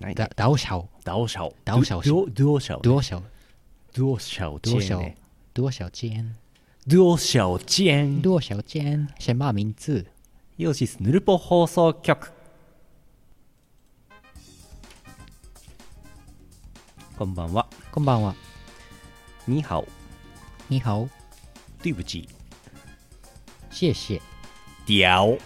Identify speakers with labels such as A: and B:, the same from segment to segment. A: 何
B: ダダオシャオ、
C: ダオシャオ。
B: ダオシャオ
C: ドゥオドゥオシャオ。
B: ドゥオシャオ、
C: ドゥオシャオ。
B: ドゥオシャ
C: チェーン
B: オ
C: ね。、
B: ドゥオシャオチェーン、
C: ドゥオシャオチェーン。
B: ドゥオシャオチェーン、什么名字？
C: イオシスヌルポ放送局。こんばんは。
B: こんばんは。
C: ニーハオ。
B: 你好，
C: ディブチ。
B: 谢谢。
C: ディアオ。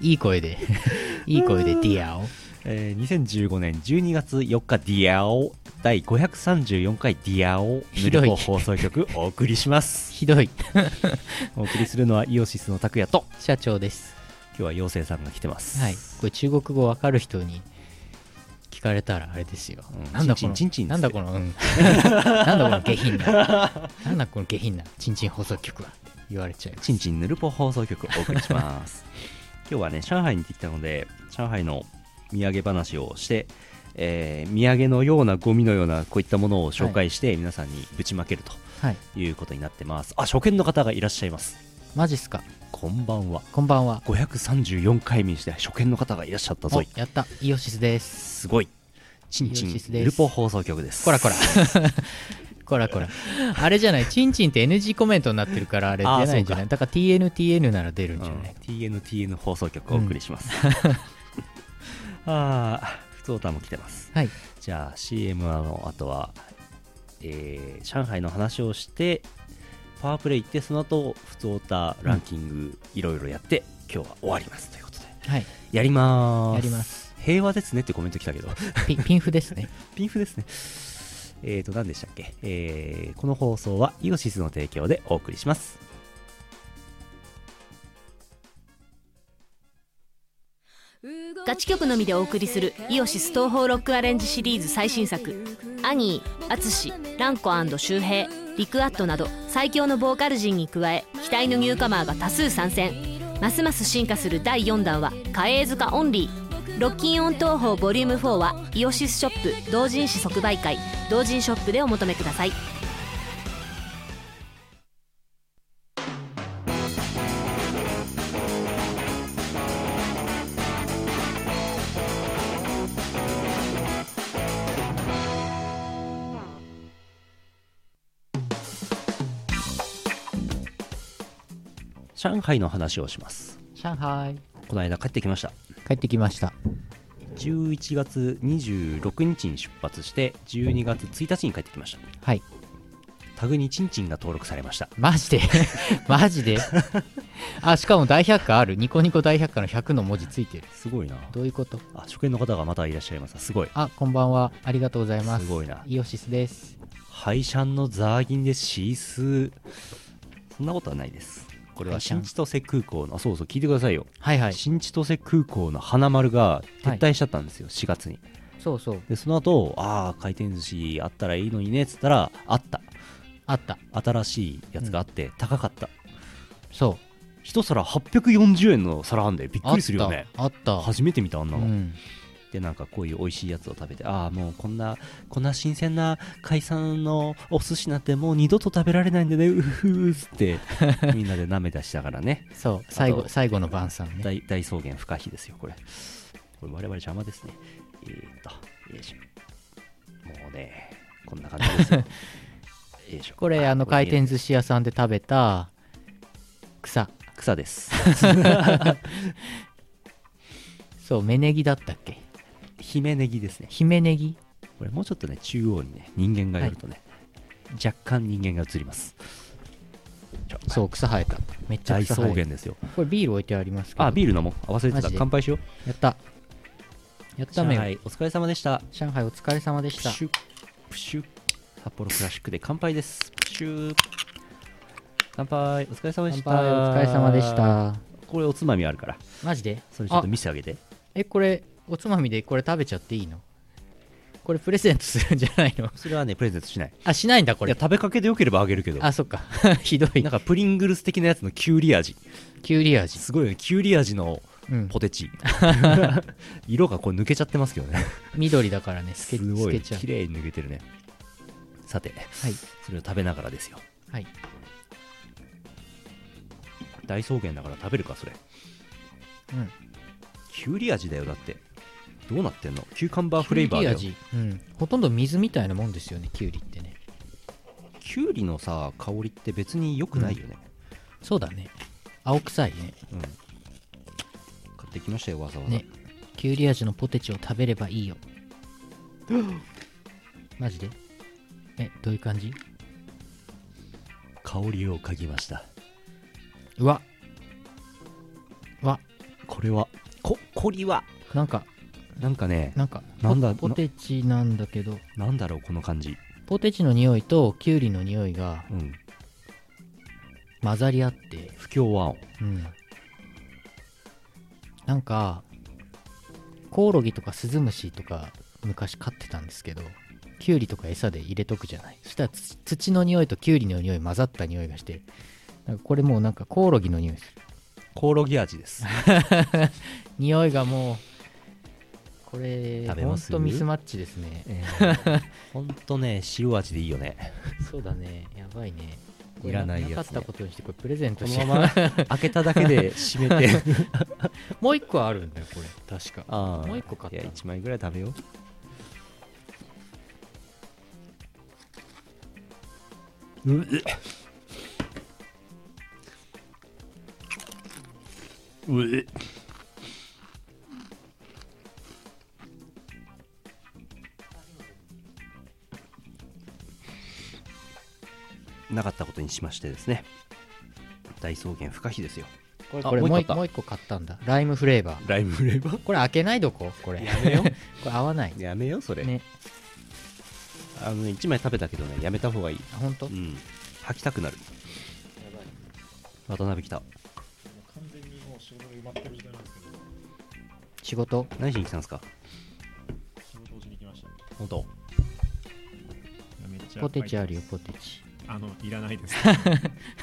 B: いい声で、 いい声でディアオ。
C: えー、2015年12月4日、ディアオ。第534回、ディアオ。ヌ
B: ひどい
C: ルポ放送局、お送りし ます。
B: ひどい。
C: お送りするのはイオシスの拓也と、
B: 社長です。
C: 今日は妖精さんが来てます。
B: はい。これ中国語わかる人に聞かれたらあれですよ。
C: うん
B: なんだこの、
C: チンチンチンチンですよ
B: なんだこの、 うん。なんだこの下品 な。なんだこの下品な、チンチン放送局はって言われちゃいます。
C: チンチンヌルポ放送局お送りし ます。今日はね、上海に行ってきたので、上海の土産話をして、えー土産のようなゴミのようなこういったものを紹介して皆さんにぶちまけると
B: はい。
C: いうことになってます。あ、初見の方がいらっしゃいます。
B: マジっすか。
C: こんばんは。
B: こんばんは。
C: 534回目にして初見の方がいらっしゃったぞい。
B: おやった。イオシスです。
C: すごい。チンチ
B: イオ
C: ン
B: シスです
C: ヌルポ放送局です。
B: こらこ ら。こらこら。あれじゃない、チンチンって NG コメントになってるからあれ出
C: あー
B: ないんじゃな
C: そう
B: いだから TNTN なら出るん
C: うん
B: じゃない、
C: TNTN 放送局お送り します。ああ、ふつおたも来てます。
B: はい。
C: じゃあ CM の後は、えー上海の話をしてパワープレイ行ってその後普通オタランキングいろいろやって、今日は終わりますということで
B: はい。
C: やりまー
B: や
C: す
B: ります。
C: 平和ですねってコメント来 たけど
B: ピピンフですね。
C: ピンフですねえーと何でしたっけ、えーこの放送はイオシスの提供でお送りします
D: ガチ曲のみでお送りするイオシス東方ロックアレンジシリーズ最新作「アニー」「アツシ」「ランコ周平」「リクアット」など最強のボーカル陣に加え期待のニューカマーが多数参戦ますます進化する第4弾は「カエー塚オンリー」「ロッキンオン東方ボリューム4はイオシスショップ同人誌即売会同人ショップでお求めください
C: 上海の話をします
B: 上海。
C: この間帰ってきました
B: 帰ってきました。
C: 11月26日に出発して12月1日に帰ってきました
B: はい。
C: タグにチンチンが登録されました
B: マジで マジであ、しかも大百科ある。ニコニコ大百科の100の文字ついてる。
C: すごいな
B: どういうこと
C: あ初見の方がまたいらっしゃいますすごい
B: あ、こんばんは。ありがとうございます。
C: すごいな
B: イオシスです。
C: ハイシャンのザーギンでシースーそんなことはないですこれは
B: ハイシャン
C: 新千歳空港のあそうそう聞いてくださいよ、
B: はいはい。
C: 新千歳空港の花丸が撤退しちゃったんですよ、4月に
B: そうそう。
C: でその後ああ回転寿司あったらいいのにねっつったらあった
B: あった。
C: 新しいやつがあって高かった、
B: そう。
C: 一皿840円の皿あんでびっ
B: あ
C: くりするよね
B: あった。あった
C: 初めて見たあんな
B: う
C: の、
B: ん。
C: でなんかこういう美味しいやつを食べてああもうこんなこんな新鮮な海産のお寿司なんてもう二度と食べられないんでねうふうっつって みんなで舐め出しながらね
B: そう。最
C: あ
B: 後、
C: と
B: 最後の晩餐ね。
C: 大大草原不可避ですよこれこれ我々邪魔ですねえー、っとよいしょもうねこんな感 じですよよいしょ
B: これ、あの、回
C: ね
B: 転寿司屋さんで食べた草。
C: 草です
B: そう、芽ネギだったっけ
C: 姫ネギですね
B: 姫ネギ
C: これもうちょっとね中央にね人間がいるとね、若干人間が映りますちょ
B: そう、草生えた。めっちゃ
C: 大
B: 草
C: 草
B: 生え
C: 原
B: た。
C: ですよ
B: これビール置いてありますけど。
C: あ、ビール飲もう。忘れて
B: マ
C: た。
B: ジで
C: 乾杯しよう。
B: やった。やっためよ。
C: はい、お疲れ様でした。
B: 上海お疲れ様で
C: プ
B: した。
C: シュプシュ札幌クラシックで乾杯です。プシュ乾杯。お疲れ様
B: 乾
C: でした。
B: 杯お疲れ様でし。た。
C: これおつまみあるから、
B: マジで
C: それちょっと
B: あ
C: 見せてあげて。
B: え、これ、おつまみでこれ食べちゃっていいのこれプレゼントするんじゃないの
C: それはね、プレゼントしない。
B: あ、しないんだこ
C: いや、
B: れ。
C: 食べかけでよければあげるけど。
B: あ、そっか。 ひどい
C: なん。かプリングルス的なやつのキュウリ味。
B: キュウリ味。
C: すごいよね。キュウリ味の
B: うん。
C: ポテ チ。色がこう抜けちゃってますけどね。
B: 緑だからね、透け
C: す
B: 透
C: ご
B: け
C: い。
B: ちゃう
C: 綺。麗に抜けてるね。さて、
B: はい。
C: それを食べながらですよ。
B: はい。
C: 大草原だから食べるか、それ。
B: うん。
C: キュウリ味だよだってどうなってんのキューカンバーフレーバー
B: キュ
C: だ
B: ウ
C: よ
B: リ味、うん、ほとんど水みたいなもんですよねきゅうりってね
C: キュウリのさ香りって別に良くないよね、
B: そうだね青臭いね
C: うん買ってきましたよわざわざ、
B: ねきゅうり味のポテチを食べればいい よマジでえどういう感じ
C: 香りを嗅ぎました
B: うわうわ
C: これはここりは
B: なんか
C: なんか ね
B: なんか
C: なんだ
B: ポポテチなんだけど
C: なんだろうこの感じ
B: ポテチの匂いときゅうりの匂いが
C: うん
B: 混ざり合って
C: 不協和音
B: うんなんかコオロギとかスズムシとか昔飼ってたんですけどきゅうりとか餌で入れとくじゃないそしたら土土の匂いときゅうりの匂い混ざった匂いがしてなんかこれもうなんかコオロギの匂いする
C: コオロギ味です
B: 匂いがもうこれ
C: 食べ
B: ほ
C: ま
B: ん
C: す
B: とミスマッチですね
C: えー ほんとね塩味でいいよね
B: そうだねやばいねこ
C: い
B: れ
C: らないやつね
B: なかったことにしてこれプレゼント
C: こ
B: して
C: のまま開けただけで締めて
B: もう一個あるんだよこれ確か
C: ああ
B: もう一個買った
C: いや1枚ぐらい食べよううえうえなかったことにしましてですね大草原不可避ですよ
B: これ
C: あ
B: これも
C: も
B: う
C: う
B: 一
C: 一個
B: 個も
C: 買った
B: う一個買ったんだライムフレーバー
C: ライムフレーバー
B: これ開けないどここれ
C: よ
B: これ合わない
C: やめようそれ、
B: ね
C: あのね1枚食べたけどねやめた方がいい
B: あ本当
C: うん吐きたくなる渡辺来た
A: 完全にもう仕事で埋まってる時間なんですけど、
B: 仕事
C: 何しに来たんですか
A: 仕事をしに来ました。
C: 本当
A: めっち
B: ポテチあるよポテチ
A: あの、 いらないです。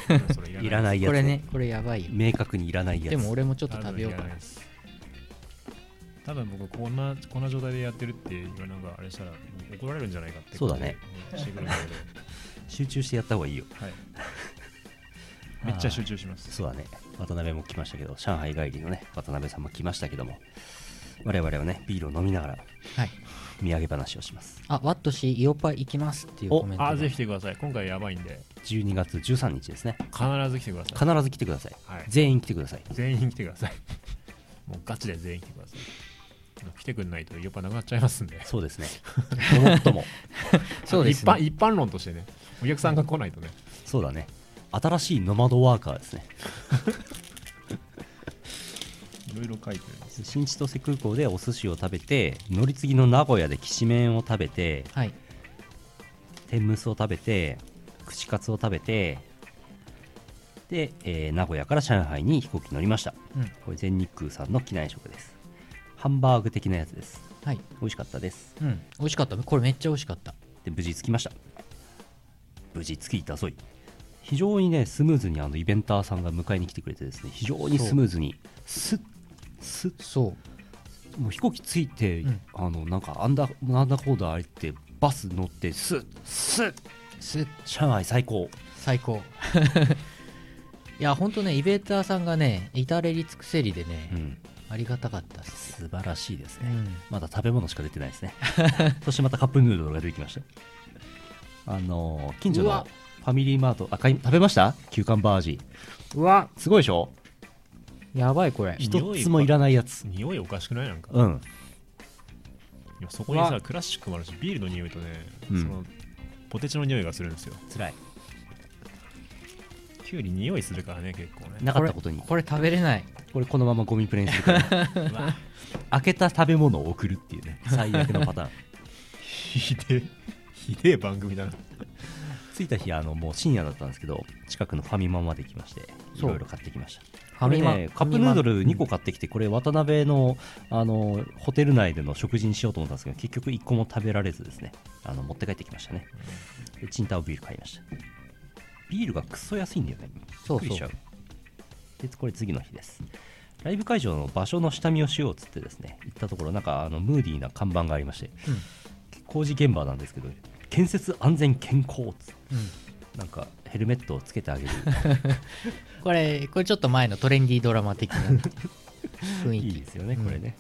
A: うんそれ。
C: いらないいやつ
B: これねこれやばいよ
C: 明確にいらないやつ
B: でも俺もちょっと
A: あの
B: 食べようか
A: いら
B: な
A: ないです多分僕こんな、こんな状態でやってるって、今なんかあれしたらもう怒られるんじゃないかって。
C: そうだね。
A: してくるので、
C: 集中してやった方がいいよ
A: はい。めっちゃ集中します。
C: そうだね渡辺も来ましたけど上海帰りのね渡辺さんも来ましたけども我々はねビールを飲みながら
B: はい
C: 土産話をします
B: あワットシーイオパイ行きますっていう
C: お
B: コメントが
A: あ、ぜひ来てください。今回やばいんで、
C: 12月13日ですね
A: 必ず来てくださ
C: 必ず来てください、
A: い。はい。
C: 全員来てください
A: 全員来てください。 もうガチで全員来てください。来てくんないと、やっぱなくなっちゃいますんで。
C: そうです ねごもっとも
B: そうです
A: 一般
B: ね
A: 一般論としてね、お客さんが来ないとね、
C: そうだね新しいノマドワーカーですね
A: いろいろ書いてあります。
C: 新千歳空港でお寿司を食べて乗り継ぎの名古屋できしめんを食べて
B: はい
C: 天むすを食べて串カツを食べてで、えー名古屋から上海に飛行機に乗りました
B: うん
C: これ全日空さんの機内食ですハンバーグ的なやつです
B: はい
C: 美味しかったです
B: うん美味しかったこれめっちゃ美味しかった
C: で無事着きました無事着いたぞい非常にねスムーズにあのイベンターさんが迎えに来てくれてですね非常にスムーズにスッスッ
B: そう
C: もう飛行機着いて、
B: うん
C: あのなんかアンダーなんだコーダーあれってバス乗ってスッスッ
B: す
C: 上海最高
B: 最 高いやほんとねイベーターさんがね至れり尽くせりでね、
C: うん
B: ありがたかったっす
C: 素晴らしいです
B: う
C: ね、
B: ん
C: まだ食べ物しか出てないですね そしてまたカップヌードルが出てきましたあのー近所
B: う
C: の
B: わ
C: ファミリーマートあ買い食べましたキューカンバー味
B: うわ
C: すごいでしょ
B: やばいこれ
A: い
C: 一つもいらないやつ
A: 匂いおかしくないなんか、い
C: うん
A: やそこに
B: う
A: さ
B: わ、
A: クラシックもあるし、ビールの匂いとね、
C: うん
A: そのポテチの匂いがするんですよ。
C: 辛い
A: キュウリ匂いするからね、結構ね。
C: なかったことに
B: これ食べれない
C: これこのままゴミプレイにするから
A: うわ
C: 開けた食べ物を送るっていうね最悪のパターン
A: ひでえ、ひでえ番組だな。
C: 着いた日あのもう深夜だったんですけど近くのファミマまで来ましてい
B: そう
C: ろいろ買ってきました
B: フ
C: これね、カップヌードル2個買ってきて、これ、渡辺のあのホテル内での食事にしようと思ったんですけど、結局1個も食べられずですね、あの持って帰ってきましたね。で、チンタオビール買いました。ビールがクソ安いんだよね。
B: そうそう
C: びっくりしちゃで、これ次の日です。ライブ会場の場所の下見をしようっつってですね、行ったところ、なんかあのムーディーな看板がありまして、
B: うん
C: 工事現場なんですけど、建設安全健康っつってなんかヘルメットをつけてあ げる。
B: これ これちょっと前のトレンディードラマ的な雰囲気
C: いいですよね、これね。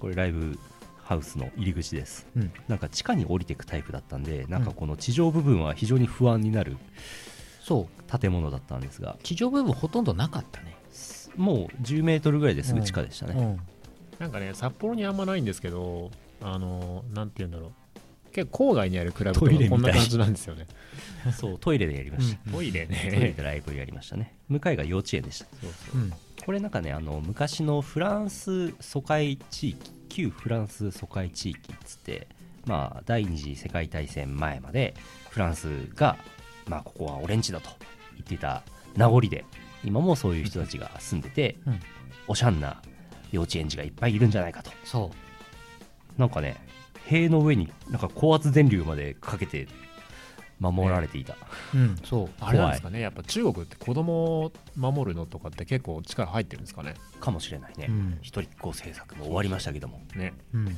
C: これライブハウスの入り口です
B: うん
C: なんか地下に降りていくタイプだったんでなんかこの地上部分は非常に不安になる
B: そう
C: 建物だったんですが
B: 地上部分ほとんどなかったね
C: もう10メートルぐらいですぐ地下でした
B: う
C: ね、
B: ん
A: なんかね、札幌にあんまないんですけど、あのー、なんて言うんだろう。結構郊外にあるクラブと
C: トイレ
A: か
C: みた
A: こ
C: い
A: んな感じなんですよね。
C: そうトイレでやりました、
A: トイレ
C: トイレ
A: ね。
C: でライブやりましたね向かいが幼稚園でした
A: そう
B: うん
C: これなんかねあの昔のフランス疎開地域旧フランス疎開地域っつってまあ第二次世界大戦前までフランスがまあここはオレンジだと言っていた名残で今もそういう人たちが住んでて、
B: うん
C: おしゃんな幼稚園児がいっぱいいるんじゃないかと
B: そ
C: なんかね塀の上になんか高圧電流までかけて守られていた、
B: ううんそう
A: あれなんですかね、やっぱ中国って子供を守るのとかって結構力入ってるんですかね。
C: かもしれないね、
B: うん
C: 一人っ子政策も終わりましたけども
A: ね。
B: うん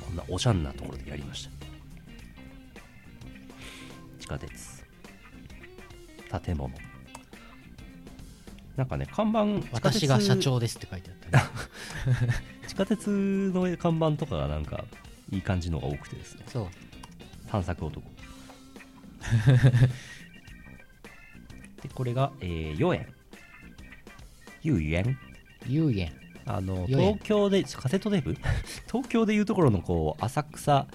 C: こんなおしゃんなところでやりました地下鉄建物なんかね看板
B: 私が社長ですって書いてあった ね
C: 地下鉄の看板とかがなんかいい感じのが多くてですね
B: そう
C: 探 索男でこれが、えー、4円遊園
B: 遊園
C: あの
B: 4円
C: 東京でカセットテープ 東京でいうところのこう浅草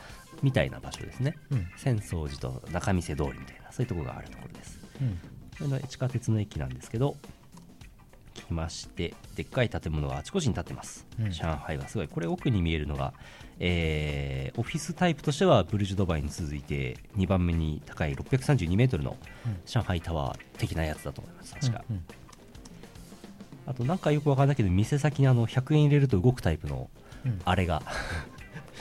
C: みたいな場所ですね
B: うん
C: 浅草寺と仲見世通りみたいなそういうところがあるところです
B: うん
C: これの地下鉄の駅なんですけど来ましてでっかい建物があちこちに建ってます、
B: うん
C: 上海はすごいこれ奥に見えるのが、えーオフィスタイプとしてはブルジュドバイに続いて2番目に高い6 3 2メートルの
B: うん
C: 上海タワー的なやつだと思います確か、
B: うんうん
C: あとなんかよくわかんないけど店先にあの100円入れると動くタイプの
B: うん
C: あれが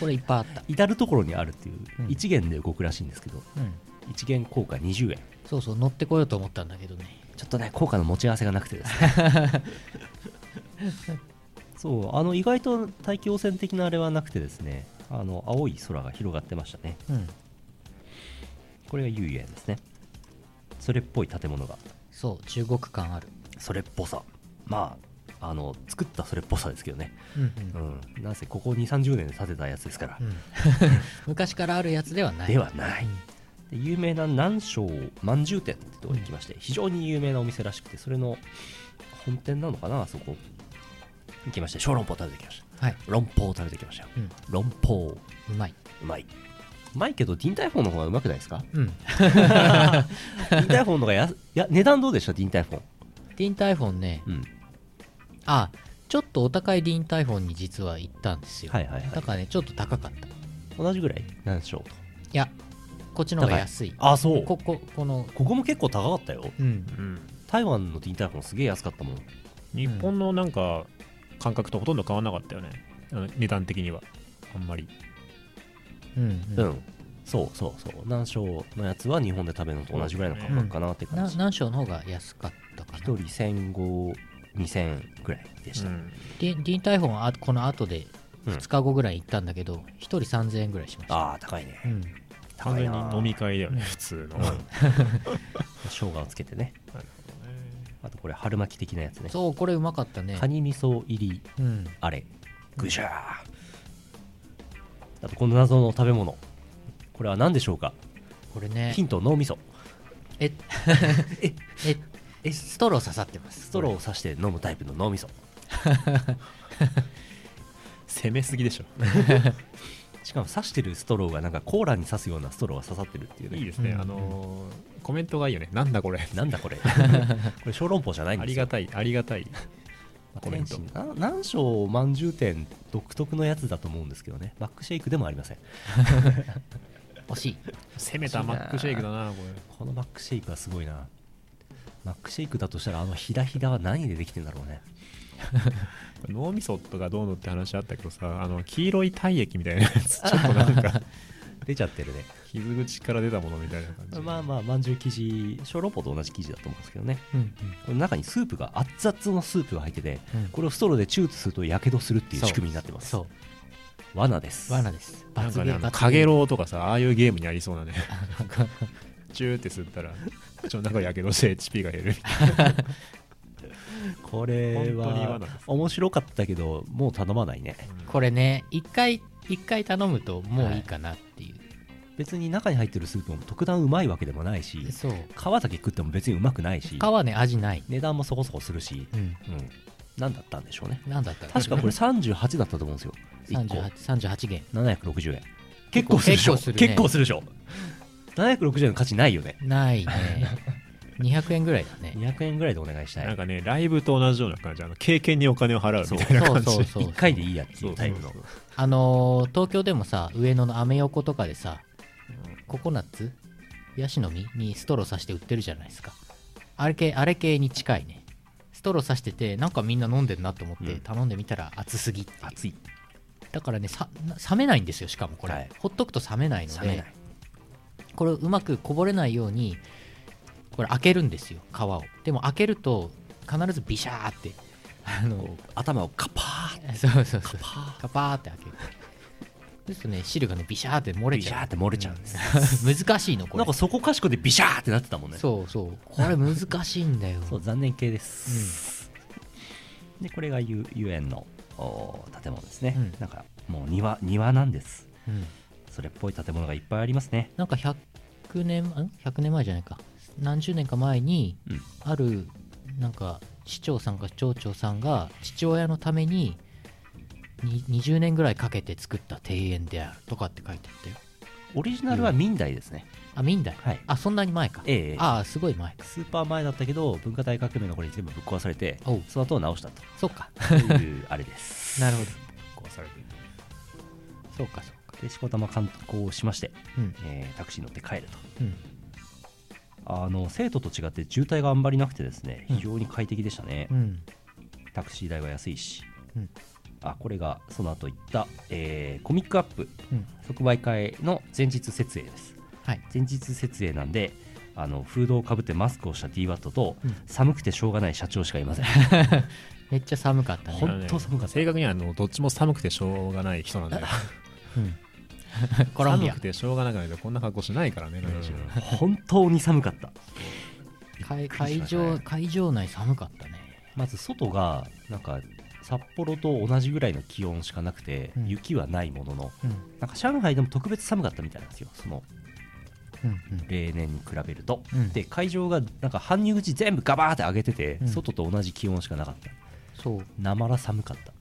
B: これいっぱいあった
C: 至る所にあるっていう
B: うん
C: 1元で動くらしいんですけど
B: うん
C: 1元硬貨20円
B: そうそう乗ってこようと思ったんだけどね
C: ちょっとね、効果の持ち合わせがなくてですね。 そう、あの意外と大気汚染的なあれはなくてですね、あの青い空が広がってましたね。
B: うん
C: これが遊園ですね。それっぽい建物が、
B: そう中国感ある
C: それっぽさ。まあ、あの作ったそれっぽさですけどね。
B: うん
C: うん、なんせここ2、30年で建てたやつですか ら
B: う。ん昔からあるやつではない
C: ではない。で有名な南昌まんじゅう店ってとこに来まして、非常に有名なお店らしくて、それの本店なのかな、あそこ。行きまして、小籠包食べてきました。
B: はい
C: 論法を食べてきましたよ
B: うん
C: 論法
B: うまいう
C: まいうまいけどディンタイフォンの方がうまくないです か
B: うん
C: ディンタイフォンの方がやいや値段どうでしたディンタイフォン
B: ディンタイフォンね
C: うん
B: あちょっとお高いディンタイフォンに実は行ったんですよ
C: はいはいはい
B: だからねちょっと高かったい
C: 同じぐらい何でしょうと
B: やこっちの方が安い
C: あそ
B: こ
C: こ
B: ここの
C: ここも結構高かったよ
B: うん
A: うん。
C: 台湾のディンタイフォンすげえ安かったもん
A: 日本のなんか感覚とほとんど変わんなかったよね。あの値段的には。あんまり。
B: うんう
C: う、
B: んん
C: そうそうそう南昌のやつは日本で食べるのと同じぐらいの感覚かなって感
B: な
C: じ、
B: 南昌の方が安かったかな
C: 一人1500、2000ぐらいでした、
A: うん
B: ディンディンタイフォンはこの後で
C: うん
B: 2日後ぐらい行ったんだけど一人3000円ぐらいしました
C: ああ高いね
B: うん
C: 高
A: 完
C: い
A: 全
C: な
A: に飲み会だよね、普通の。なる
C: 生姜をつけてね
A: ほどね
C: あとこれ春巻き的なやつね
B: そうこれうまかったね
C: カニ味噌入り
B: うん
C: あれぐしゃーあとこの謎の食べ物これは何でしょうか
B: これね
C: ヒント脳みそ
B: え
C: え
B: ええストロー刺さってます
C: ストローを刺して飲むタイプの脳みそ
A: 攻めすぎでしょ。
C: しかも刺してるストローがなんかコーラに刺すようなストローが刺さってるっていうね
A: いいですね。
B: うん
A: あのー、コメントがいいよね。なんだこれ。
C: なんだ これこれ小籠包じゃないん
A: あ
C: で
A: り
C: すよ
A: がたい、ありがたい。
C: まあ
A: コメント
C: 天津な南昌まんじゅう店独特のやつだと思うんですけどねバックシェイクでもありません
B: 惜しい
A: 攻めたマックシェイクだな、これ。
C: このマックシェイクはすごいなマックシェイクだとしたらあのひだひだは何でできてんだろうね
A: 脳みそとかどうのって話あったけどさ、あの、黄色い体液みたいなやつ、ちょっとなんか、
C: 出ちゃってるね
A: 傷口から出たものみたいな感じ。
C: まあまあまんじゅう生地小籠包と同じ生地だと思うんですけどね
B: うん
C: この中にスープが熱々のスープが入ってて、
B: うん
C: これをストローでチューとするとやけどするっていう仕組みになってます
B: そう
C: 罠です
B: 罠です
A: なんかね、あの、
B: 罰
A: か
B: ゲ
A: げ
B: ー
A: ろうとかさ、ああいうゲームにありそうなね。チューって吸ったら、口の中やけどして HP が減る。
C: これ
A: 本当に言わ
C: は
A: ない
C: 面白かったけどもう頼まないね
B: これね一回一回頼むともういいかなっていう、
C: 別に中に入ってるスープも特段うまいわけでもないし
B: そう
C: 皮だけ食っても別にうまくないし
B: 皮はね味ない、
C: 値段もそこそこするし、
B: うん、
C: うん、何だったんでしょうね
B: なんだった
C: 確かこれ38だったと思うんですよ1個
B: 38, 38元
C: 760円結構するでしょ
B: 結構するね
C: 結構するでしょ760円の価値ないよね
B: ない ね200円ぐらいだね
C: 200円ぐらいでお願いした
A: なん
C: い
A: かね、ライブと同じような感じ、あの経験にお金を払うみたいな感
B: そ
A: じ。
B: うそうそう
C: 1回でいいやって
A: そ
C: いううタイプの
A: そう
B: あのー東京でもさ上野のアメ横とかでさココナッツヤシの実にストローさして売ってるじゃないですかあれ系あれ系に近いねストローさしててなんかみんな飲んでんなと思っ
C: う
B: て
C: ん
B: 頼んでみたら熱すぎっていう
C: 熱い
B: だからねさな冷めないんですよしかもこれ、
C: はい
B: ほっとくと冷めないので
C: 冷めない
B: これをうまくこぼれないようにこれ開けるんですよ皮をでも開けると必ずビシャーってあの
C: こう頭をカパーッ
B: そうそうそう
C: パーッ
B: カパーって開けるそうするとね汁がねビシャーって漏れちゃう、
C: ビシャーって漏れちゃうんです
B: 難しいのこれ
C: なんかそこかしこでビシャーってなってたもんね
B: そうそうこれ難しいんだよ
C: そう残念系です、でこれがゆ遊園のお建物ですね、
B: うん
C: なんかもう庭庭なんです
B: うん
C: それっぽい建物がいっぱいありますね
B: なんか100年ん100年前じゃないか何十年か前に
C: うん
B: あるなんか市長さんか町長さんが父親のためにに20年ぐらいかけて作った庭園であるとかって書いてあったよ
C: オリジナルは明代ですね、
B: あ明代、
C: はい
B: あそんなに前か、
C: ええ
B: ああすごい前か
C: スーパー前だったけど文化大革命のこれに全部ぶっ壊されて
B: おう
C: その後直した
B: そうか
C: というあれです
B: なるほど
A: 壊されてる
B: そうかそうか
C: でしこたま観光をしまして、
B: うん
C: えータクシーに乗って帰ると
B: うん
C: あの生徒と違って渋滞があんまりなくてですね
B: うん
C: 非常に快適でしたね、
B: うん
C: タクシー代は安いし、
B: うん
C: あこれがその後言った、えーコミックアップ
B: うん
C: 即売会の前日設営です
B: はい
C: 前日設営なんであのフードをかぶってマスクをした DWAT と、
B: うん
C: 寒くてしょうがない社長しかいません
B: めっちゃ寒かったね
C: ほん本当寒かった
A: 正確にはあのどっちも寒くてしょうがない人なんだよ。
B: うん コロンビ
A: 寒
B: ア
A: くてしょうがなくないとこんな格好しないからね、何しろ
C: 本当に寒かった
B: 会
C: くりし
B: 会
C: ましたね
B: 場会場内寒かったね
C: まず外がなんか札幌と同じぐらいの気温しかなくて、
B: うん
C: 雪はないものの
B: うん
C: なんか上海でも特別寒かったみたいなんですよその
B: うんうん
C: 例年に比べると、
B: うん
C: で会場がなんか搬入口全部ガバーって上げてて、
B: うん
C: 外と同じ気温しかなかった
B: そう
C: なまら寒かった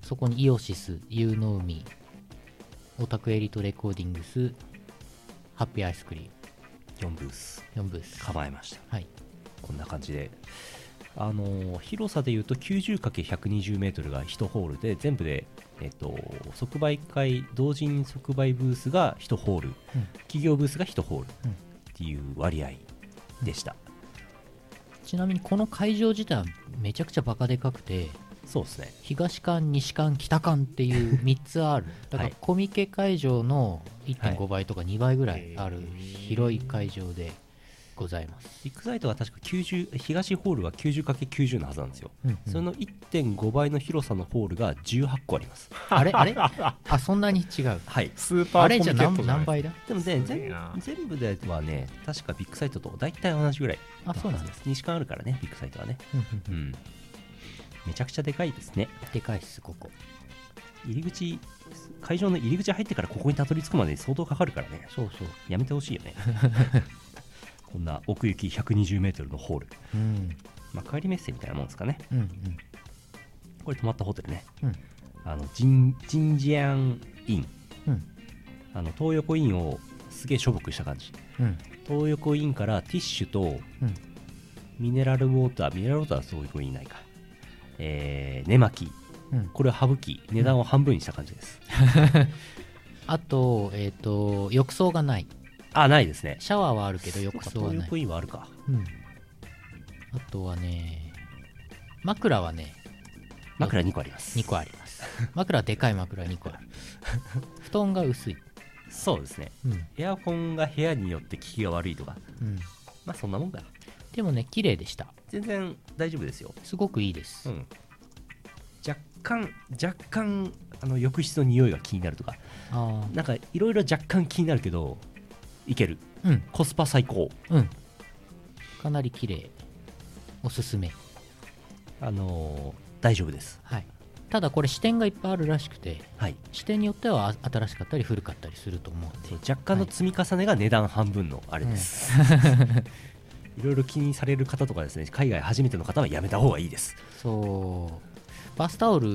B: そこにイオシス、ユーノウミ、オタクエリートレコーディングス、ハッピーアイスクリ
C: 4ブース
B: ーム、4ブース。
C: 構えました
B: はい。
C: こんな感じで、あのー広さでいうと 90×120m が1ホールで全部で、えっと即売会同人即売ブースが1ホール、企業ブースが1ホール
B: うん
C: っていう割合でした、
B: ちなみにこの会場自体はめちゃくちゃバカでかくて、
C: そうですね
B: 東館、西館、北館っていう3つある。だから
C: はい
B: コミケ会場の
C: は
B: 1.5倍とか2倍ぐらいある広い会場でございます。
C: ビッグサイトは確か90東ホールは 90×90 のはずなんですよ、
B: うんうん
C: その1.5倍の広さのホールが18個あります
B: あれあれあ、そんなに違う。
C: はい
A: スーパー
B: あ
A: コ
B: れ
A: ミ
B: じ
A: ケ
B: ゃ
A: ッ
B: あ何
A: トじゃない
B: 何倍だ
C: でもね
A: すげえ
C: 全
A: な
C: 全部ではね確かビッグサイトと大体同じぐらい
B: あ、そうなんです。
C: す西館あるからねビッグサイトはね
B: うんうんうん
C: うん、めちゃくちゃでかいですね
B: でかいっす、ここ。
C: 入り口会場の入り口入ってからここにたどり着くまで相当かかるからね
B: そうそう。
C: やめてほし いよねこんな奥行き 120m のホール、
B: うん。
C: まあ、帰りメッセみたいなもんですかね
B: うんうん。
C: これ泊まったホテルね
B: うん
C: あのジンジンジアンイン
B: うん
C: あの東横インをすげえしょぼくした感じ
B: うん
C: 東横インからティッシュと
B: うん
C: ミネラルウォーターミネラルウォーターは東横インないかえー、寝巻き
B: うん、
C: これを省き値段を半分にした感じです、
B: あと,、えっと浴槽がない
C: あないですね
B: シャワーはあるけど浴槽は
C: そ
B: な
C: うか
B: い
C: 東横インはあるか
B: うん、あとはね枕はね
C: 枕2個あります
B: 2個あり ます枕はでかい枕2個ある布団が薄い
C: そうですね
B: うん
C: エアコンが部屋によって効きが悪いとか
B: うん
C: まあそんなもんだ
B: でもね綺麗でした
C: 全然大丈夫ですよ
B: すごくいいです、
C: うん若干若干あの浴室の匂いが気になるとか
B: あ
C: なんかいろいろ若干気になるけどいける
B: あうん
C: コスパ最高
B: うんかなり綺麗おすすめ
C: あのー大丈夫です。
B: はい、ただこれ視点がいっぱいあるらしくて
C: はい、
B: 視点によってはあ新しかったり古かったりすると思うんで
C: そう若干の積み重ねが値段半分のあれ です。いろいろ気にされる方とかですね海外初めての方はやめた方がいいです。
B: そうバスタオル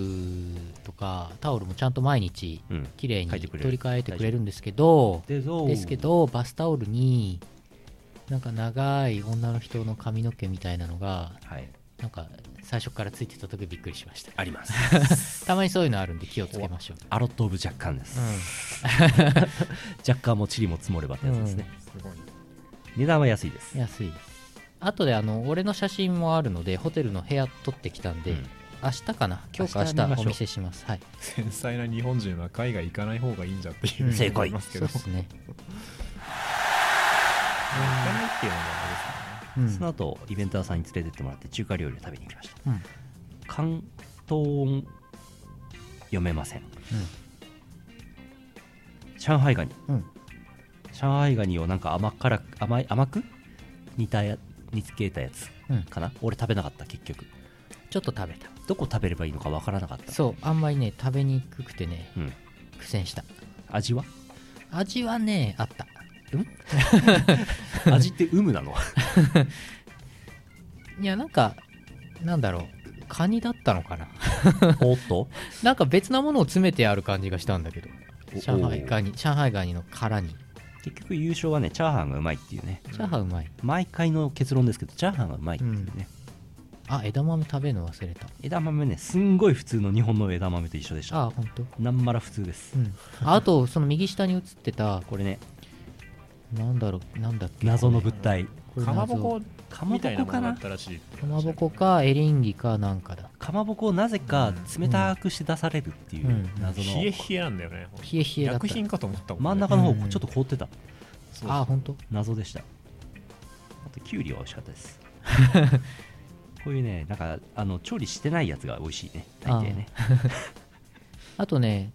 B: とかタオルもちゃんと毎日
C: うん、
B: 綺麗に
C: 書い
B: 取
C: てくれる
B: り替えてくれるんですけど
C: でぞ
B: ですけどバスタオルになんか長い女の人の髪の毛みたいなのが
C: はい、
B: なんか最初からついてた時びっくりしました
C: あり ます。
B: たまにそういうのあるんで気をつけましょう
C: アロット・オブ・若干です。
B: う
C: 若干もチリも積もればってやつですね。
A: すごい。
C: 値段は安いです。
B: ん安いですあとであの俺の写真もあるのでホテルの部屋撮ってきたんで、
C: うん
B: 明日かな今日か
C: 明日見
B: 明
C: まし
B: 日
C: ょう
B: お見せしますはい
A: 繊細な日本人は海外行かない方がいいんじゃっていううん
C: 正解
A: いますけ
B: そう
A: ど。
B: で
A: 行
B: すね、
A: かないっていうのがあ
B: うん
C: その後イベンターさんに連れてってもらって中華料理を食べに行きました。
B: うん
C: 関東音読めません。上海ガニ。
B: うん
C: 上海ガニをなんか甘から甘い甘く煮たや煮つけたやつ
B: うん
C: かな、俺食べなかった結局。
B: ちょっと食べた
C: どこ食べればいいのかわからなかった。
B: そうあんまりね食べにくくてね
C: うん。
B: 苦戦した
C: 味は
B: 味はねあった
C: 味って有 無なの
B: いやなんかなんだろうカニだったのかな
C: おっと
B: なんか別なものを詰めてある感じがしたんだけど
C: お
B: 上海ガニ上海ガニの殻に
C: 結局優勝はね、チャーハンがうまいっていうね。
B: チャーハンうまい
C: 毎回の結論ですけど、チャーハンがうまいっていうね。
B: あ枝豆食べるの忘れた
C: 枝豆ねすんごい普通の日本の枝豆と一緒でした
B: あ本当。
C: なんまら普通です、
B: うんああとその右下に映ってた
C: これね
B: なんだろうなんだっけ
C: 謎の物体
B: これ
A: りますねかまぼこ
C: かま
A: みた
C: ぼ
A: い
C: こ
A: なも
C: か
A: のだ
C: な
A: ったらしいって
B: か
A: 話
B: まぼこかエリンギかなんかだ
C: かまぼこをなぜか冷たくして出されるっていううん謎の、
A: 冷え冷えなんだよね。
B: 冷え冷えだった
A: 薬品かと思ったもんね。
C: 真ん中の方
B: うんうん
C: ちょっと凍ってた
A: そう
B: あ本当。
C: 謎でしたあときゅうりは美味しかったです こういうねなんかあの調理してないやつが美味しいね大抵ね
B: あとね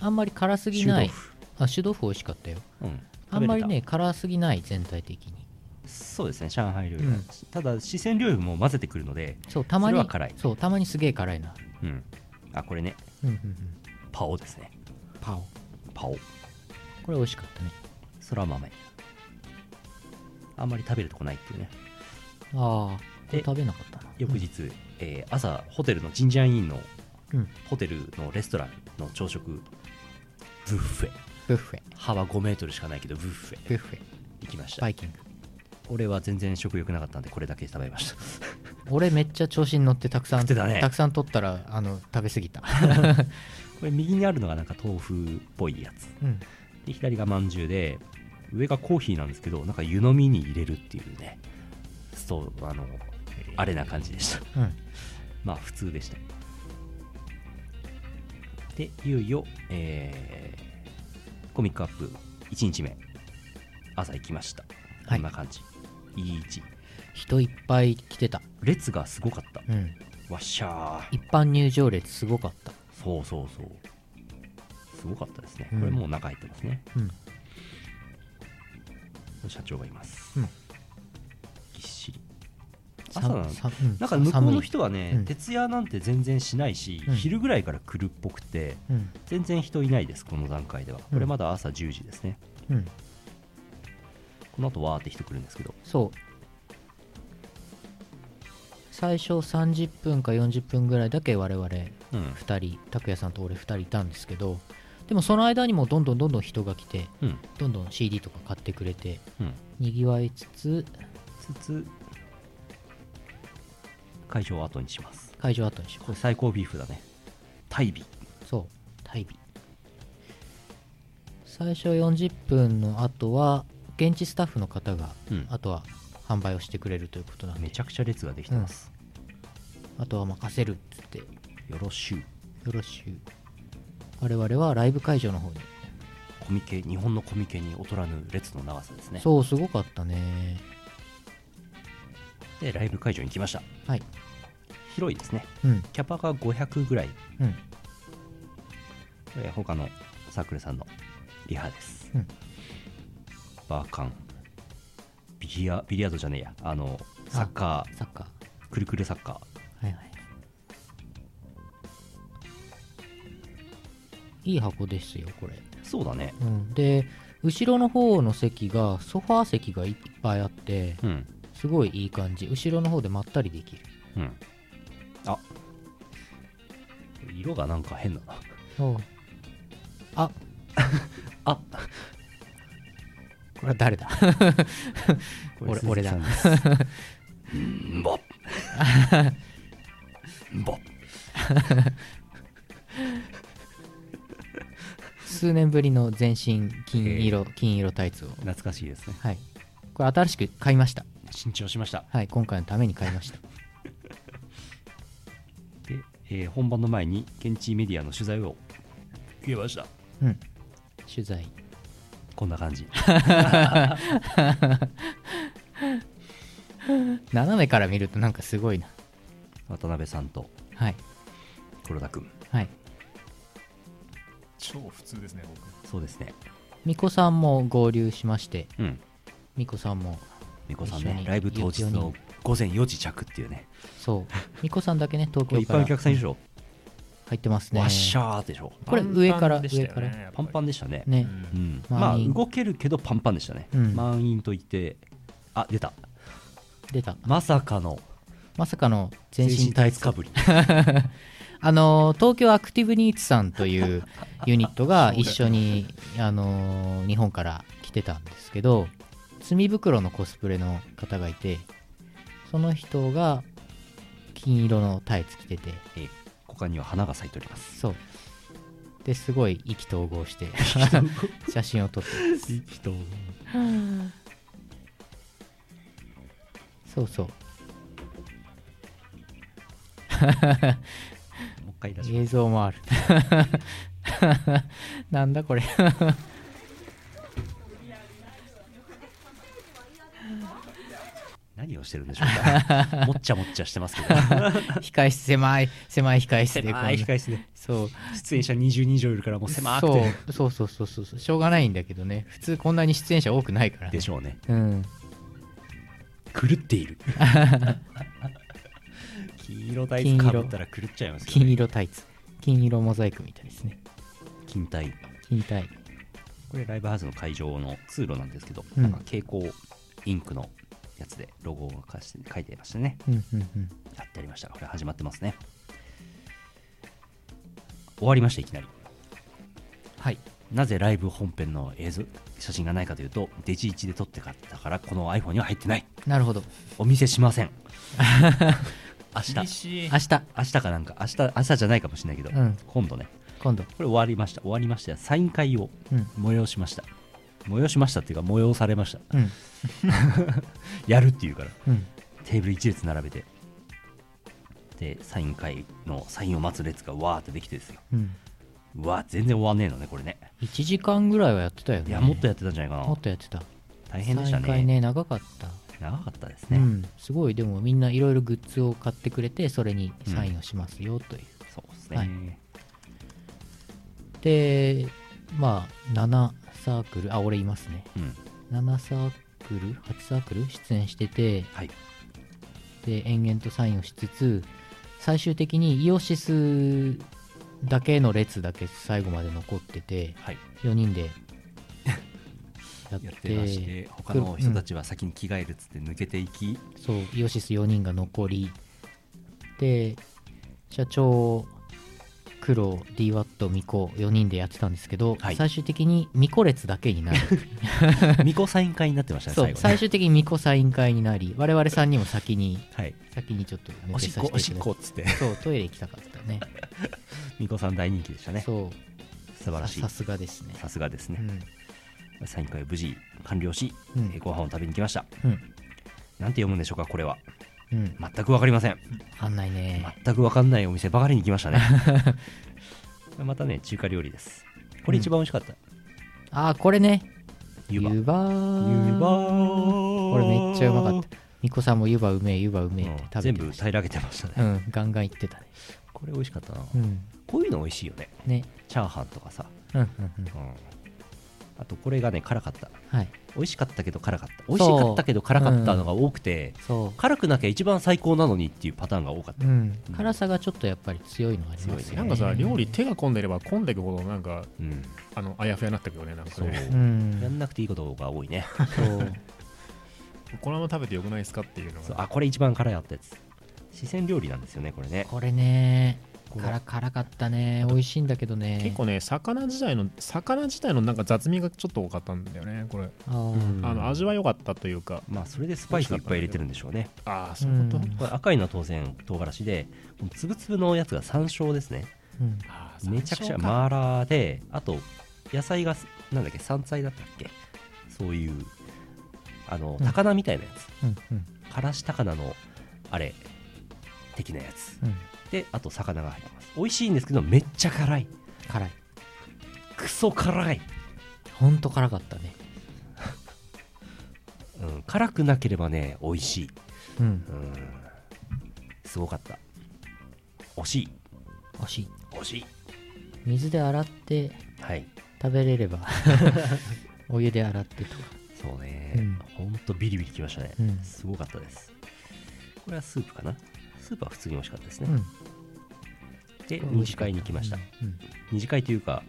B: あんまり辛すぎ
C: 臭
B: な
C: 豆
B: い
C: 腐
B: あ臭豆腐美味しかったよ
C: うん
B: あんまりね辛すぎない全体的に
C: そうですね上海料理は、
B: うん
C: ただ四川料理も混ぜてくるので
B: そうたまに
C: それは辛い
B: そうたまにすげえ辛いな
C: うんあこれね
B: うんうんうん
C: パオですね
B: パオ
C: パオ
B: これ美味しかったね
C: そら豆あんまり食べるとこないっていうね
B: ああこれ
C: で
B: 食べなかったな
C: 翌日、えー朝ホテルのジンジャーインの
B: うん
C: ホテルのレストランの朝食ブッフェ
B: ブッフェ
C: 幅5メートルしかないけどブッフェ
B: ブッフェ
C: 行きました
B: バイキング
C: 俺は全然食欲なかったんでこれだけ食べました
B: 俺めっちゃ調子に乗ってたくさん
C: 食ってたね
B: くさん取ったらあの食べ過ぎた
C: これ右にあるのがなんか豆腐っぽいやつ
B: うん
C: で左がまんじゅうで上がコーヒーなんですけどなんか湯飲みに入れるっていうねそうあのあれな感じでした
B: うん
C: まあ普通でした。で、いよいよ、えーコミックアップ1日目、朝行きました。
B: は
C: こ
B: い
C: んな感じ。いい位置。
B: 人いっぱい来てた
C: 列がすごかった。
B: うん
C: わっしゃー。
B: 一般入場列すごかった
C: そうそうそう。すごかったですね。
B: うん
C: これもう中入ってますね。
B: うん
C: 社長がいます。
B: うん
C: ぎっしり。朝なの
B: ささうん
C: なんか向こうの
B: 寒い
C: 人はね、
B: うん
C: 徹夜なんて全然しないし、
B: うん
C: 昼ぐらいから来るっぽくて、
B: うん
C: 全然人いないです、この段階では。これまだ朝10時ですね。
B: うん
C: この後わーって人来るんですけど、
B: そう最初30分か40分ぐらいだけ我々2
C: うん、
B: 人拓也さんと俺2人いたんですけどでもその間にもどんどんどんどん人が来て
C: うん、
B: どんどん CD とか買ってくれて
C: うん。
B: にぎわいつつ
C: つつ、会場を後にします。
B: 会場後にし
C: こ
B: ま
C: れ最高ビーフだね。タイビ。
B: すそう大備最初40分の後は現地スタッフの方が
C: うん
B: あとは販売をしてくれるということなん
C: め
B: で
C: ちゃくちゃ列ができてます。
B: あとは任せるっつってよ
C: よろしゅう。
B: ろしゅう我々はライブ会場の方に
C: コミケ、日本のコミケに劣らぬ列の長さですね。
B: そうすごかったね
C: で、ライブ会場に来ました。
B: はい
C: 広いですね。
B: うん
C: キャパが500ぐらい。
B: うん
C: これ他のサークルさんのリハです。
B: うん
C: バーカン。ビリヤビリヤードじゃねえや。あの、サッカー。
B: サッカ
C: くるくるサッカー
B: ーはいはいいい箱ですよこれ、
C: そうだね
B: うん、で後ろの方の席がソファー席がいっぱいあって
C: うん
B: すごいいい感じ後ろの方でまったりできる
C: うんあ色がなんか変だな
B: あ
C: あ
B: これは誰だ
C: これ
B: 俺俺だ
C: 鈴木さんですんぼんぼ
B: 数年ぶりの全身金色金色タイツを
C: 懐かしいですね
B: はいこれ新しく買いました
C: 新調しました
B: はい今回のために買いま した
C: で、えー本番の前に現地メディアの取材を受けました
B: うん取材
C: こんな感じ
B: 斜めから見るとなんかすごいな
C: 渡辺さんと
B: はい
C: 黒田君
B: はい
A: 超普通ですね、僕。
C: そうですね
B: 巫女さんも合流しまして
C: うん
B: 巫女さんも
C: みこさん
B: 一緒
C: ね
B: に
C: ライブ当日の午前4時着っていうね
B: そう 巫女さんだけね東
C: これ
B: 京
C: 一
B: か
C: 般
B: ら
C: お客さんでしょ、
B: 入ってますね
C: わっしゃーでしょ
B: これ上から
A: パンパンでしたよね
B: 上から
A: やっぱ
C: パン
A: り
C: パンでしたね
B: ね、
A: うん
C: うんま
B: 満
C: あ
B: 員
C: 動けるけどパンパンでしたね、
B: うん
C: 満員と言ってあ出た
B: 出た
C: まさかの
B: まさかの全身
C: タイツかぶり
B: あの東京アクティブニーツさんと いうユニットが一緒にあの日本から来てたんですけど墨袋のコスプレの方がいてその人が金色のタイツ着てて
C: えー股間には花が咲いております
B: そうですごい意気投合して 写真を撮って
C: 人
B: そうそう
C: もう一回出しま
B: 映像もある なんだこれ
C: 何をしてるんでしょう かもっちゃもっちゃしてますけ ど
B: 控室狭い狭い控室でこんな
C: 狭い控え室ね
B: そう
C: 出演者20人以上いるからもう狭くて
B: そうそうそうそうそうしょうがないんだけどね普通こんなに出演者多くないから
C: でしょうね
B: うん
C: 狂っている 黄色タイツかぶったら狂っちゃいますけど、
B: 金
C: ね、
B: 色タイツ金色モザイクみたいですね
C: 金帯
B: 金タイ
C: これライブハウスの会場の通路なんですけど、
B: うん
C: なんか蛍光インクのやつでロゴを書して書いてましたね
B: うんうんうん
C: やってありましたこれ始まってますね終わりましたいきなり
B: はい
C: なぜライブ本編の映像写真がないかというとデジイチで撮って買ったからこの iPhone には入ってない
B: なるほど
C: お見せしませ ん明日
A: 厳しい
B: 明。日
C: 明日かなんか明日明日じゃないかもしれないけど、
B: うん
C: 今度ね
B: 今度
C: これ終わりました終わりましたサイン会を
B: うん
C: 催しました催しましたっていうか催されました
B: うん
C: やるっていうから
B: うん
C: テーブル1列並べてでサイン会のサインを待つ列がわーってできてですよ
B: うん
C: うわ全然終わんねえのねこれね
B: 1時間ぐらいはやってたよね
C: いやもっとやってたんじゃないか
B: も
C: な
B: っとやってた
C: 大変でした
B: 再開
C: ね
B: ね長かった
C: 長かったです
B: う
C: ね、
B: ん、すごいでもみんないろいろグッズを買ってくれてそれにサインをしますよという、
C: そうですね、
B: はいでまあ7サークルあ俺いますね
C: うん
B: 7サークル8サークル出演してて
C: はい
B: で延々とサインをしつつ最終的にイオシスだけの列だけ最後まで残ってて
C: はい
B: 4人でやっ
C: や
B: て
C: ってまして他の人たちは先に着替えるっつって抜けていき、
B: そうイオシス4人が残りで社長黒 DWAT ミコ4人でやってたんですけど、
C: はい
B: 最終的にミコ列だけになる
C: 巫女サイン会になってましたね
B: そう
C: 最後ね
B: 最終的にミコサイン会になり我々3人も先に
C: はい
B: 先にちょっと抜
C: お
B: け
C: しっ
B: さ
C: こ
B: せ
C: お
B: て
C: し
B: い
C: った
B: だ
C: こ
B: い
C: っ つって
B: てそうトイレ行きたかったね
C: 巫女さん大人気でしたね素
B: そう
C: 晴ら
B: さ
C: しい
B: さすがですね
C: さすがです
B: う
C: ね、
B: ん
C: サイン会を無事完了し、
B: うん
C: えーご飯を食べに来ました
B: うん
C: なんて読むんでしょうかこれは
B: うん
C: 全く分かりません
B: あんないね
C: 全く分かんないお店ばかりに来ました ねまたね中華料理ですこれ一番美味しかった、
B: あーこれね
C: 湯葉
B: 湯葉
C: 湯葉
B: これめっちゃうまかったミコさんも湯葉うめえ湯葉うめえって
C: うん
B: 食べ
C: 全
B: て
C: 部
B: ました
C: 平らげてましたね、
B: うん、ガンガンいってたね。
C: これ美味しかったな、
B: うん。
C: こういうの美味しいよね
B: ね。
C: チャーハンとかさ、
B: うんうんうん。
C: うんあとこれがね辛かった
B: はい
C: 美味しかったけど辛かった美味しかったけど辛かったのが多くて、
B: そ
C: 辛くなきゃ一番最高なのにっていうパターンが多かった、
B: う、うん、辛さがちょっとやっぱり強いのはありますよね
A: なんかさ料理手が込んでれば混んでいくほどなんか
C: うん、
A: あのあやふやになってくよねなんか
C: そう
A: ね
B: うん
C: やんなくていいことが多 いね
B: そう
A: このまま食べてよくないですかっていうの
C: そう
A: が
C: あこれ一番辛いやったやつ四川料理なんですよねこれね
B: これね
A: これ
B: 辛辛かったね美味しいんだけどね
A: 結構ね魚自体の魚自体のなんか雑味がちょっと多かったんだよねこれ、
B: あー
C: うん
A: あの味は良かったというか
C: まあそれでスパイスをいっぱい入れてるんでしょうね
A: ああそういうこと、
B: うん
C: これ赤いのは当然唐辛子でこの粒々のやつが山椒ですね
B: うん
A: ああ
C: めちゃくちゃ
A: 山椒か
C: マーラーであと野菜がなんだっけ山菜だったっけそういうあの
B: うん
C: 高菜みたいなやつ、
B: うんうん
C: からし高菜のあれ的なやつ
B: うん
C: であと魚が入ってます美味しいんですけどめっちゃ辛い
B: 辛い
C: クソ辛い、
B: ほんと辛かったね
C: うん、辛くなければね美味しい
B: うん
C: うんすごかった惜しい
B: 惜しい
C: 惜しい
B: 水で洗って
C: はい
B: 食べれればお湯で洗ってとか
C: そうね、
B: うん
C: ほんとビリビリきましたね、
B: うん
C: すごかったですこれはスープかなスープは普通に美味しかったですね、
B: うん
C: で二次会に来ました、
B: うんうん
C: 二次会というか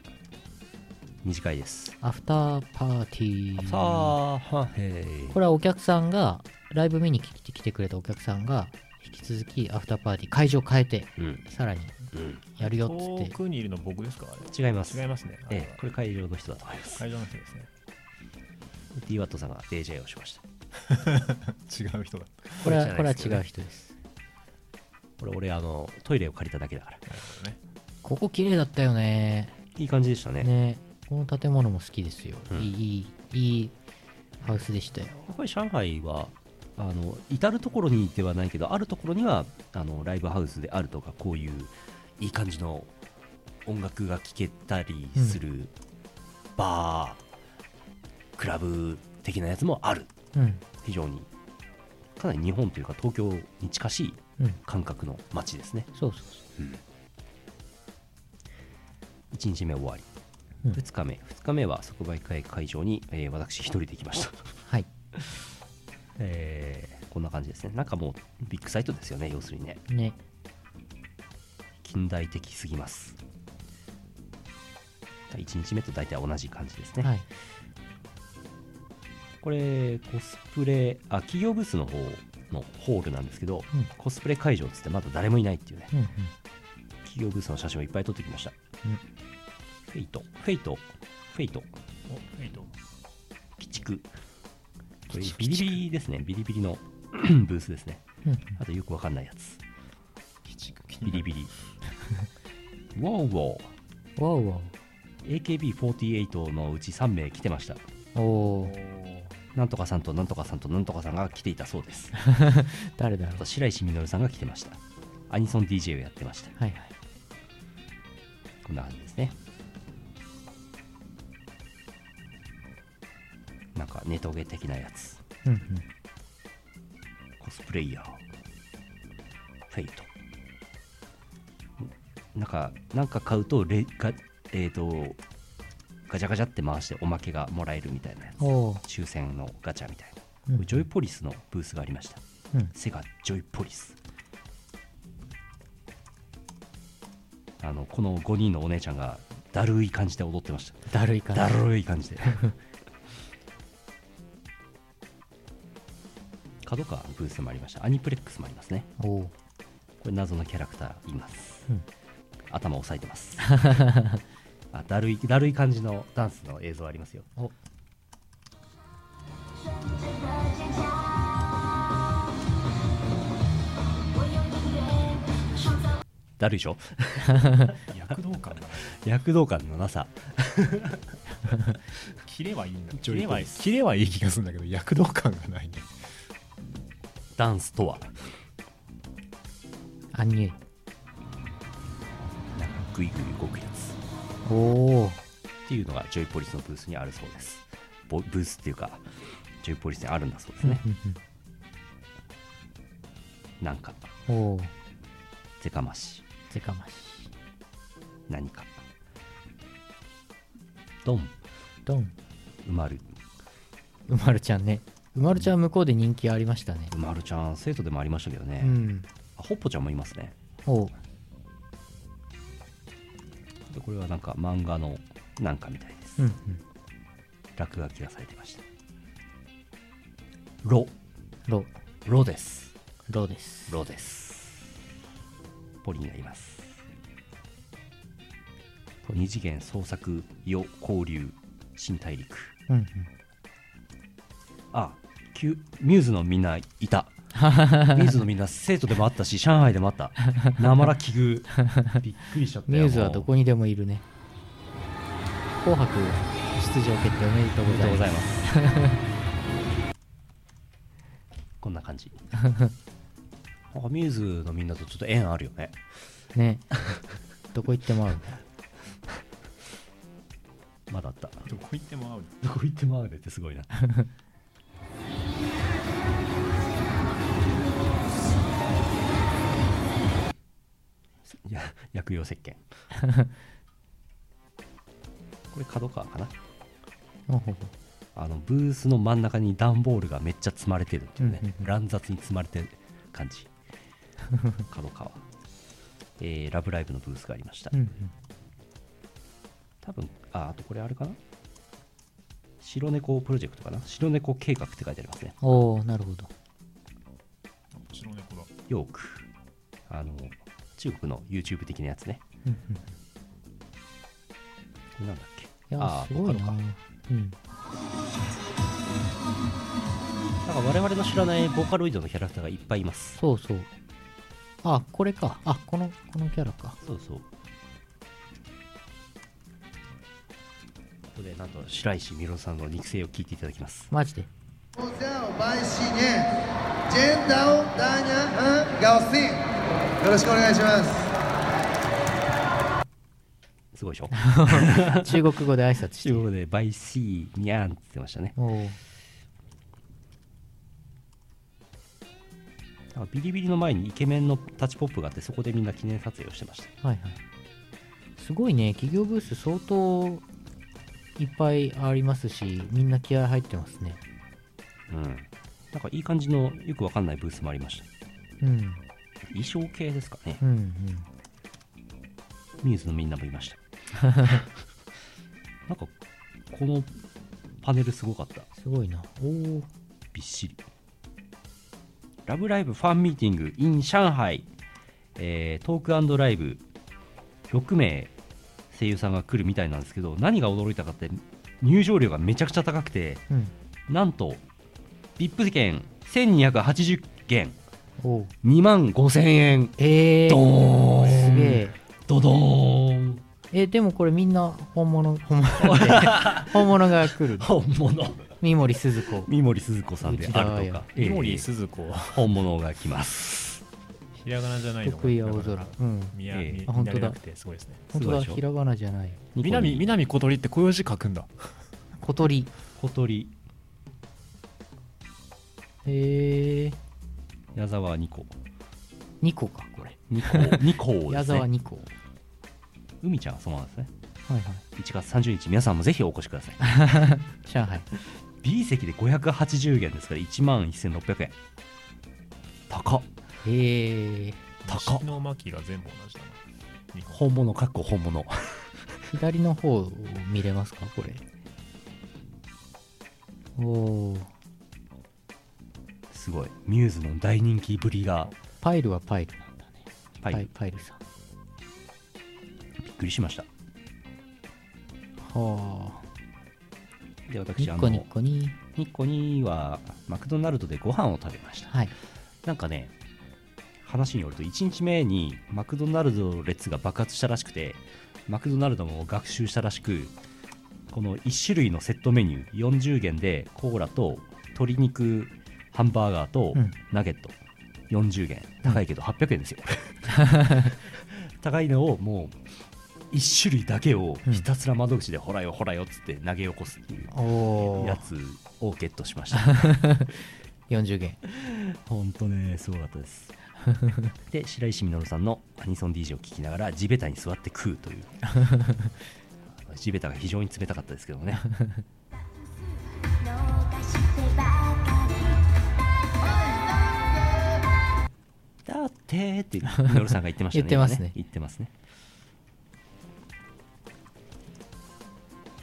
C: 二次会です
B: アフターパーティー
C: さあはへい
B: これはお客さんがライブ見に来て来てくれたお客さんが引き続きアフターパーティー会場変えて
C: うん
B: さらに
C: うん
B: やるよっつって
A: 遠くにいるの僕ですかあれ
C: 違います
A: 違いますねあれは
C: ええこれ会場の人だと思います
A: 会場の人ですね
C: d ワットさんが DJ をしました
A: 違う人だ
B: これはこ
C: こ
B: れ
C: れ
B: は
C: じ
B: 違
C: ゃな
B: う
C: いで
B: 人です
C: これ俺あのトイレを借りただけだから
A: なるほどね
B: ここ綺麗だったよね
C: いい感じでしたね
B: ねこの建物も好きですよ、
C: うん
B: いいいいいいハウスでしたよ
C: やっぱり上海はあの至る所にではないけどあるところにはあのライブハウスであるとかこういういい感じの音楽が聴けたりする、バークラブ的なやつもある
B: うん
C: 非常にかなり日本というか東京に近しい
B: うん
C: 感覚の街ですね
B: そうそうそう
C: 1日目終わり、
B: うん
C: 2日目2日目は即売会会場に、えー私1人で行きました
B: はい
C: えーこんな感じですね。なんかもうビッグサイトですよね、要するにね。
B: ね
C: 近代的すぎます。1日目と大体同じ感じですね。
B: はい
C: これ、コスプレ、あ、企業ブースの方のホールなんですけど、
B: うん
C: コスプレ会場っつってまだ誰もいないっていうね、
B: うんうん
C: 企業ブースの写真をいっぱい撮ってきました。
B: うん
C: フェイト、フェイト、フェイト、
A: おフェイト
C: 鬼畜。これ
B: 鬼畜
C: ビリビリですね、ビリビリの ブースですね。
B: うんうん
C: あとよくわかんないやつ。
A: 鬼畜
C: ビリ ビリ。ウォーウォー。
B: わおわ
C: AKB48 のうち3名来てました
B: おお
A: お
B: ー
A: ー
C: なんとかさんとなんとかさんとなんとかさんが来ていたそうです
B: 誰だ
C: あ
B: ろう
C: と白石みのるさんが来てましたアニソン DJ をやってました
B: はいはい
C: こんな感じですねなんかネトゲ的なやつ
B: うんうん
C: コスプレイヤーフェイトなんかなんか買うとレガ,、えー、とガチャガチャって回しておまけがもらえるみたいなやつ
B: おー
C: 抽選のガチャみたいな
B: うん
C: ジョイポリスのブースがありました。
B: うん
C: セガジョイポリス。あの、この5人のお姉ちゃんがだるい感じで踊ってまし
B: だるいか
C: た。
B: な
C: だるい感じで。 角川のブースもありました。アニプレックスもありますね。
B: おお
C: これ謎のキャラクターいます。
B: うん
C: 頭押さえてます。 あだるい、だるい感じのダンスの映像ありますよ。
B: お
C: だるいでしょ
A: 躍動 感が
C: 躍動感のなさ。
A: キレはいいんだ
C: ジ
A: キ
C: ョイ
A: レ
C: ポ
A: は
C: リス
A: キレはいい気がするんだけど躍動感がないね
C: ダンスとは。
B: アンニュイ
C: なんかグイグイ動くやつ。
B: おお
C: っていうのがジョイポリスのブースにあるそうですボブースっていうかジョイポリスにあるんだそうですね、なんか
B: おおー
C: せかまし
B: ぜかまし
C: 何かドン
B: ドン
C: うまる
B: うまるちゃんねうまるちゃん向こうで人気ありましたね
C: うまるちゃん生徒でもありましたけどね、
B: うん
C: あほっぽちゃんもいますね
B: おう
C: でこれはなんか漫画のなんかみたいです
B: うんうん
C: 落書きがされてましたロ
B: ロ
C: ロです
B: ロです
C: ロですポリンがいます二次元創作与交流新大陸
B: うんうん
C: あキュミューズのみんない たミューズのみんな生徒でもあったし上海でもあったなまら奇 遇びっくりしちゃった
B: ミ
C: よ
B: ューズはどこ
C: に
B: にでもいるね紅白出場決定おめでとう
C: おめ
B: ご
C: でと
B: ざい
C: うござい
B: ま
C: ますすこんな感 じなんかミューズのみんなとちょっと縁あるよね
B: ねどこ行っても合うね
C: まだあった
A: どこ行っても合う。
C: どこ行っても会うねってすごいな。 や薬用石鹸 これ角川かな
B: おほほ
C: あのブースの真ん中に段ボールがめっちゃ積まれてるっていうね、
B: うんうんうん
C: 乱雑に積まれてる 感じ角川、えーラブライブのブースがありました、
B: うんうん
C: 多分ああとこれあれかな白猫プロジェクトかな白猫計画って書いてありますね
B: おおなるほど
A: 白猫だ。
C: ヨークあの中国の YouTube 的なやつね
B: うんうん
C: これなんだっけ
B: いや
C: あー
B: すごい
C: ボカ
B: な
C: ロ
B: うん
C: なんか我々の知らないボーカロイドのキャラクターがいっぱいいます
B: そうそうあこれかあこのこのキャラか
C: そうそうここでなんと白石美さんの肉声を聞いていただきます
B: マジで
E: 2024年全道大家安高兴よろしくお願いします
C: すごいでし ょ
B: 中国語で挨拶 して
C: 中
B: る
C: 国でバイシーニャーンって言ってましたね
B: おおー
C: なんかビリビリの前にイケメンのタッチポップがあってそこでみんな記念撮影をしてました
B: はいはいすごいね企業ブース相当いっぱいありますしみんな気合入ってますね
C: うんなんかいい感じのよくわかんないブースもありました
B: うん
C: 衣装系ですかね
B: うん
C: ミューズのみんなもいまし たなんかこのパネルすごかった
B: うんすごいなおお
C: びっしり「ラブライブファンミーティング in 上海」えートークライブ6名声優さんが来るみたいなんですけど何が驚いたかって入場料がめちゃくちゃ高くて
B: うん
C: なんと VIP 券1280元
B: おお
C: 2万5000円
B: え
C: ド
B: ー
C: ーン
B: すげえ
C: ドドーン
B: えでもこれみんな本物本物って本物が来る
C: 本物
B: 三森すず子
C: 三森すず子さんであるとか、
A: イモ
C: ええ
A: リスズ 子は
C: 本物が来ます。
A: ひらがなじゃないの
B: 得意青空うん
A: 見や、
C: ええ
A: 見
B: あ本
A: 見
B: 当
A: ら
B: だ
A: れなくてすごいですね。
B: 本当
C: そう
B: だ
C: でしょ
B: ひらがなじゃない
A: 南南小鳥ってこういう字書くんだ。
B: 小鳥
C: 小鳥、
B: へえ
C: 矢沢二子、
B: 2個かこれ
C: 二子、二子をで
B: 矢
C: す
B: 沢
C: ね。
B: 2個は
C: 海ちゃんはそうなんですね。
B: いはい
C: 1月30日、皆さんもぜひお越しください。
B: 上海
C: B 席で580元ですから、1万1600円。高っ、
B: へえ
C: 高っ
A: 西。の巻が全部同じだな。日本
C: 本物、かっこ本物。
B: 左の方を見れますかこれおお
C: すごい。ミューズの大人気ぶりが、
B: パイルはパイルなんだね
C: はい、
B: パイパイルさん
C: びっくりしました。
B: はあ
C: で、私、
B: ニ
C: あ
B: ッコ
C: の、
B: ニッコに
C: ニッコには、マクドナルドでご飯を食べました。
B: はい
C: なんかね、話によると、1日目にマクドナルドの列が爆発したらしくて、マクドナルドも学習したらしく、この1種類のセットメニュー、40元でコーラと鶏肉、ハンバーガーと
B: うん
C: ナゲット、40元、高いけど800円ですよ。 高いのをもう、1種類だけをひたすら窓口でほらよほらよっつって投げ起こすっていう
B: おお
C: やつをゲットしました。
B: 40元
C: 本当ねすごかったです で白石稔さんのアニソン DJ を聴きながら地べたに座 って食うというあの地べたが非常に冷たかったですけどもね
F: してばかり
C: だってーって、ミノルさんが言ってました
B: 言っ
C: ね。
B: てますね
C: 今言ってますね。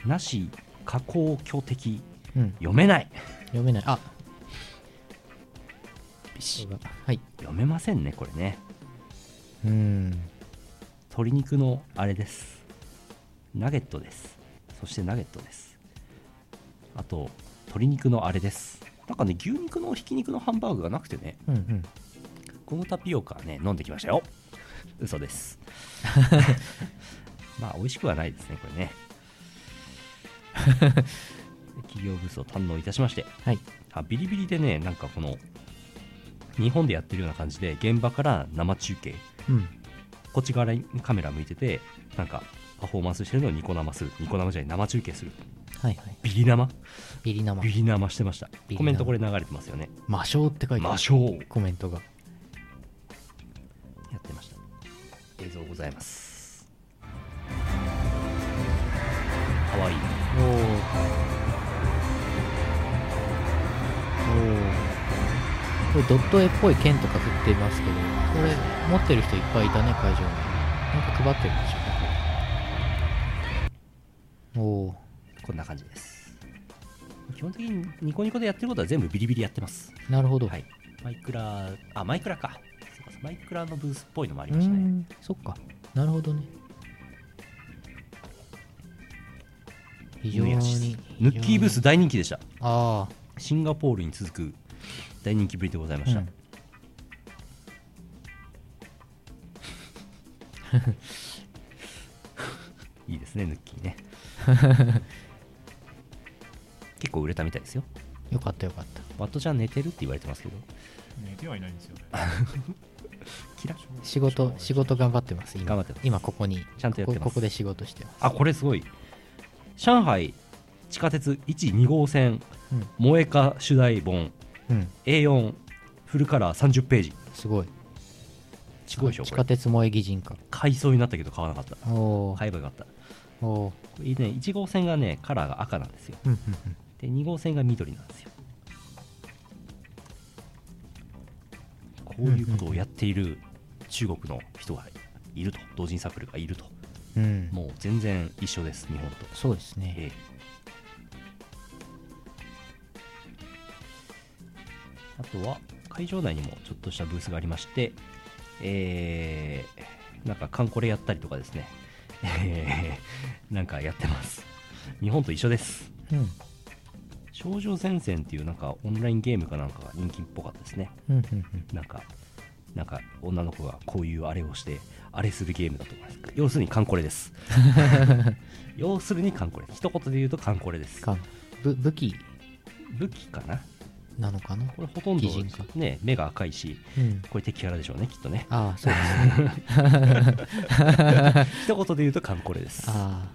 C: なし、加工強敵、
B: うん、
C: 読めない。
B: 読めない。あそうだはい。
C: 読めませんね、これね。
B: うん。
C: 鶏肉のあれです。ナゲットです。そしてナゲットです。あと、鶏肉のあれです。なんかね、牛肉のひき肉のハンバーグがなくてね、
B: うんうん。
C: このタピオカはね、飲んできましたよ。嘘です。 まあ、美味しくはないですね、これね。 企業ブースを堪能いたしまして、
B: はい。
C: あビリビリでね、なんかこの、日本でやってるような感じで、現場から生中継、
B: うん。
C: こっち側にカメラ向いてて、なんか、パフォーマンスしてるのをニコ生する。ニコ生じゃない、生中継する。
B: はいはい。
C: ビリ生
B: ビリ生
C: ビ。リ生してました
B: ビリ。生
C: コメントこれ流れてますよね。
B: 魔性って書いてあ
C: 魔
B: る。
C: 性
B: コメントが。
C: やってました。映像ございます。かわいい。
B: おお。おこれドット絵っぽい剣とか振ってますけど、これ持ってる人いっぱいいたね、会場に。なんか配ってるんでしょうね。おお
C: こんな感じです。基本的にニコニコでやってることは全部ビリビリやってます。
B: ー。なるほど。
C: はい。マイクラ、あ、マイクラか。そうかそうマイクラのブースっぽいのもあり
B: うー
C: ましたね。
B: ん。そっか。なるほどね。非常
C: ヌヤシス
B: に。
C: ヌッキーブース大人気でした。
B: あ
C: シンガポールに続く大人気ぶりでございま
B: あ、う
C: した。
B: ん、
C: いいですね、ヌッキーね。 結構売れたみたいですよ。
B: よかったよかった。
C: ワットちゃん寝てるって言われてますけど、
A: 寝てはいないんですよ。
C: キラ
B: 仕事、仕事頑張ってます、今。
C: 頑張ってます
B: 今ここに。
C: ちゃんとやってます
B: ここここで仕事してます。
C: あ、これすごい。上海地下鉄1、2号線、
B: うん
C: 萌えか主題本、
B: うん、
C: A4 フルカラー30ページ
B: すごい。
C: すごいでしょ
B: 地
C: こ
B: 下
C: れ
B: 鉄萌え擬人化。
C: 買いそうになったけど買わなかった
B: おお、
C: 買えばよかったこ
B: おおー、
C: れね1号線がねカラーが赤なんですよ
B: うんうん
C: で2号線が緑なんですよこういうことをやっている中国の人がいると同人サークルがいると
B: うん。うん、
C: もう全然一緒です日本と
B: そうですね。
C: ええあとは会場内にもちょっとしたブースがありまして、えー、なんかカンコレやったりとかですね、 えーなんかやってます。日本と一緒です。
B: うん、
C: 少女戦線っていうなんかオンラインゲームかなんかが人気っぽかったですね。
B: うん、うん、うん。
C: なんか、なんか女の子がこういうあれをして、あれするゲームだと思います。要するにカンコレです。要するにカンコレ。一言で言うとカンコレです。
B: かぶ武器
C: 武器かな
B: なのかな
C: これほとんど
B: 擬人化
C: ね目が赤いし
B: うん。
C: これ敵キャラでしょうねきっとね
B: ああ、そうです ね。
C: 一言で言うとカンコレですコ
B: ああ。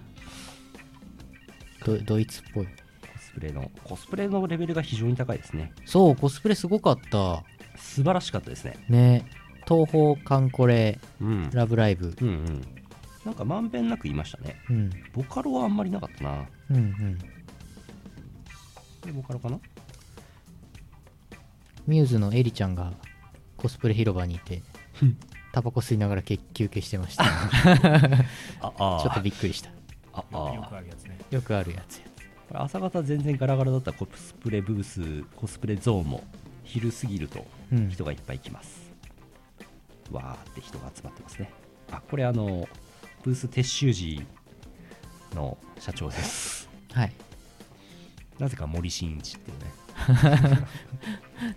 B: ドドイツっぽい。
C: スプレのコスプレのレベルが非常に高いですね
B: そう、コスプレすごかった。
C: 素晴らしかったですね
B: ね。東宝カンコレ、
C: うん
B: ラブライブ。
C: うんうんなんかまんべんなく言いましたね
B: うん、
C: ボカロはあんまりなかったな
B: うん、うん。
C: これボカロかな
B: ミューズのエリちゃんがコスプレ広場にいて、タバコ吸いながらけ休憩してま した。
C: ああ
B: ちょっとびっくりした。
C: あ
A: よくよ
C: あ
A: くあるやつね。
B: よくあるやつや。
C: これ朝方全然ガラガラだったコスプレブースコスプレゾーンも昼過ぎると
B: うん
C: 人がいっぱい来ます、わーって人が集まってますねあこれあのブース撤収時の社 長です
B: はい。
C: なぜか森進一っていうね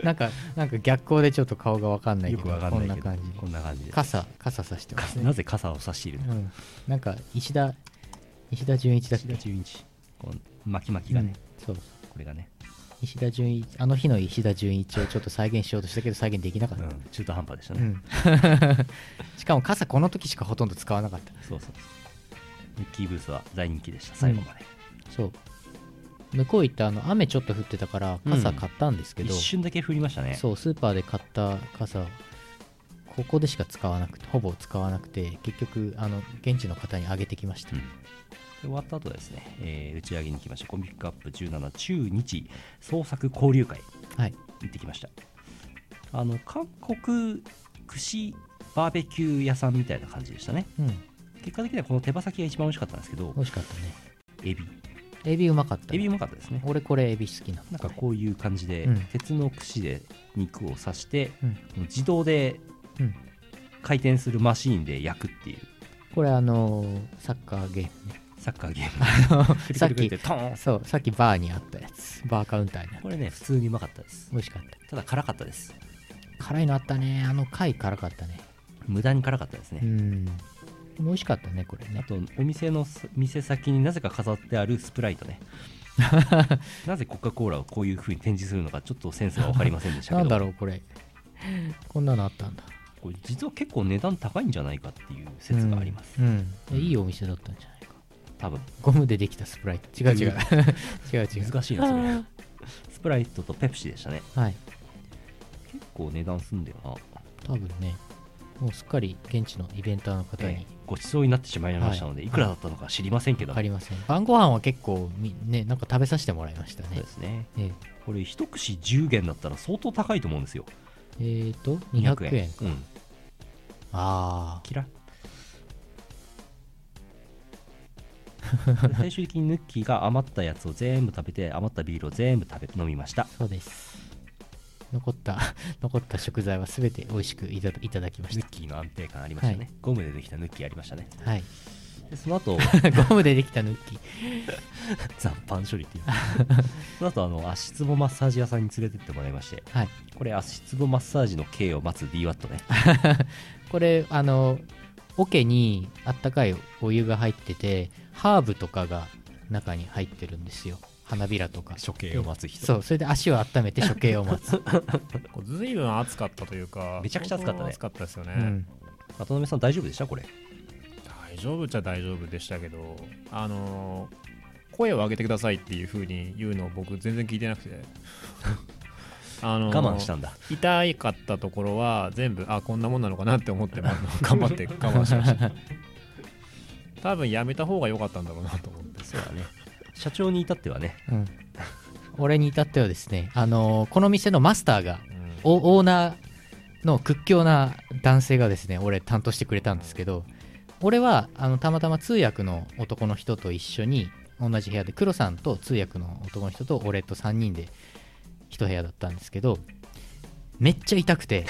B: なんか、なんか逆光でちょっと顔がわかんない
C: よ
B: けど、
C: くわかんない
B: こ
C: けど
B: んな感じ
C: こんな感じ
B: で。
C: で
B: 傘、傘さしてます
C: な
B: ね。
C: ぜ傘を差しているの
B: う
C: か
B: ん。なんか、石田、石田純一だっ
C: 石
B: け
C: 田純一この巻き巻きがね、
B: うんそう。
C: これがね、
B: 石田純一、あの日の石田純一をちょっと再現しようとしたけど、再現できなかっ
C: う
B: た。
C: ん、中途半端でした
B: う
C: ね、
B: ん。 しかも傘この時しかほとんど使わなかった。
C: そうそうそうミッキーブースは大人気でした最後まで、
B: そう。向こう行ったあの雨ちょっと降ってたから傘買ったんですけど、
C: 一瞬だけ振りましたね
B: そうスーパーで買った傘をここでしか使わなくてほぼ使わなくて結局あの現地の方にあげてきました、
C: うんで終わった後ですね、えー打ち上げに来ましたコミックアップ17中日創作交流会
B: はい
C: 行ってきましたあの韓国串バーベキュー屋さんみたいな感じでしたね
B: うん
C: 結果的にはこの手羽先が一番美味しかったんですけど
B: 美味しかったね
C: エビ
B: エビうまかった
C: エビうまかったですね
B: 俺これエビ好きな
C: なんかこういう感じで、
B: うん
C: 鉄の串で肉を刺して、
B: うん
C: 自動で
B: うん
C: 回転するマシーンで焼くっていう
B: これあのーサッカーゲームね
C: サッカーゲームく
B: さっ
C: るくるくる
B: き
C: ってトーン
B: そうさっきバーにあったやつバーカウンターにあった
C: これね普通にうまかったです
B: 美味しかった
C: ただ辛かったです
B: 辛いのあったねあの貝辛かったね
C: 無駄に辛かったですね、
B: うんでも美味しかったねこれ
C: あ
B: ね
C: とお店のす店先になぜか飾ってあるスプライ トねなぜコカ・コーラをこういう風に展示するのかちょっとセンスが分かりませんでしたけ
B: な
C: ど
B: んだろうこれこんなのあったんだ
C: これ実は結構値段高いんじゃないかっていう説があります、
B: うん、うんいいお店だったんじゃないか
C: 多分
B: ゴムでできたスプライト違う違う 違う違う
C: 難しいなそれスプライトとペプシでしたね
B: はい
C: 結構値段すんだよな、
B: 多分ねもうすっかり現地のイベンターの方
C: え
B: に
C: えごちそうになってしまいましたので、
B: はい
C: い、くらだったのか知りませんけど、
B: 分かりません晩ご飯は結構みねなんか食べさせてもらいました
C: そう
B: ね
C: ですね
B: え
C: これ一串10元だったら相当高いと思うんですよ
B: ええーと200円
C: うん
B: あ
C: キラ 最終的にヌッキーが余ったやつを全部食べて余ったビールを全部食べ飲みました
B: あそうです残った 残った食材は全て美味しくいたいただきまし
C: ヌ
B: た
C: ッキーの安定感ありましたね、
B: はい
C: ゴムでできたヌッキーありましたね
B: はい
C: でその 後
B: ゴムでできたヌッキー
C: 残飯処理っていうその後あの足つぼマッサージ屋さんに連れてってもらいまして
B: はい
C: これ足つぼマッサージの刑を待つ DWAT ね
B: これあの桶にあったかいお湯が入っててハーブとかが中に入ってるんですよ花びらとか
C: 処刑を待つ人
B: そうそれで足を温めて処刑を待つ、
A: こう随分暑かったというか
C: めちゃくちゃ暑かったね
A: 相当暑かったですよね、
B: うん、
C: 渡辺さん大丈夫でしたこれ
A: 大丈夫っちゃ大丈夫でしたけどあのー声を上げてくださいっていう風に言うのを僕全然聞いてなく てあのー
C: 我慢したんだ
A: 痛かったところは全部あこんなもんなのかなって思ってあの頑張 って我慢しました多分やめた方が良かったんだろうなと思って
C: そうだね社長に至ってはね
B: うん、俺に至ってはですねあのこの店のマスターが
A: うん
B: おオーナーの屈強な男性がですね俺担当してくれたんですけど俺はあのたまたま通訳の男の人と一緒に同じ部屋で黒さんと通訳の男の人と俺と3人で一部屋だったんですけどめっちゃ痛くて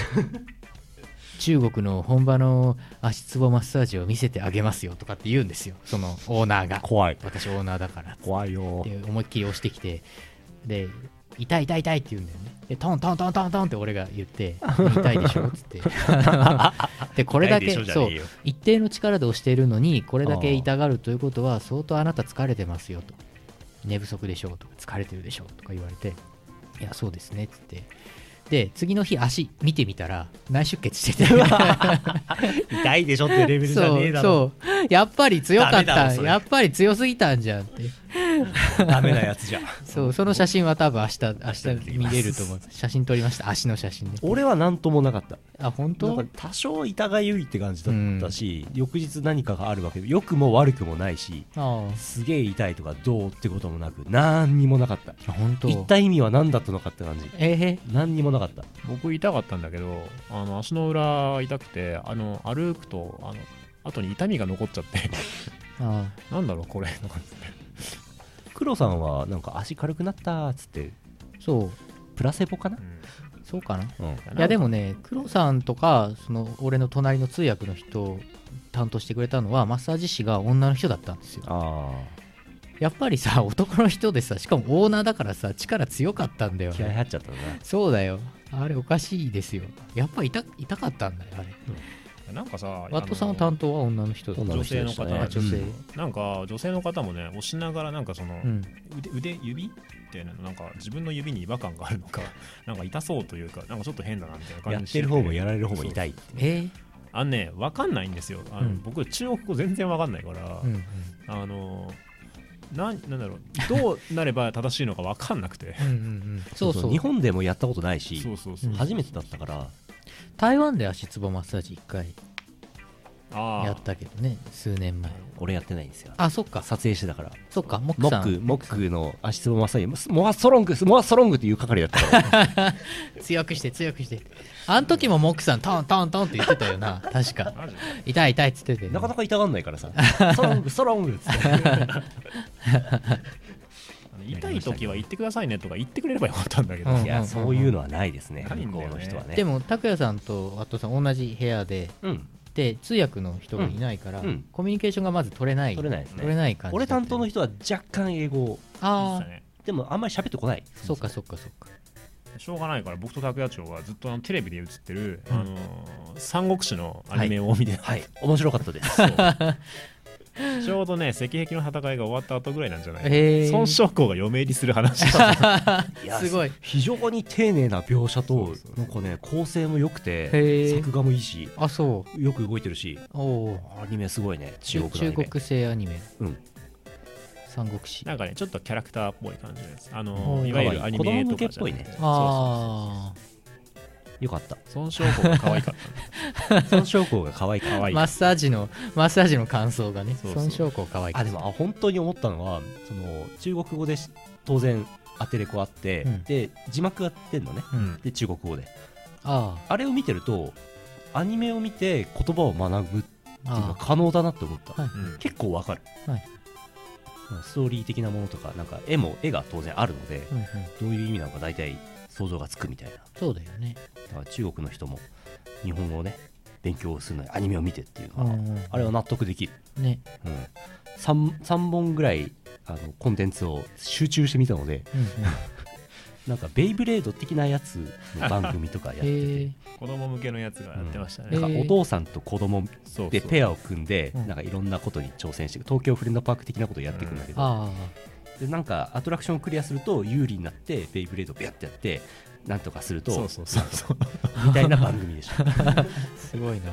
B: 中国の本場の足つぼマッサージを見せてあげますよとかって言うんですよそのオーナーが
C: 怖い
B: 私オーナーだからっつって
C: 怖いよ
B: で思いっきり押してきてで痛い痛い痛いって言うんだよねでトントントントントンって俺が言って痛いでしょっつって でこれだけ
C: 痛いでしょじゃ
B: そ
C: ね
B: う
C: えよ
B: 一定の力で押しているのにこれだけ痛がるということは相当あなた疲れてますよと寝不足でしょうとか疲れてるでしょうとか言われていやそうですねっつってで次の日足見てみたら内出血してて
C: 痛いでしょってレベルじ ゃ
B: そ
C: ねえ
B: う
C: だろ
B: そうやっぱり強かっ
C: ダメだ
B: た
C: ろそれ
B: やっぱり強すぎたんじゃんって
C: ダメなやつじゃん
B: そう、その写真は多分明日、明日見れると思
C: 明
B: う。写真撮りました、足の写真で。
C: 俺は何ともなかった
B: あ、本
C: な
B: 当
C: んか多少痛がゆいって感じだったし、翌日何かがあるわけで良くも悪くもないし
B: あ
C: すげえ痛いとかどうってこともなく何にもなかった
B: あ、本当
C: 一体意味は何だったのかって感じ
B: えー、
C: 何にもなかった
A: 僕痛かったんだけどあの足の裏痛くてあの歩くとあの後に痛みが残っちゃって
B: あ
A: なんだろうこれとかっつって
C: 黒さんはなんか足軽くなったっつって
B: あ、そう、
C: プラセボかな
A: う、ん
B: そうかな。
C: うん、
B: いや、でもね、黒さんとか、その、俺の隣の通訳の人、担当してくれたのは、マッサージ師が女の人だったんですよ。
C: あ
B: やっぱりさ、男の人でさ、しかもオーナーだからさ、力強かったんだよ
C: あ気合
B: ね。
C: 入っちゃったな
B: そうだよ。あれおかしいですよ。やっぱ痛痛かったんだよ、あれ。
A: なんかさ
B: ワットさんの
A: あの
B: 担当は女の人だった。
A: 女性の方
B: あ、女性。
A: なんか女性の方もね押しながらなんかその、
B: うん。
A: 腕腕指っていうのなんか自分の指に違和感があるのかなんか痛そうというかなんかちょっと変だなみたいな感じ
C: やってる方もや
A: ら
C: られる方も痛い
B: えー、
A: あのね分かんないんですよあの、
B: うん
A: 僕中国語全然分かんないから、
B: うんうん
A: あのなんなんだろうどうなれば正しいのか分かんなくて
B: うんうんうんそうそう
C: 日本でもやったことないし
A: そうそうそう、
B: うん
C: 初めてだったから
B: 台湾で足つぼマッサージ1回
A: ああ
B: やったけどね数年前
C: 俺やってないんですよ
B: あそっか
C: 撮影してたから
B: そっかモック
C: モ
B: さ
C: ック
B: ん
C: モックの足つぼまさにモアストロングモアストロングっていう係だったから
B: 強くして強くしてあの時もモックさんトントントンって言ってたよ な確か痛い痛いっつってて、
C: なかなか痛がんないからさストロングストロングっつって
A: あの痛い時は言ってくださいねとか言ってくれればよかったんだけど、
B: うん
C: いやそういうのはないですね
A: ないん
C: 向
A: だ
C: こ
A: よね
C: うの人はね
B: でも拓哉さんとワットさん同じ部屋で
C: うん
B: で通訳の人がいないから、
C: うんうん
B: コミュニケーションがまず取れない
C: 取れないですね
B: 取れない感じだ
C: 俺
B: ったよ
C: 担当の人は若干英語
B: ああ
A: ね
C: でもあんまり喋ってこない
B: そっかそっかそっか
A: しょうがないから僕と拓也長はずっとあのテレビで映ってる、
B: うん
A: あのー三国志のアニメを見て、
C: はい面白かったです
A: ちょうどね石壁の戦いが終わった後ぐらいなんじゃない
B: へー
A: 孫将校が嫁入りする話だった
C: いや
B: すごい
C: 非常に丁寧な描写
A: そ
C: と
A: うそう
C: なんかね構成も良く
B: へ
C: て
B: ー
C: 作画もいいし
B: あそう
C: よく動いてるし
B: おお
C: アニメすごいね中
B: 中
C: 国のアニメ
B: 国製アニメ
C: うん
B: 三国志
A: なんかねちょっとキャラクターっぽい感じですあのー
B: うん
A: いわゆるアニメとか
C: 可
A: じゃな
C: 愛い子供向けっぽいね
B: あ
C: よかった
A: そうそうそう孫将校が可愛か ったね
C: 孫 将校が可愛いか
A: 可
C: ら
A: 愛
B: あ
A: い
B: マッサージのマッサージの感想がね
A: そうそう
B: 孫将校かわいい
C: あでもあ本当に思ったのはその中国語でし当然アテレコあって、
B: うん
C: で字幕やってんのね
A: うん
C: で中国語で
B: あ
C: あれを見てるとアニメを見て言葉を学ぶって
B: あ
C: いうのは
B: ああ
C: 可能だなって思った
B: はい
A: うん
C: 結構わかる、
B: はい
C: まあストーリー的なものとかなんか絵も絵が当然あるので、
B: うんうん
C: どういう意味なのか大体想像がつくみたいな
B: そうだよね
C: だから中国の人も日本語をね勉強するのにアニメを見てっていう
B: う
C: のは、
B: んうん
C: あれは納得できる、
B: ね
C: うん、3, 三本ぐらいあのコンテンツを集中してみたので
B: うんうん
C: なんかベイブレード的なやつの番組とかやっ
B: へ
C: て
B: え
C: て、
A: 子供向けのやつがやってましたね、
B: うん
C: なんかお父さんと子供
A: そう
C: で
A: そう
C: ペアを組んで
B: うん
C: なんかいろんなことに挑戦していく東京フレンドパーク的なことをやっていくんだけど、
B: あ
C: でなんかアトラクションをクリアすると有利になってベイブレードをビャってやってなんとかすると
A: そうそうそうそう
C: みたいな番組でした
B: あすごいな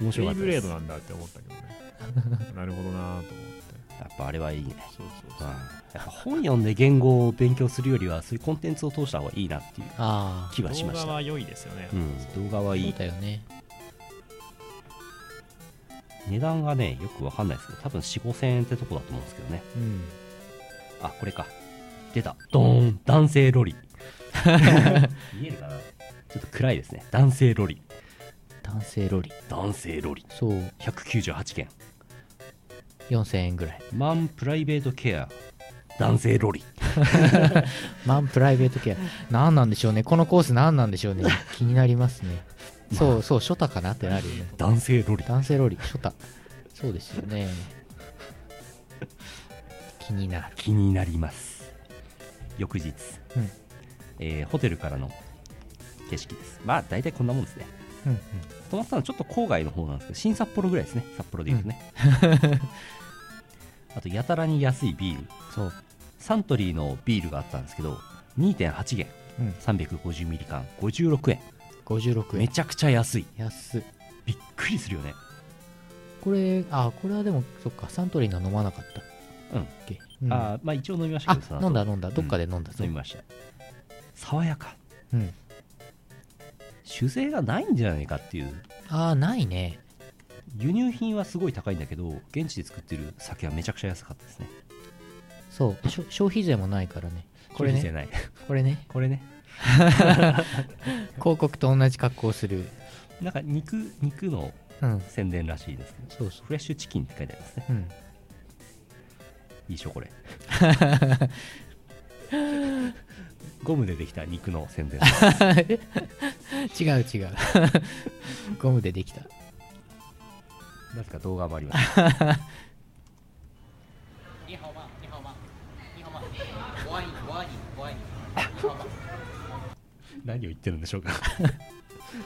C: 面白か
A: ベイ
C: った
A: ブレ
C: で
A: ー
C: す
A: ド
C: や
A: な
C: っ
A: んだって思ったけどね なるほどなーと思って
C: ぱあれはいいね、
A: そうそう
C: うん、
A: そう
C: やっぱ本読んで言語を勉強するよりはそういうコンテンツを通した方がいいなっていう
B: ああ
C: 気はしまし
A: 動画
C: た
A: は良いですよね、
C: うん、動画はい
B: そう
C: い
B: だよね
C: 値段がねよくわかんないですけど多分4 5千円ってとこだと思うんですけどね
B: うん
C: あこれか出たドーン男性 ロリ見えるかなちょっと暗いですね男性ロリ
B: 男性ロリ
C: 男性ロリ
B: そう
C: 198件
B: 4000円ぐらい
C: マンプライベートケア男性ロリ
B: マンプライベート ケア何なんでしょうねこのコース何なんでしょうね気になりますね そうそうショタかなってなるよね
C: 男性ロリ
B: 男性ロリショタそうですよね気になる
C: 気になります翌日、
B: うん
C: えーホテルからの景色ですまあ大体こんなもんですね
B: うんうん
C: 泊まったのはちょっと郊外の方なんですけど新札幌ぐらいですね札幌でいうとね、あとやたらに安いビール
B: そう
C: サントリーのビールがあったんですけど2.8元
B: うん
C: 350ミリ缶56円
B: 56
C: め
B: 円
C: ちゃくちゃ安い
B: 安っ
C: びっくりするよね
B: これあこれはでもそっかサントリーが飲まなかった
C: うん
B: っけうん
C: あーまあ一応飲みました
B: あ
C: けど
B: 飲
C: その後
B: んだ飲んだどっかで飲んだぞ
C: 飲みました爽やか
B: うん
C: 酒税がないんじゃないかっていう
B: ああないね
C: 輸入品はすごい高いんだけど現地で作ってる酒はめちゃくちゃ安かったですね
B: そうしょ消費税もないからねこれ
C: 消費税
B: ね
C: ない
B: これね
C: これね
B: 広告と同じ格好をする
C: なんか肉肉の
B: うん
C: 宣伝らしいですね
B: そうそ
C: フレッシュチキンって書いてありますね
B: ううん
C: いいでしょこれゴムでできた肉の宣伝
B: 違う違う ゴムでできた
C: なぜか動画もあります
F: 你好吗？你好吗？你好吗？我爱你，我爱你，我爱你。你好吗？
C: 何を言ってるんでしょうか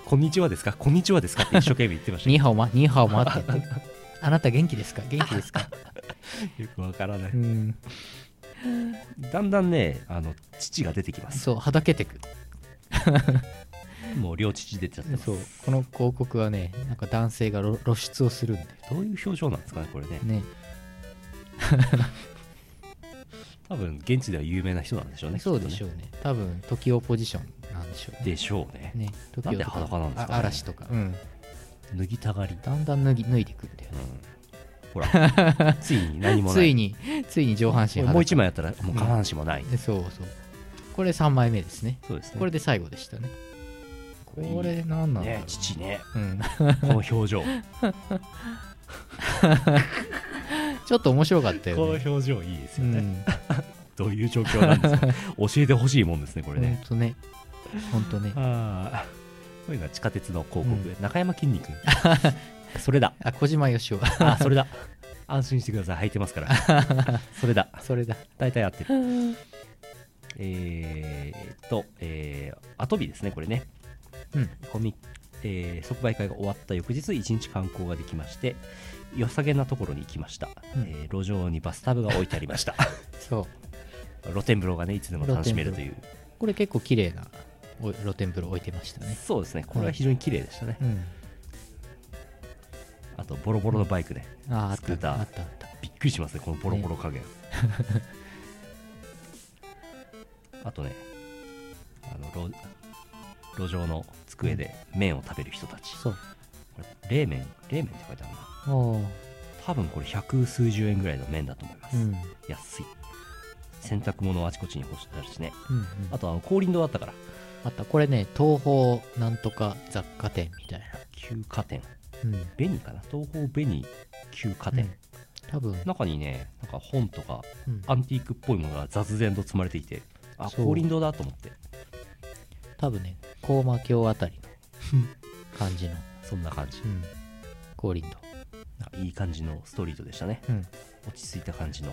C: こんにちはですかこんにちはですかって一生懸命言ってました
B: ニーハオマニーハオマって やってあなた元気ですか元気ですか
C: けどよくわからない
B: うん
C: だんだんねあの父が出てきます
B: そうはだけてく
C: もう両父出ちゃってます
B: そうこの広告はねなんか男性が露露出をするんだよ
C: どういう表情なんですかねこれね
B: ね
C: 多分現地では有名な人なんでしょうね
B: そうでしょ
C: ょ
B: うね多分時をポジションなんでしょうね
C: でしょうね
B: ね、
C: なんで裸なんですかね
B: あ嵐とか、うん、
C: 脱ぎたがり。
B: だんだん脱ぎ脱いでいくんだよね
C: ほら、 ついに何もない。
B: ついについに上半身
C: もう一枚やったら、もう下半身もない。
B: 裸そうそうこれ3枚目ですね
C: そうですね。
B: これで最後でしたねこ
C: れい
B: れ
C: い
B: 何なんだろう
C: ね、父ね、
B: うん、
C: この 表情。こ
B: ちょっと面白かったよ
C: の
B: ね
C: 表情いいです
B: う
C: よね。
B: ん
C: どういう状況なんですか 教えてほしいもんですね、こ
B: ほ
C: れ
B: ん
C: ね。
B: とねほんとね
C: ああ。こういうのは地下鉄の広告、
B: う
C: 中山筋肉。 それだ。
B: あ小島よしお
C: あ、そ れだ。安心してください。履いてますから。 それだ。
B: それだ
C: 大体合ってる。えーっと、えー、アトビですね、これね。
B: うん
C: コミえー即売会が終わった翌日、一日観光ができまして、良さげなところに行きました。
B: うん
C: えー路上にバスタブが置いてありました。
B: そう
C: 露天風呂がね、いつでも楽しめるという。
B: これ結構綺麗なお露天風呂置いてましたね
C: そうですね、これは非常に綺麗でしたね。
B: うん
C: あと、ボロボロのバイクね。
B: あああっ
C: スクー
B: た
C: ター
B: あったあった
C: びっくりしますね、このボロボロ加減。あとね、あの路路上の机で麺を食べる人たち。
B: そう
C: これ冷麺冷麺って書いてあるな。
B: おー
C: 多分これ百数十円ぐらいの麺だと思います。
B: うんうん
C: 安い。洗濯物をあちこちに干してあるしね。
B: うん
C: あとあの降臨堂だったから、
B: あったこれね東宝なんとか雑貨店みたいな
C: 休暇店。
B: うん
C: ベニかな東方ベニ休暇
B: う
C: 店
B: ん。多分
C: 中にね、なんか本とか
B: うん
C: アンティークっぽいものが雑然と積まれていて、あ、
B: そう
C: 降臨堂だと思って。
B: 多分ね高魔教あたりの感じの、
C: そんな感じ
B: う。ん、降臨と、
C: いい感じのストリートでしたね。
B: うん、
C: 落ち着いた感じの。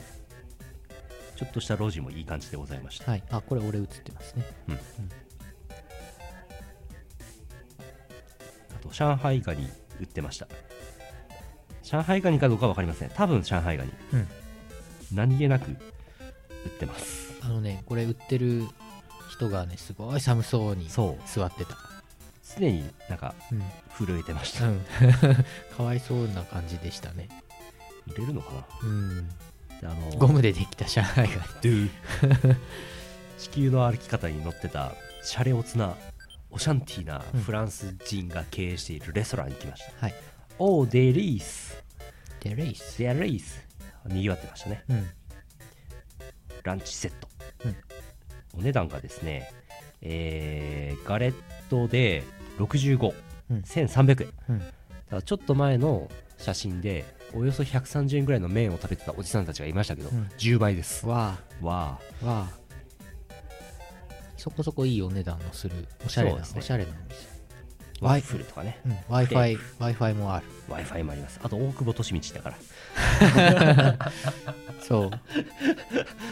C: ちょっとした路地もいい感じでございました。
B: はいあこれ俺映ってますね
C: あと、上海ガニ売ってました。上海ガニかどうか分かりません。多分上海ガニ。
B: うん
C: 何気なく売ってます。
B: あのねこれ売ってる人がねすごい寒そうに
C: そう。
B: 座ってた
C: 常になんか
B: うん、
C: 震えてました。
B: うん かわいそうな感じでしたね
C: 売れるのかな
B: うん
C: であの、
B: ゴムでできた上海が
C: ドゥ地球の歩き方に乗ってた、シャレオツな、オシャンティーなフランス人が経営しているレストランに来ました。
B: はい
C: オーデリース。
B: でレイス
C: デアレイスにぎわってましたね
B: うん
C: ランチセット、
B: うん
C: お値段がですねえーガレットで651300
B: うん
C: 円
B: うん
C: ただちょっと前の写真でおよそ130円ぐらいの麺を食べてたおじさんたちがいましたけど、
B: うん
C: 10倍ですわ
B: わあ
C: あ
B: わあそこそこいいお値段のするおしゃれ
C: そう
B: な、
C: ですね
B: おしゃれなお店
C: ワイフルとかね
B: うん w i f i w i f i もある
C: w i f i もありますあと大久保利道だから
B: そう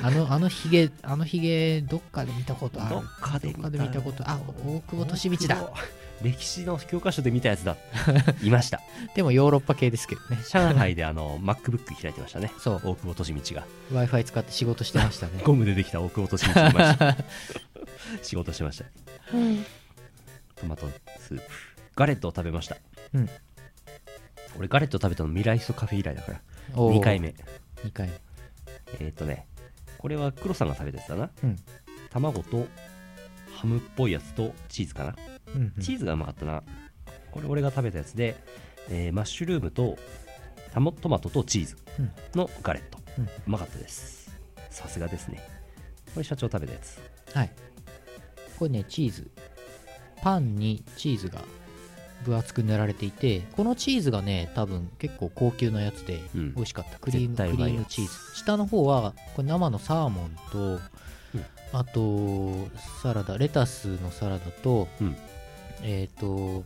B: あのあのひげあのひげどっかで見たことある
C: どっかで見た
B: どっかで見たことあ大久保利道だ
C: 大久保歴史の教科書で見たやつだい ました
B: でもヨーロッパ系ですけどね
C: 上海であの MacBook 開いてましたね
B: そう
C: 大久保利道が
B: w i f i 使って仕事してましたね
C: ゴムでできた奥落としに行きました仕事してました、トマトスープガレットを食べました
B: うん
C: 俺ガレット食べたのミライスカフェ以来だから
B: おー
C: 2回目
B: 二回目
C: えーっ、とねこれは黒さんが食べたやつだな
B: うん
C: 卵とハムっぽいやつとチーズかな、
B: うんうん
C: チーズがうまかったなこれ俺が食べたやつで、えーマッシュルームとタモトマトとチーズ
B: うん
C: のガレット、
B: う
C: うんまかったですさすがですねこれ社長食べたやつ
B: はいこれねチーズパンにチーズが分厚く塗られていてこのチーズがね多分結構高級なやつで
C: うん
B: 美味しかった、クリーム
C: 絶
B: クリ
C: 対うまい
B: ーム
C: やつ
B: チーズ下の方はこれ生のサーモンと、
C: うん
B: あとサラダレタスのサラダと、
C: うん
B: えっ、と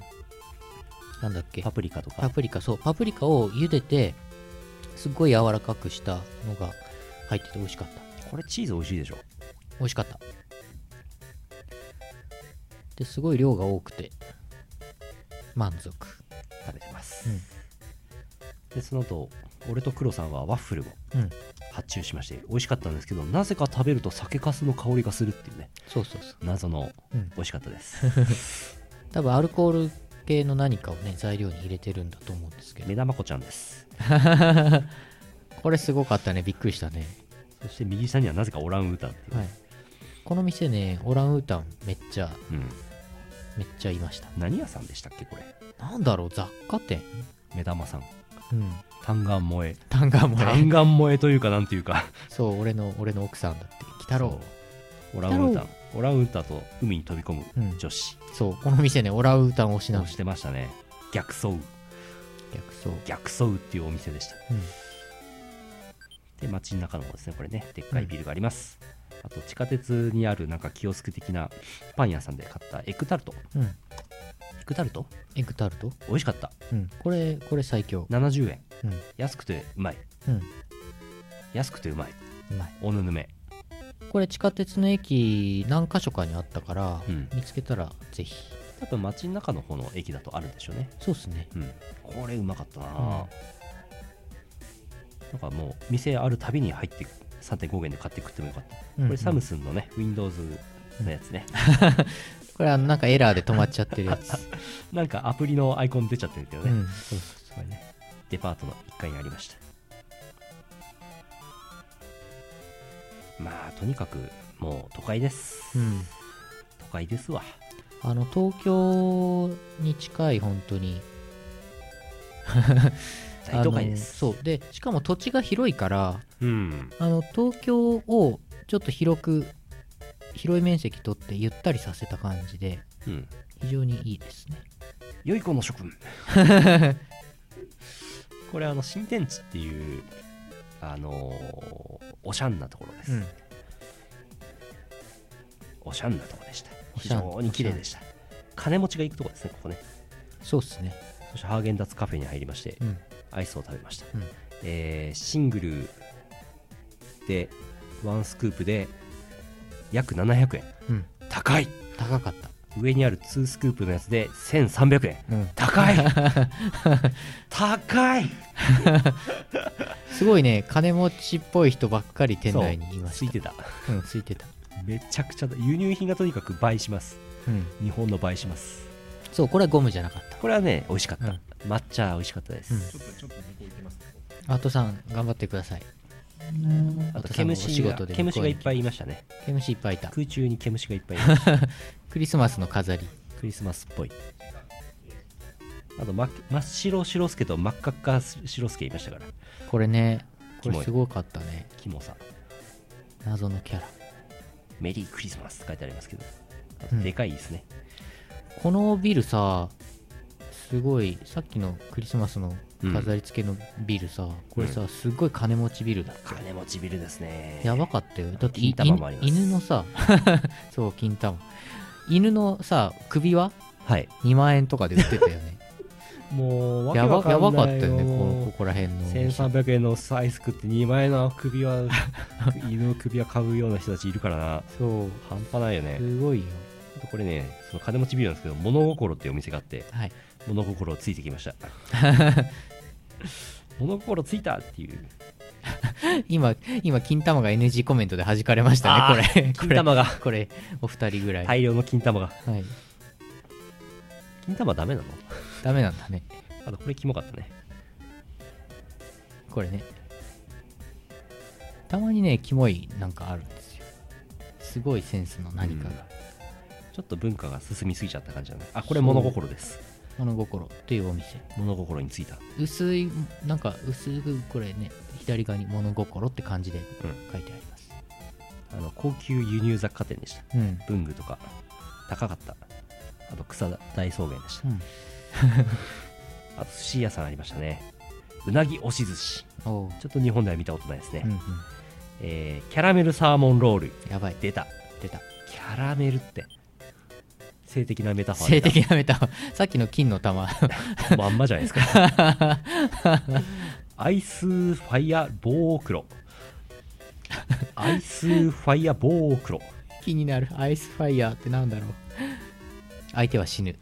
B: なんだっけ
C: パプリカとか
B: パプリカそうパプリカを茹でてすっごい柔らかくしたのが入ってて美味しかった
C: これチーズ美味しいでしょ
B: 美味しかったですごい量が多くて満足
C: 食べてます、でその後俺と黒さんはワッフルを
B: うん
C: 発注しまして美味しかったんですけどなぜか食べると酒粕の香りがするっていうね
B: そうそうそう
C: 謎の
B: うん
C: 美味しかった です、
B: 多分アルコール系の何かをね材料に入れてるんだと思うんですけど
C: 目玉子ちゃんです
B: これすごかったねびっくりしたね、
C: そして右下にはなぜかオランウータンっていう、
B: はい、この店ねオランウータンめっちゃ
C: うん
B: めっちゃいました
C: 何屋さんでしたっけこれ
B: なんだろう雑貨店
C: 目玉さん
B: うん
C: 単眼萌え
B: 単価も
C: 単眼萌えというかなんていうか
B: そう俺の俺の奥さんだって鬼太郎
C: オランウータンオランウータンと海に飛び込む
B: うん
C: 女子
B: そうこの店ねオラウータン推しなん
C: を
B: で
C: し
B: す
C: てましたね逆走
B: 逆そう、
C: 逆走っていうお店でした
B: うん、
C: で街の中の方ですねこれねでっかいビルがあります、あと地下鉄にあるなんかキオスク的なパン屋さんで買ったエッグタルト
B: うん、
C: エッグタルト
B: エッグタルト、
C: 美味しかった
B: うん、これこれ最強
C: 70円
B: うん
C: 安くてうまい
B: うん
C: 安くてうまいう
B: まい
C: おぬぬめ
B: これ地下鉄の駅何箇所かにあったから、
C: うん
B: 見つけたらぜひ
C: 多分街の中の方の駅だとあるんでしょうね
B: そうっすね
C: うんこれうまかったな、
B: ん
C: なんかもう店あるたびに入って3.5元で買って食ってもよかった、
B: うん
C: これサムスンのね Windows のやつね、
B: これあのなんかエラーで止まっちゃってる やつ、
C: なんかアプリのアイコン出ちゃってるけど
B: う
C: ね、
B: ん、そうそう
C: これねデパートの1階にありましたまあとにかくもう都会です、
B: そう、うん、
C: 都会ですわ
B: あの東京に近い本当に
C: 大都会です
B: あのそうでしかも土地が広いから
C: うん
B: あの東京をちょっと広く広い面積取ってゆったりさせた感じで
C: うん
B: 非常にいいですね
C: 良い子の 諸君これあの新天地っていうあのーおしゃんなところです、
B: うん
C: おしゃんなとこでした
B: お
C: 非
B: しゃん
C: 常に綺麗でした金持ちが行くとこですねここね
B: そうっすね
C: そしてハーゲンダッツカフェに入りまして、
B: うん
C: アイスを食べました、
B: うん
C: えーシングルでワンスクープで約700円
B: うん
C: 高い
B: 高かった
C: 上にある2スクープのやつで1300円
B: うん
C: 高い高い
B: すごいね金持ちっぽい人ばっかり店内にいま
C: そうつい
B: した
C: てた
B: うんついてた、
C: めちゃくちゃだ輸入品がとにかく倍します
B: うん、
C: 日本の倍します
B: そうこれはゴムじゃなかった
C: これはね美味しかった、
B: うん
C: 抹茶美味しかったです、
B: うん
A: ちょっとちょっと向こう行きますね
B: アートさん頑張ってください
C: あと
B: アート
C: 毛
B: さんもお
C: 虫
B: 仕
C: が
B: 事で
C: 毛虫がいっぱいい
B: い
C: ましたね
B: 毛虫いっぱいいた
C: 空中に毛虫がいっぱいいました
B: クリスマスの飾り
C: クリスマスっぽいあと真っ真っ白白助と真っ赤っか白助いましたから
B: これねこ
C: キモ
B: れ
C: い
B: すごかったね
C: キモさん
B: 謎のキャラ
C: メリークリスマスって書いてありますけどあ
B: う
C: と
B: ん
C: でかいですね、
B: このビルさすごいさっきのクリスマスの飾り付けのビルさ、これさすごい金持ちビルだったよ
C: 金持ちビルですね
B: やばかったよだってい
C: 金玉もあります
B: 犬の さそう金玉犬のさ首輪
C: はい
B: 2万円とかで売ってたよね
C: もうわけ
B: やば
C: わかんない
B: やば
C: よ
B: かったよねこのここら辺 の
C: 1300円のアイス食って2万円の 首は犬の首は買うような人たちいるからな
B: そう
C: 半端ないよね
B: すごいよ
C: これねその金持ちビルなんですけど物心っていうお店があって
B: はい
C: 物心ついてきま した物心ついたっていう
B: 今今金玉が NG コメントで弾かれましたねこれこれ
C: 金玉が
B: これお二人ぐらい、
C: 大量の金玉が
B: はい、
C: 金玉ダメなの
B: ダメなんだね
C: あとこれキモかったね
B: これねたまにねキモいなんかあるんですよすごいセンスの何かが、
C: ちょっと文化が進みすぎちゃった感じだねあこれ物心です
B: 物心というお店
C: 物心についた
B: 薄いなんか薄くこれね左側に物心って感じで
C: うん
B: 書いてあります
C: あの高級輸入雑貨店でした
B: うん、
C: 文具とか高かったあと草大草原でしたあと寿司屋さんありましたねうなぎ押し寿司
B: うん、おう、
C: ちょっと日本では見たことないですね、
B: うんうん、
C: えーキャラメルサーモンロール
B: やばい
C: 出た
B: 出た
C: キャラメルって性的なメタファー
B: 性的なメタファー さっきの金の玉
C: まんまじゃないですか アイスファイアボークロアイスファイアボークロ
B: 気になるアイスファイヤーってなんだろう相手は死ぬ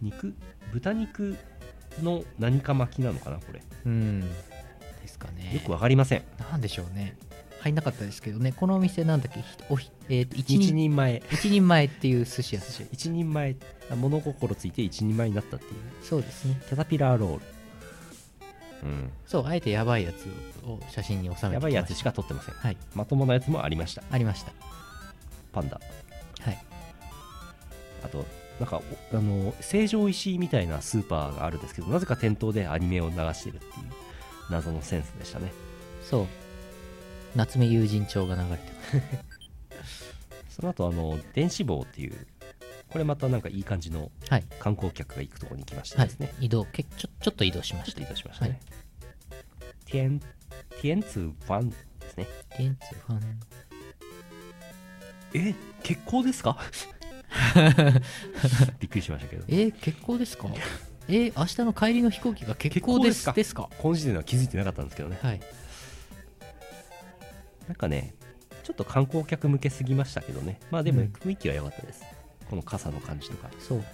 C: 肉豚肉の何か巻きなのかなこれ
B: うんですかね
C: よくわかりません
B: なんでしょうね入んなかったですけどねこのお店なんだっけひとおひ、えー、と一
C: 一
B: 人
C: 人前
B: 一人前っていう寿司屋 さん
C: 一人前あ物心ついて一人前になったっていう
B: そうですね
C: キャタピラーロールうん
B: そうあえてやばいやつを写真に収めてきました
C: やばいやつしか撮ってません
B: はい
C: まともなやつもありました
B: ありました
C: パンダ
B: はい
C: あとなんかおあの成城石井みたいなスーパーがあるんですけどなぜか店頭でアニメを流してるっていう謎のセンスでしたね
B: そう夏目友人帳が流れてます
C: その後あの電子棒っていうこれまたなんかいい感じの
B: はい
C: 観光客が行くところに来まして
B: はい
C: ですね、
B: 移動けちょちょっと移動しま
C: ちょっ
B: し
C: と
B: た
C: 移動しましたね、ティエンティエンツーファンですね
B: レンツファン
C: え結構です かびっくりしましたけど
B: えー、結構ですかえー、明日の帰りの飛行機が結構です
C: 欠航で
B: ですすか
C: 今時点では気づいてなかったんですけどね
B: はい
C: なんかねちょっと観光客向けすぎましたけどねまあでも
B: うん
C: 雰囲気は良かったです、この傘の感じとか
B: そう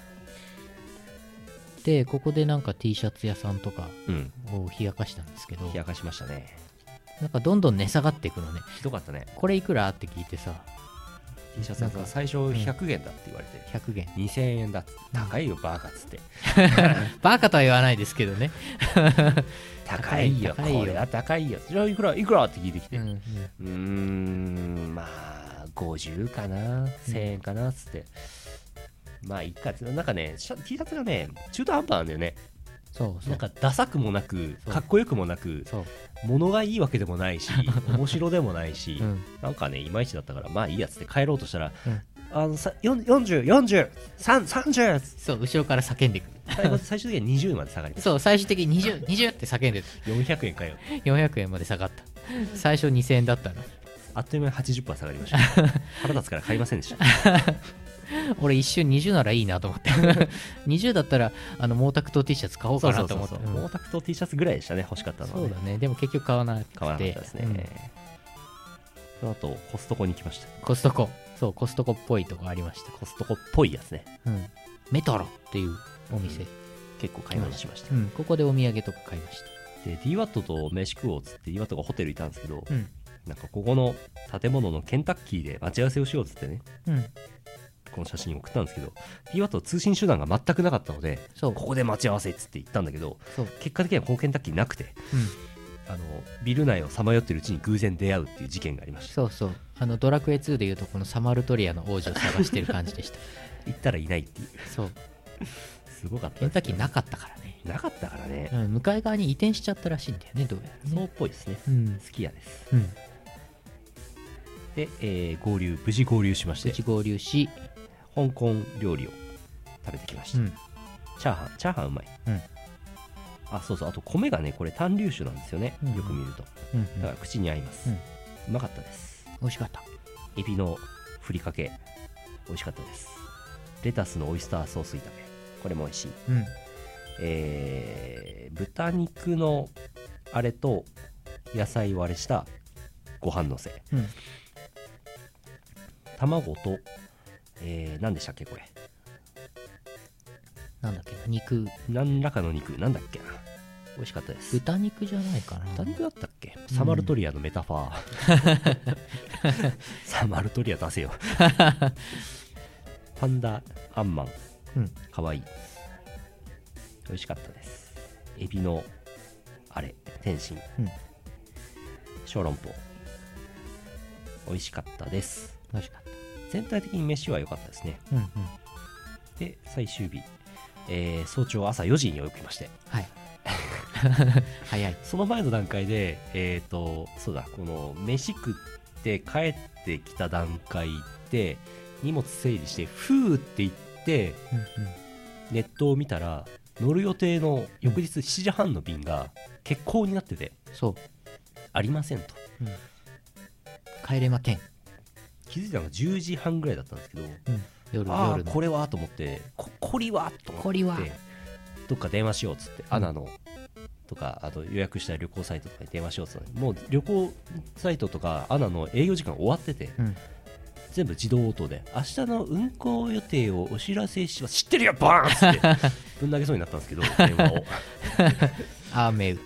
B: でここでなんか T シャツ屋さんとか
C: うん
B: を冷やかしたんですけど
C: 冷やかしましたね
B: なんかどんどん値下がっていくのね
C: ひどかったね
B: これいくらって聞いてさ
C: T シャツなん
B: な
C: か
B: んか
C: 最初100円だって言われて、
B: 100元
C: 2000円だっつって高いよバーカっつって
B: バカとは言わないですけど ね、
C: 高いよ
B: 高いよ
C: これは高いよじゃあいくらいくらって聞いてきてう
B: うん
C: ーんまあ50かな1000円かなっつって、まあいっかっつってなんかねシャ T シャツがね中途半端なんだよね
B: そうそう
C: なんかダサくもなく
B: そう
C: かっこよくもなく
B: そう、
C: 物がいいわけでもな いし面白でもないし、
B: うん、
C: なんかねいまいちだったからまあいいやつって帰ろうとしたら、
B: うん
C: あのさ40、40、40、3 30
B: そう後ろから叫んでくる
C: 最後 最終的には20まで下がります
B: そう最終的に2020って叫んで
C: 400円かよ
B: た400円まで下がった最初2000円だったの
C: あっという間に80%下が りました腹立つから買いませんでした
B: 俺一瞬20ならいいなと思 って20だったらあの毛沢東 T シャツ買おうかなと思って
C: そうそうそう毛沢東 T シャツぐらいでしたね欲しかったのは、
B: うんそうだねでも結局買わなくて
C: 買わなかったですね、
B: うん
C: その後コストコに来ました
B: コストコそうコストコっぽいとこありました、
C: コストコっぽいやつね
B: うん、メトロっていうお店、
C: 結構買い物しました、
B: うん、ここでお土産とか買いました
C: で DWAT と飯食おうっつって DWAT がホテルいたんですけど、
B: うん
C: なんかここの建物のケンタッキーで待ち合わせをしようっつってね
B: うん
C: この写真を送ったんですけど DWAT 通信手段が全くなかったので
B: そう
C: ここで待ち合わせっつって言ったんだけど
B: そう、
C: 結果的にはこのケンタッキーなくて
B: うん、
C: あのビル内をさまよってるうちに偶然出会うっていう事件がありました
B: そうそうあのドラクエ2でいうとこのサマルトリアの王女を探してる感じでした
C: 行ったらいないっていう
B: そう
C: すごかった
B: ケンタッキーなかったからね、
C: なかったからね、
B: うん、向かい側に移転しちゃったらしいんだよねどうやら
C: そう
B: ね
C: っぽいですね
B: うん
C: 好きやです
B: うん
C: で、えー合流無事合流しまし
B: 無
C: て
B: 事合流し、
C: 香港料理を食べてきまし
B: う
C: た、
B: ん、
C: チャーハンチャーハンうまい、
B: うん
C: あそうそうあと米がねこれ単粒種なんですよね、
B: うん
C: よく見ると
B: うん
C: だから口に合います、
B: うん
C: うまかったです
B: 美味しかった
C: エビのふりかけ美味しかったですレタスのオイスターソース炒めこれも美味しい
B: うん
C: えー豚肉のあれと野菜をあれしたご飯のせ
B: うん
C: 卵と、えー何でしたっけこれ
B: なんだっけな肉
C: 何らかの肉なんだっけな美味しかったです
B: 豚肉じゃないかな
C: 豚肉だったっけサマルトリアのメタファー、サマルトリア出 せよパンダアンマン
B: うん
C: かわいい美味しかったですエビのあれ天津
B: うん
C: 小籠包美味しかったです
B: 美味しかっ
C: 全体的に飯は良かったですね
B: たうんうん
C: で最終日、えー早朝朝4時に起きまして
B: はい早い
C: その前の段階でえっ、とそうだこの飯食って帰ってきた段階で荷物整理してふーって言って
B: うん
C: ネットを見たら乗る予定の翌日7時半の便が欠航になってて
B: うんそう
C: ありませんと
B: 帰れまけん、
C: 気づいたのが10時半ぐらいだったんですけど
B: うん、夜
C: ああ
B: 夜の
C: これはと思ってここりはと思って
B: こりは
C: どっか電話しようっつって、アナのとかあと予約した旅行サイトとかに電話しようっつってもう旅行サイトとかアナの営業時間終わってて、
B: うん
C: 全部自動応答で明日の運行予定をお知らせします知ってるよバーンっつ ってぶん投げそうになったんですけど電話を
B: 雨う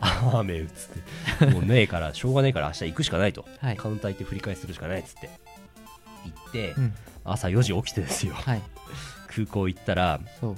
C: ああめうっつってもうねえからしょうがねえから明日行くしかないと、
B: はい
C: カウンター行って振り返するしかないっつって行って、
B: うん
C: 朝4時起きてですよ
B: はい
C: 空港行ったら
B: そう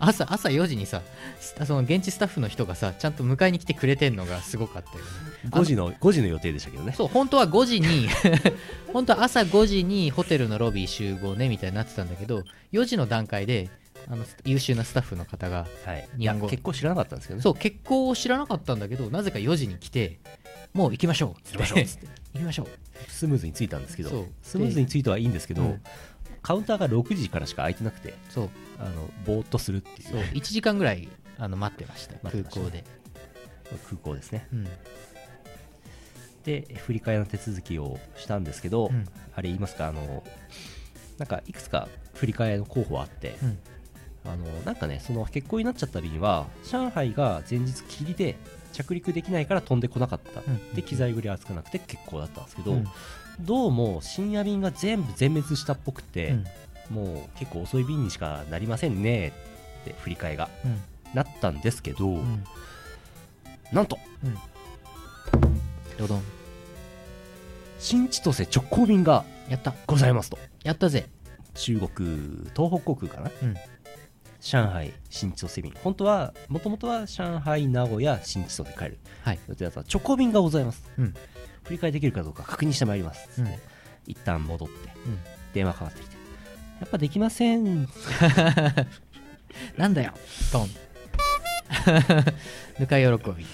B: 朝朝4時にさすその現地スタッフの人がさちゃんと迎えに来てくれてんのがすごかったよ ね
C: 5時の5時の予定でしたけどね
B: そう本当は5時に 本当は朝5時にホテルのロビー集合ねみたいになってたんだけど4時の段階であの優秀なスタッフの方が
C: はいい
B: 日
C: や
B: 本語
C: 結構知らなかったんですけどね
B: そう結婚を知らなかったんだけどなぜか4時に来てもう行きましょうっつって
C: 行きましょうっつ
B: 行きましょう
C: スムーズについたんですけ
B: そ
C: ど
B: う
C: スムーズについてはいいんですけど、
B: うん
C: カウンターが6時からしか空いてなくて
B: そう
C: あのぼーっとするっていう
B: そう1時間ぐらいあの待ってました
C: 待っ
B: 空
C: てました
B: 港で、
C: 空港ですね
B: うん、
C: で振り替えの手続きをしたんですけど、
B: うん
C: あれ言いますかあのなんかいくつか振り替えの候補あって、
B: うん
C: あのなんかねその欠航になっちゃった便は上海が前日霧で着陸できないから飛んでこなかった、
B: うん
C: で機材繰り扱わなくて欠航だったんですけど、
B: うん
C: どうも深夜便が全部全滅したっぽくて、
B: うん
C: もう結構遅い便にしかなりませんねって振り替えが
B: うん
C: なったんですけど、
B: うん
C: なんと
B: ロドン
C: 新千歳直行便が
B: やった
C: ございますと
B: やったぜ
C: 中国東北航空かな、
B: うん
C: 上海新千歳便本当はもともとは上海名古屋新千歳帰る
B: はい
C: 予定だった直行便がございます、
B: うん
C: 振り替えできるかどうか確認してまいります、
B: うん
C: 一旦戻って
B: うん
C: 電話かかってきてやっぱできません
B: なんだよ ドンぬか喜び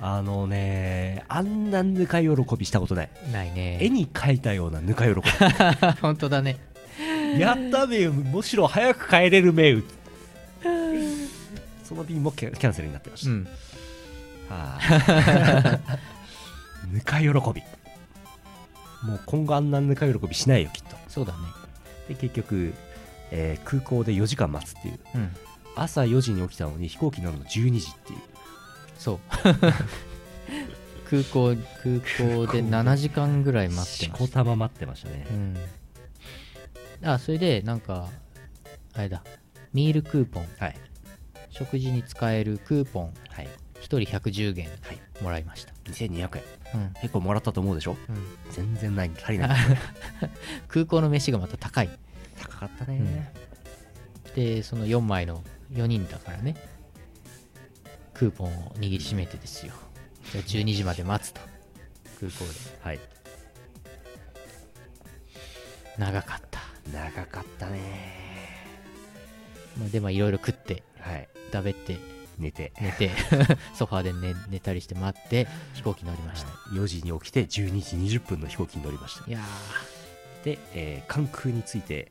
C: あのねあんなぬか喜びしたことない
B: ないね
C: 絵に描いたようなぬか喜
B: 本当だね
C: び やっためよむしろ早く帰れるめ よその便もキャキャンセルになってました、
B: うん
C: はあ ぬか喜びもう今後あんなぬか喜びしないよきっと
B: そうだね
C: で結局、えー空港で4時間待つっていう
B: うん
C: 朝4時に起きたのに飛行機乗るの12時っていう
B: そう 空港空港で7時間ぐらい待って
C: し
B: ま
C: こ
B: した
C: ま待ってましたね
B: た、うん、あそれでなんかあれだミールクーポン
C: はい
B: 食事に使えるクーポン
C: はい
B: 1人110元
C: はい
B: もらいました、
C: 2200円
B: うん
C: 結構もらったと思うでしょ
B: うん
C: 全然ない足りない
B: 空港の飯がまた高い
C: 高かったね、
B: でその4枚の4人だからねクーポンを握りしめてですよじゃあ12時まで待つと空港で
C: はい
B: 長かった、
C: 長かったね
B: まあ、でまあいろいろ食って
C: はい
B: 食べて
C: 寝て
B: 寝 てソファーで寝寝たりして待って飛行機乗りました、
C: 4時に起きて12時20分の飛行機に乗りました
B: い、や
C: で、えー関空について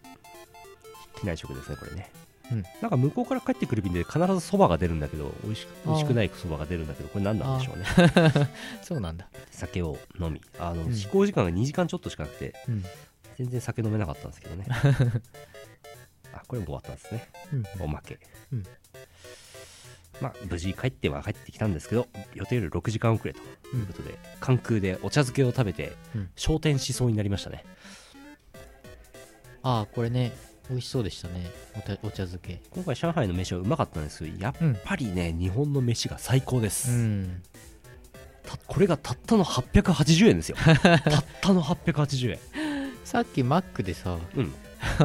C: 機内食ですねこれね、
B: うん
C: なんか向こうから帰ってくる便で必ずそばが出るんだけど美味しく
B: あー
C: 美味しくないそばが出るんだけどこれ何なんでしょうね
B: ー そうなんだ
C: 酒を飲みあの、
B: うん
C: 飛行時間が2時間ちょっとしかなくて
B: うん
C: 全然酒飲めなかったんです けどねあこれも終わったんですね
B: うん
C: おまけ、
B: うん
C: まあ無事帰っては帰ってきたんですけど予定より6時間遅れということで、関空でお茶漬けを食べて、
B: うん
C: 昇天しそうになりましたね
B: ああこれね美味しそうでしたねおたお茶漬け
C: 今回上海の飯はうまかったんですけどやっ
B: うん
C: ぱりね、日本の飯が最高です、
B: うん
C: たこれがたったの880円ですよ たったの880円
B: さっきマックでさ
C: うん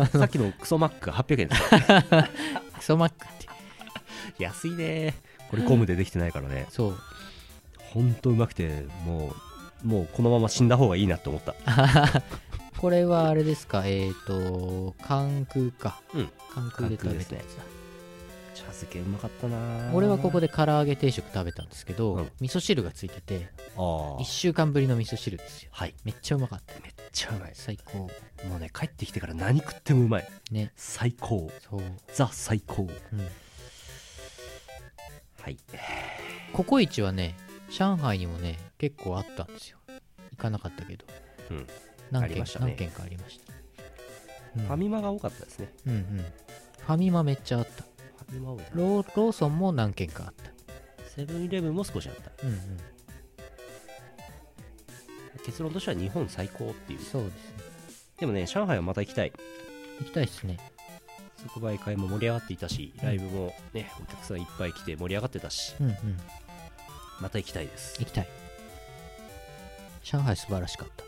C: さっきのクソマックが800円ですよ
B: クソマックって
C: 安いねこれゴムでできてないからね
B: そう
C: ほんとうまくてもうもうこのまま死んだ方がいいなって思った
B: これはあれですかえっ、と関空か
C: うん
B: 関空で食べ
C: 関空です
B: た
C: ね
B: やつだ
C: 茶漬けうまかったな
B: 俺はここで唐揚げ定食食べたんですけど、
C: うん
B: 味噌汁がついてて
C: ああ
B: 1週間ぶりの味噌汁ですよ
C: はい
B: めっちゃうまかった
C: めっちゃうまい
B: 最高
C: もうね帰ってきてから何食ってもうまい
B: ね
C: 最高
B: そう、
C: ザ最高
B: うん、
C: はい
B: ココイチはね上海にもね結構あったんですよ行かなかったけど、
C: うんあ
B: 何
C: り
B: 軒
C: ま
B: か
C: したね
B: 何軒かありました、うん、
C: ファミマが多かったですね
B: うんうんファミマめっちゃあった
C: ファミマ多いな
B: ローローソンも何軒かあった
C: セブンイレブンも少しあった
B: うんうん
C: 結論としては日本最高っていう
B: そうですね
C: でもね上海はまた行きたい
B: 行きたいですね
C: 即売会も盛り上がっていたしライブもねお客さんいっぱい来て盛り上がってたし
B: うんうん
C: また行きたいです
B: 行きたい上海素晴らしかった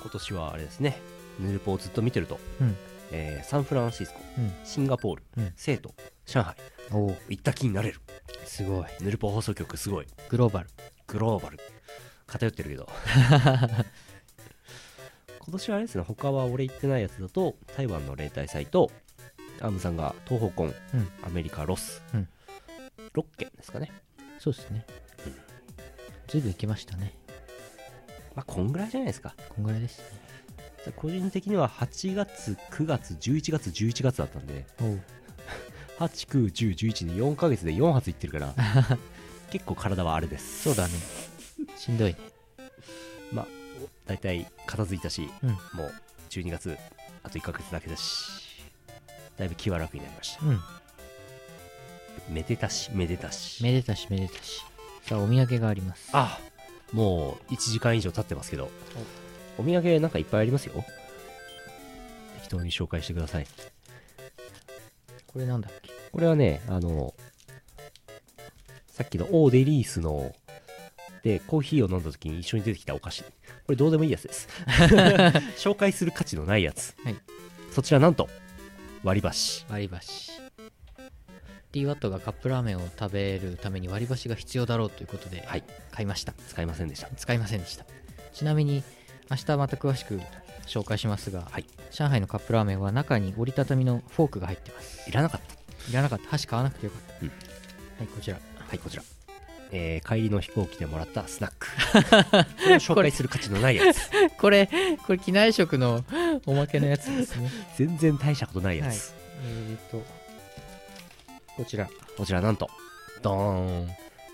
C: 今年はあれですねヌルポをずっと見てると、
B: うん
C: えーサンフランシスコ、
B: うん
C: シンガポール、
B: うん
C: 成都、上海、
B: おお
C: 行った気になれる。
B: すごい
C: ヌルポ放送局すごい。
B: グローバル
C: グローバル。偏ってるけど。 今年はあれですね、他は俺行ってないやつだと、台湾の例大祭と、アームさんが東方根、
B: うん
C: アメリカロス、
B: うん
C: 6件ですかね。
B: そうですねずいぶん行きましたね
C: まあ、こんぐらいじゃないですか。
B: こんぐらいですね
C: じゃあ個人的には8月、9月、11月、11月だったんで、
B: おう
C: 8、9、10、11に4ヶ月で4発いってる から、結構体はあれです。
B: そうだねしんどいね
C: まあ、大体片付いたし、
B: うん
C: もう12月、あと1ヶ月だけだし、だいぶ気は楽になりました。
B: うん
C: めでたし、めでたし。
B: めでたしめでたしさあお土産があります
C: あもう1時間以上経ってますけど、お土産なんかいっぱいありますよ。適当に紹介してください。
B: これなんだっけ
C: これはね、あの、さっきのオーデリースの、で、コーヒーを飲んだ時に一緒に出てきたお菓子。これどうでもいいやつ です。紹介する価値のないやつ。
B: はい
C: そちらなんと、割り箸。
B: 割り箸 DW がカップラーメンを食べるために割り箸が必要だろうということで
C: はい
B: 買いました、
C: 使いませんでした。
B: 使いませんでしたちなみに明日また詳しく紹介しますが、
C: はい
B: 上海のカップラーメンは中に折りたたみのフォークが入ってます
C: いらなかった。
B: いらなかった箸買わなくてよかった、
C: うん
B: はいこちら
C: はい、こちら。えー帰りの飛行機でもらったスナック。 これを紹介する価値のないや つ。
B: これこれ機内食の おまけのやつですね
C: 全然大したことないやつ。
B: えっとこちら
C: こちらなんと、ドーン。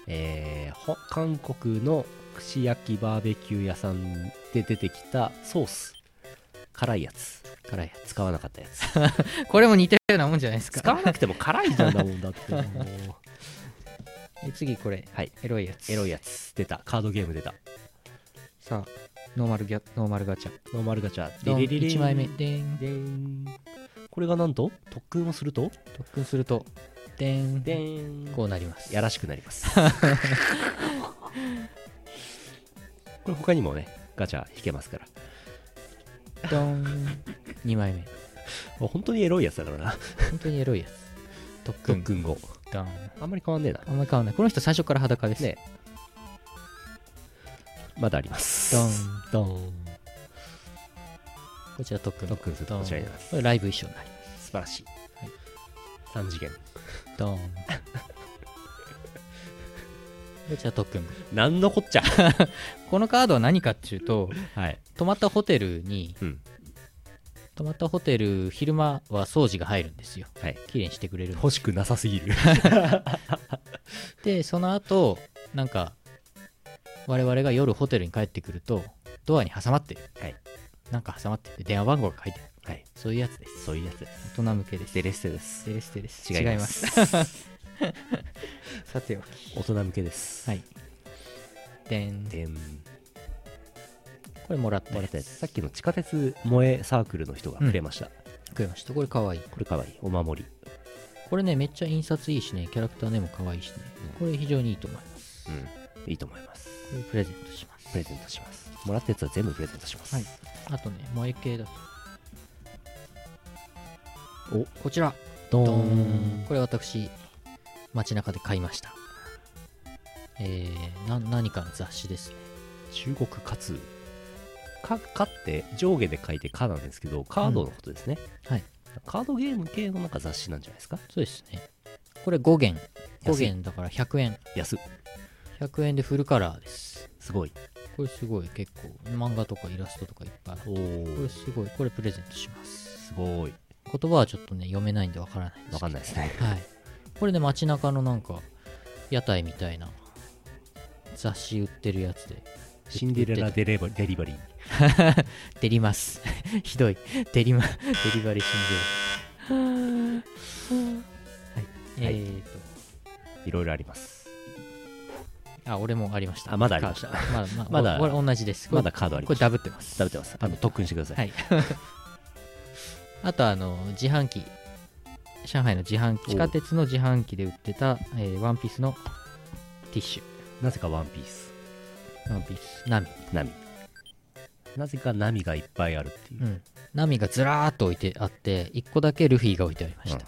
C: えーほ韓国の串焼きバーベキュー屋さんで出てきたソース。辛いやつ。
B: 辛いや
C: 使わなかったやつ。
B: つこれも似たようなもんじゃないですか
C: 使わなくても辛いじゃんだもん だって。もう
B: え次これ
C: はい。
B: エロいやつ
C: エロいやつ。出た。カードゲーム出た。
B: さあノーマルギャノーマルガチャ
C: ノーマルガチャ。
B: ドン
C: リリリリン
B: 1枚目。でん
C: でん。これがなんと、特訓をすると、
B: 特訓するとでん
C: でん。
B: こうなります
C: やらしくな ります。これ他にもね、ガチャ引けますから。
B: ドン2枚目
C: もう本当にエロいやつだからな。
B: 本当にエロいやつ特
C: 特
B: 訓
C: 訓後。
B: ドン
C: あんまり変わんねえな。
B: あんまり変わんないこの人最初から裸です
C: ねまだあります。
B: ドン
C: ドン。
B: こちら特訓
C: 特訓する
B: ドン
C: こちらになります
B: これライブ衣装になります
C: 素晴らしい。三次元。
B: ドンこちら特訓
C: なんのこっちゃ。
B: このカードは何かっていうと
C: はい。
B: 泊まったホテルに
C: うん。
B: 泊まったホテル昼間は掃除が入るんですよ
C: はい。
B: 綺麗にしてくれるんです
C: 欲しくなさすぎる。
B: でその後なんか我々が夜ホテルに帰ってくるとドアに挟まってる、
C: はい
B: なんか挟まってて電話番号が書いてある
C: はい。
B: そういうやつです
C: そういうやつです。
B: 大人向けです
C: デレステです。
B: デレステです
C: 違います
B: さておき
C: 大人向けです。
B: はいでん
C: でん。
B: これもらった
C: もら
B: や
C: ったやつ
B: つ
C: さっきの地下鉄萌えサークルの人がくれました、
B: 食いましたこれかわいい
C: これかわいいお守り
B: これねめっちゃ印刷いいしねキャラクターネもかわいいしねこれ非常にいいと思います
C: うんいいと思います
B: これプレゼントします
C: プレゼントしますもらったやつは全部プレゼントします、
B: はいあとね萌え系だとおこちら
C: ド
B: ド
C: ー
B: ーン
C: ン
B: これ私街中で買いましたえー、な何かの雑誌ですね
C: 中国かつかかって上下で書いて「か」なんですけどカードのことですね、
B: うんはい
C: カードゲーム系のなんか雑誌なんじゃないですか
B: そうですねこれ5元5
C: 安い
B: 元だから100円
C: 安っ
B: 100円でフルカラーです
C: すごい
B: これすごい結構漫画とかイラストとかいっぱいあって
C: お
B: これ
C: お
B: すごいこれプレゼントします
C: すごい
B: 言葉はちょっとね読めないんでわからないんですけ
C: わか
B: ど
C: んないですね
B: はいこれね街中のなんか屋台みたいな雑誌売ってるやつで
C: シンデレラデレバデリバリー
B: デリます ひどいデリマデリバリー心情はい、
C: はい
B: えーと
C: いろいろあります
B: あ俺もありました
C: あまだありました
B: カードまだ
C: まだ
B: お俺同じですこれ
C: まだカードあり
B: こ
C: ま
B: れ
C: した
B: ダブってます
C: 食べてますあの特訓してください、
B: はい あとあの自販機上海の自販機地下鉄の自販機で売ってた、えーワンピースのティッシ
C: なぜかワンピース
B: ュワンピースナミ
C: ナミなぜかナミがいっぱいあるっていう、
B: うんナミがずらーっと置いてあって1個だけルフィが置いてありました、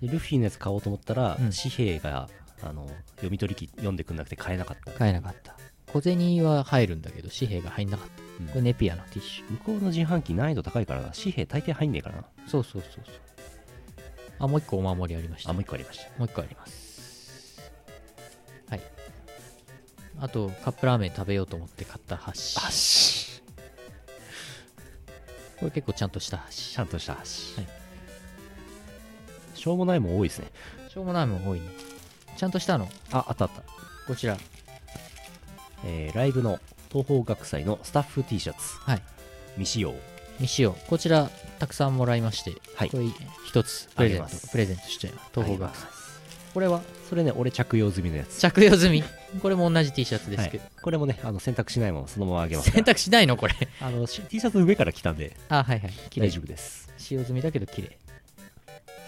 C: でルフィのやつ買おうと思ったら、
B: うん
C: 紙幣があの読み取り機読んでくんなくて買えなかった、
B: 買えなかった小銭は入るんだけど紙幣が入んなかった
C: うん
B: これネピアのティッシュ
C: 向こうの自販機難易度高いからな紙幣大抵入んねえからな
B: そうそうそうそうあもう一個お守りありました
C: あもう一個ありました
B: もう一個ありますはいあとカップラーメン食べようと思って買った箸
C: し
B: これ結構ちゃんとした
C: ち
B: 箸
C: ゃんとした箸、
B: はい
C: しょうもないもん多いですね
B: しょうもないもん多いねちゃんとしたの
C: ああったあった、
B: こちら
C: えーライブの東方学祭のスタッフ T シャツ
B: はい
C: 未使用
B: 未使用こちらたくさんもらいまして、
C: はい
B: これ一つプレゼン
C: あげます
B: トプレゼントしちゃいます東方学
C: あり
B: 生
C: ます
B: これは
C: それね俺着用済みのやつ
B: 着用済みこれも同じ T シャツですけど、
C: はいこれもねあの洗濯しないままそのままあげますか
B: 洗
C: ら
B: 濯しないのこれ
C: あのし T シャツ上から着たんで
B: あはいはい綺麗
C: 大丈夫です
B: 使用済みだけど綺麗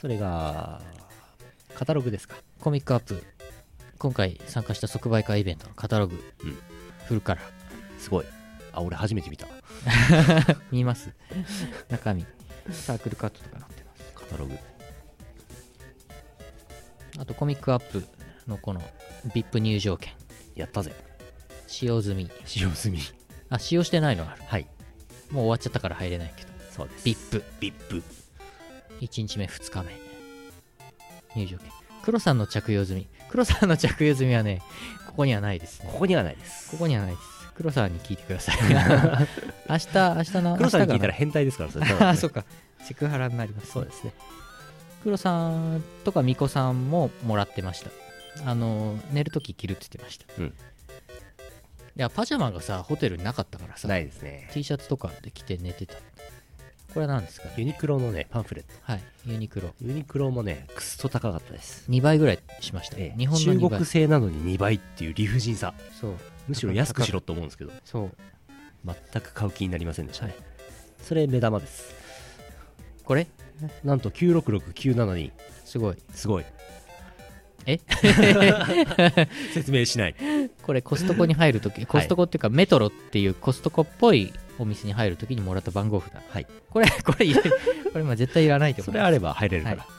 C: それがカタログですか
B: コミックアップ今回参加した即売会イベントのカタログ、
C: うん
B: フルカラー
C: すごいあ俺初めて見た
B: 見えます 中身サークルカットとかなってます
C: カタログ
B: あとコミックアップのこの VIP 入場券
C: やったぜ
B: 使用済み
C: 使用済み
B: あ使用してないのある
C: はい
B: もう終わっちゃったから入れないけど
C: そうです
B: VIP
C: ビップ
B: 1日目2日目入場券黒さんの着用済み黒さんの着用済みはねここにはないですね
C: ここにはないです
B: ここにはないです黒さんに聞いてくださ い明日明日の
C: 黒さんに聞いた
B: 明日
C: ら変態ですからそれ
B: か なあそうかセクハラになります
C: そうですね
B: 黒さんとか巫女さんももらってましたあの寝るとき着るって言ってました、
C: うん
B: いやパジャマがさホテルになかったからさ
C: ないですね
B: T シャツとかで着て寝てたこれは何ですかね
C: ユニクロのねパンフレット
B: はいユニクロ
C: ユニクロもねクソ高かったです
B: 2倍ぐらいしました、
C: ええ
B: 日本の2
C: 中
B: 倍
C: 国製なのに2倍っていう理不尽さ
B: そう
C: むしろ安くしろと思うんですけど
B: そう
C: 全く買う気になりませんでしたねそれ目玉です
B: これ
C: なんと966972
B: すごい
C: すごい
B: え
C: 説明しない
B: これコストコに入るときコストコっていうかメトロっていうコストコっぽいお店に入るときにもらった番号札
C: はい
B: これ これいるこれまあ絶対いらないと思
C: そうれあれば入れる
B: は
C: か
B: い
C: ら、
B: こ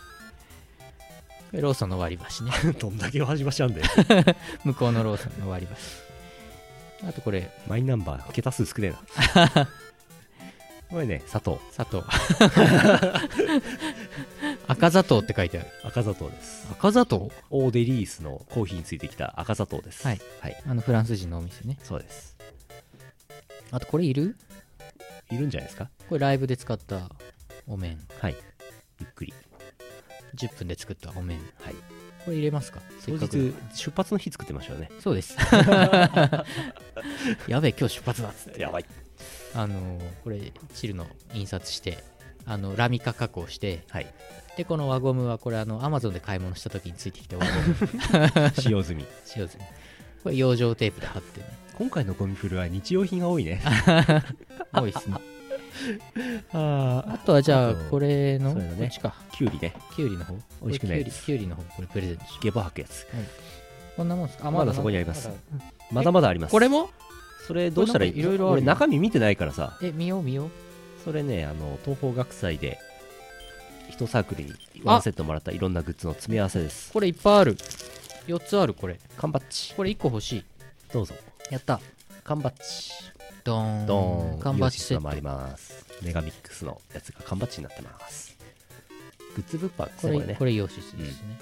B: れローソンの割り 箸ね
C: どんだけ始ましちゃうんだよ
B: 向こうのローソンの割り箸あとこれ
C: マイナンバー桁数少ねえなこれね砂糖
B: 砂糖 赤砂糖って書いてある
C: 赤砂糖です
B: 赤砂糖
C: オーデリースのコーヒーについてきた赤砂糖です
B: はい、あのフランス人のお店ね
C: そうです
B: あとこれいる
C: いるんじゃないですか
B: これライブで使ったお面
C: はいゆっくり
B: 10分で作ったお面
C: はい
B: これ入れますかせ
C: 当
B: っか
C: 日
B: く
C: 出発の日作ってましたよね
B: そうです やべえ今日出発だっつって
C: やばい
B: あのーこれチルの印刷してあのラミカ加工して
C: はい
B: でこの輪ゴムはこれあのアマゾンで買い物した時についてきた輪ゴム
C: 使用済み
B: 使 用済みこれ養生テープで貼 ってね
C: 今回のゴミフルは日用品が多いね
B: 多いですね
C: あ
B: あとはじゃ
C: あ
B: あ
C: と
B: これの
C: そ
B: こ
C: うだね
B: っちか
C: きゅうりね
B: キュウリの方
C: 美味しくない
B: これキュウリ
C: です
B: キュウリの方これプレゼントしよ
C: ゲボ吐くやつ
B: うこんなもんですかあ
C: まだそこにあります
B: だ
C: まだまだあります
B: これも
C: それどうしたらい
B: こ
C: い
B: れなんか色々あるよ
C: 俺中身見てないからさ
B: え見よう見よう
C: それねあの東方学祭で一サークルにワンセットもらったいろんなグッズの詰め合わせです
B: これいっぱいある4つあるこれ
C: 缶バッチ
B: これ1個欲しい
C: どうぞ
B: やった
C: 缶バッチ
B: ドーン
C: ドーン
B: 缶バッチセ
C: イオシス
B: ッ
C: のも
B: ト
C: ありますメガミックスのやつが缶バッチになってますグッズ物販です
B: こ
C: ね
B: れ
C: こ
B: こ
C: れ
B: れ
C: ね
B: イオシスですね、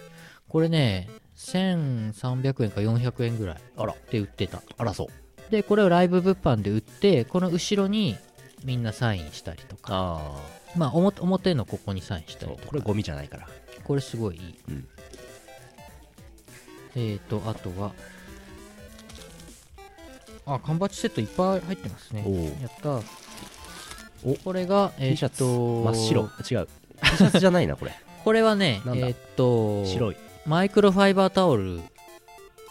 B: これね1300円か400円ぐらい
C: あら
B: で売ってた
C: あらそう
B: でこれをライブ物販で売ってこの後ろにみんなサインしたりとか
C: あ
B: まあ表表のここにサインした
C: あ
B: りとか
C: これゴミじゃないから
B: これすごいいい、
C: うん
B: えーとあとはあ缶バッチセットいっぱい入ってますね
C: おう
B: やった
C: お
B: これが、え
C: T シ
B: ー
C: ャ
B: っ
C: ツ
B: と
C: 真っ白 違う T シャツじゃないなこれ
B: これはねえ
C: なんだ
B: ーっと
C: 白い
B: マイクロファイバータオル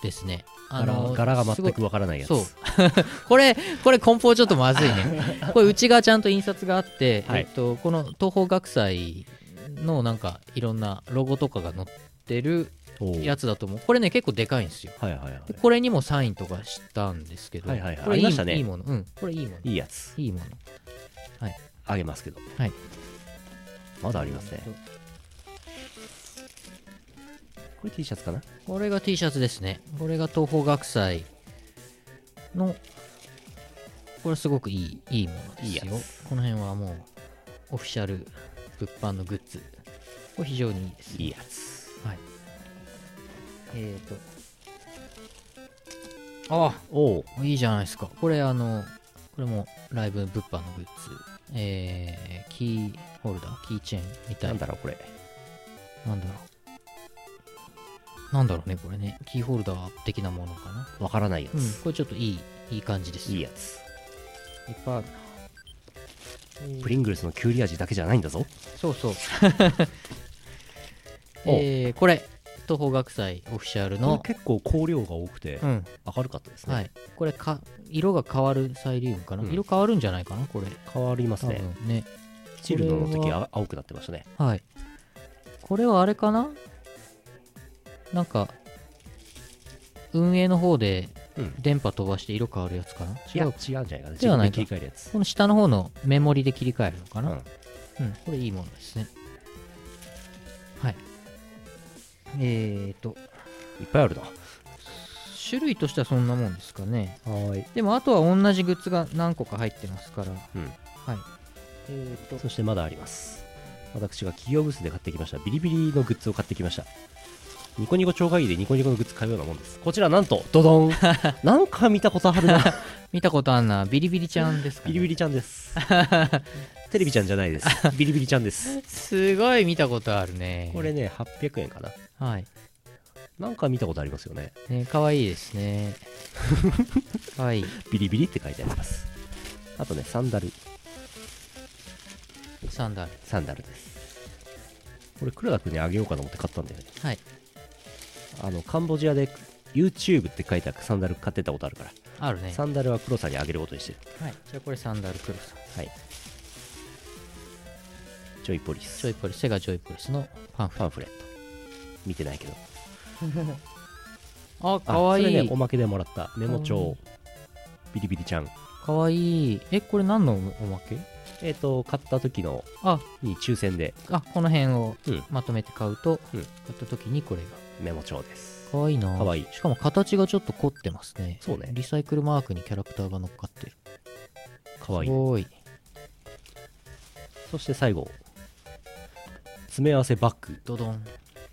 B: ですねあ
C: 柄
B: の
C: 柄が
B: すご
C: 全
B: い
C: くわからないやつ
B: そう これこれ梱包ちょっとまずいね これ内側ちゃんと印刷があって、
C: はい
B: えっと、この東方学祭のなんかいろんなロゴとかが載ってる
C: おう
B: やつだと思うこれね結構でかいんですよ
C: はいはいはい
B: でこれにもサインとかしたんですけど、
C: はいはいはい
B: これい
C: あり
B: い
C: ましたね
B: いいものうんこれいいもの
C: いいやつ
B: いいものはい
C: あげますけど
B: はい
C: まだありますねこれ T シャツかな
B: これが T シャツですねこれが東方学祭のこれすごくいいいいものですよ
C: いいや
B: この辺はもうオフィシャル物販のグッズこれ非常にいいです
C: いいやつ
B: はいえーとあ
C: おお
B: いいじゃないですかこれあのこれもライブ物販のグッズえー、キーホルダーキーチェーンみたいなん
C: なだろうこれ
B: なんだろう。なんだろうね、これね。キーホルダー的なものかな。
C: わからないや
B: うん、
C: つ、
B: これちょっといい、いい感じですよ。
C: いいやつ
B: いっぱいある
C: プリングルスのキュウリ味だけじゃないんだぞ
B: そうそう。
C: お
B: えー、これ、東方学祭オフィシャルの
C: こ、れ結構香料が多くて
B: うん、
C: 明るかったですね、
B: はい。これか、色が変わるサイリウムかな。
C: うん
B: 色変わるんじゃないかな、これ。
C: 変わります
B: 多
C: ね
B: 分ね。
C: チルドの
B: こ
C: 時
B: れは
C: あ青くなってましたね
B: はい。これはあれかななんか、運営の方で
C: うん
B: 電波飛ばして色変わるやつかな、
C: いや
B: 違
C: 違
B: う
C: うんじゃないかな
B: ではないか
C: 自分で切り替えるやつ
B: この下の方のメモリで切り替えるのか
C: う
B: な、
C: ん
B: うん、これいいものですね。はい。えーと、
C: いっぱいあるな
B: 種類としてはそんなもんですかね。
C: はい、
B: でも、あとは同じグッズが何個か入ってますから。は
C: うん、
B: い。えーと、
C: そしてまだあります私が企業ブースで買ってきましたビリビリのグッズを買ってきましたニコニコ超会議でニコニコのグッズ買うようなもんですこちらなんとドド ンなんか見たことあるな
B: 見たことあんな、ビリビリちゃんですか、ね、
C: ビリビリちゃんです テレビちゃんじゃないですビリビリちゃんです
B: すごい見たことあるね。
C: これ。ね800円かな
B: はい。
C: なんか見たことありますよね
B: ね、かわいいです ね。かわいい。
C: ビリビリって書いてありますあとねサンダル
B: サンダル。
C: サンダルですこれ黒田君にあげようかと思って買ったんだよね
B: はい。
C: あのカンボジアで YouTube って書いたサンダル買ってたことあるから、
B: あるね。
C: サンダルは黒さんにあげることにしてる
B: はい。じゃあ、これサンダルクロス。
C: はいジョイポリス
B: ジョイポリス、セガジョイポリスのパンフ
C: パ
B: レ
C: ンフレット見てないけど
B: あ、
C: あ
B: かわい
C: それ
B: い
C: ねお。まけでもらったメモ
B: かわい
C: 帳
B: い
C: ビリビリちゃん
B: かわいい。え、これ何のおまけ
C: えっ、と買った時の
B: あ、
C: に抽選で、
B: あ、この辺を
C: うん
B: まとめて買うと、
C: うん
B: 買った時にこれが。
C: メモ帳です
B: かわいいな。
C: かわいい
B: しかも形がちょっと凝ってますね。
C: そうね
B: リサイクルマークにキャラクターが乗っかってる。
C: かわい
B: す
C: い
B: ごい。
C: そして最後詰め合わせバッグ
B: ドドン。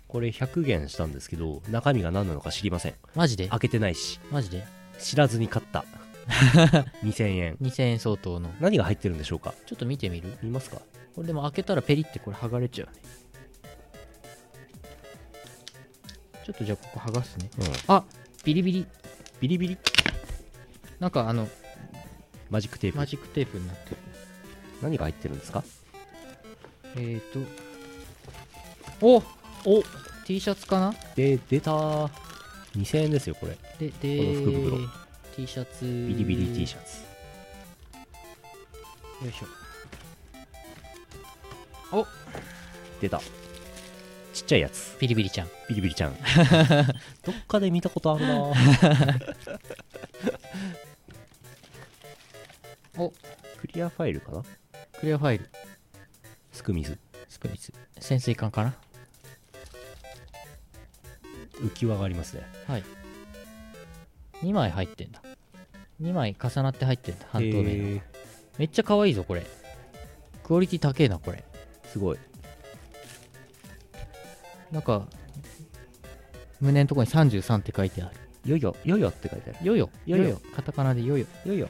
C: これ100元したんですけど中身が何なのか知りません
B: マジで
C: 開けてないし
B: マジで
C: 知らずに買った 2000円
B: ?2000 円相当の。
C: 何が入ってるんでしょうか
B: ちょっと見てみる
C: 見ますか
B: これでも開けたらペリってこれ剥がれちゃうね。ちょっとじゃあここ剥がすね。
C: うん
B: あビリビリ。
C: ビリビリ
B: なんかあの、
C: マジックテー
B: マ
C: プ
B: ジックテープになってる。
C: 何が入ってるんですか
B: えーと。おお !T シャツかな
C: で出たー2000円ですよこれ
B: で、で、
C: の福袋
B: T シャツ。
C: ビリビリ T シ
B: ャ
C: ャツ
B: ツ。よいしょ。お
C: 出たちっちゃいやつ
B: ビリビリちゃん。
C: ビリビ リちゃんどっかで見たことあるなー
B: お
C: クリアファイルかな
B: クリアファイル。
C: スクミズ
B: スクミス。潜水艦かな
C: 浮き輪がありますね
B: はい。2枚入ってんだ。2枚重なって入ってんだ。半透
C: へ
B: 明の。
C: ー
B: めっちゃ可愛いぞ、これ。クオリティ高えな、これ。
C: すごい
B: なんか、胸のところに33って書いてある。
C: ヨヨヨヨって書いてある
B: よよ。
C: よ
B: よ
C: よ
B: よ。カタカナでよよ。
C: ヨヨ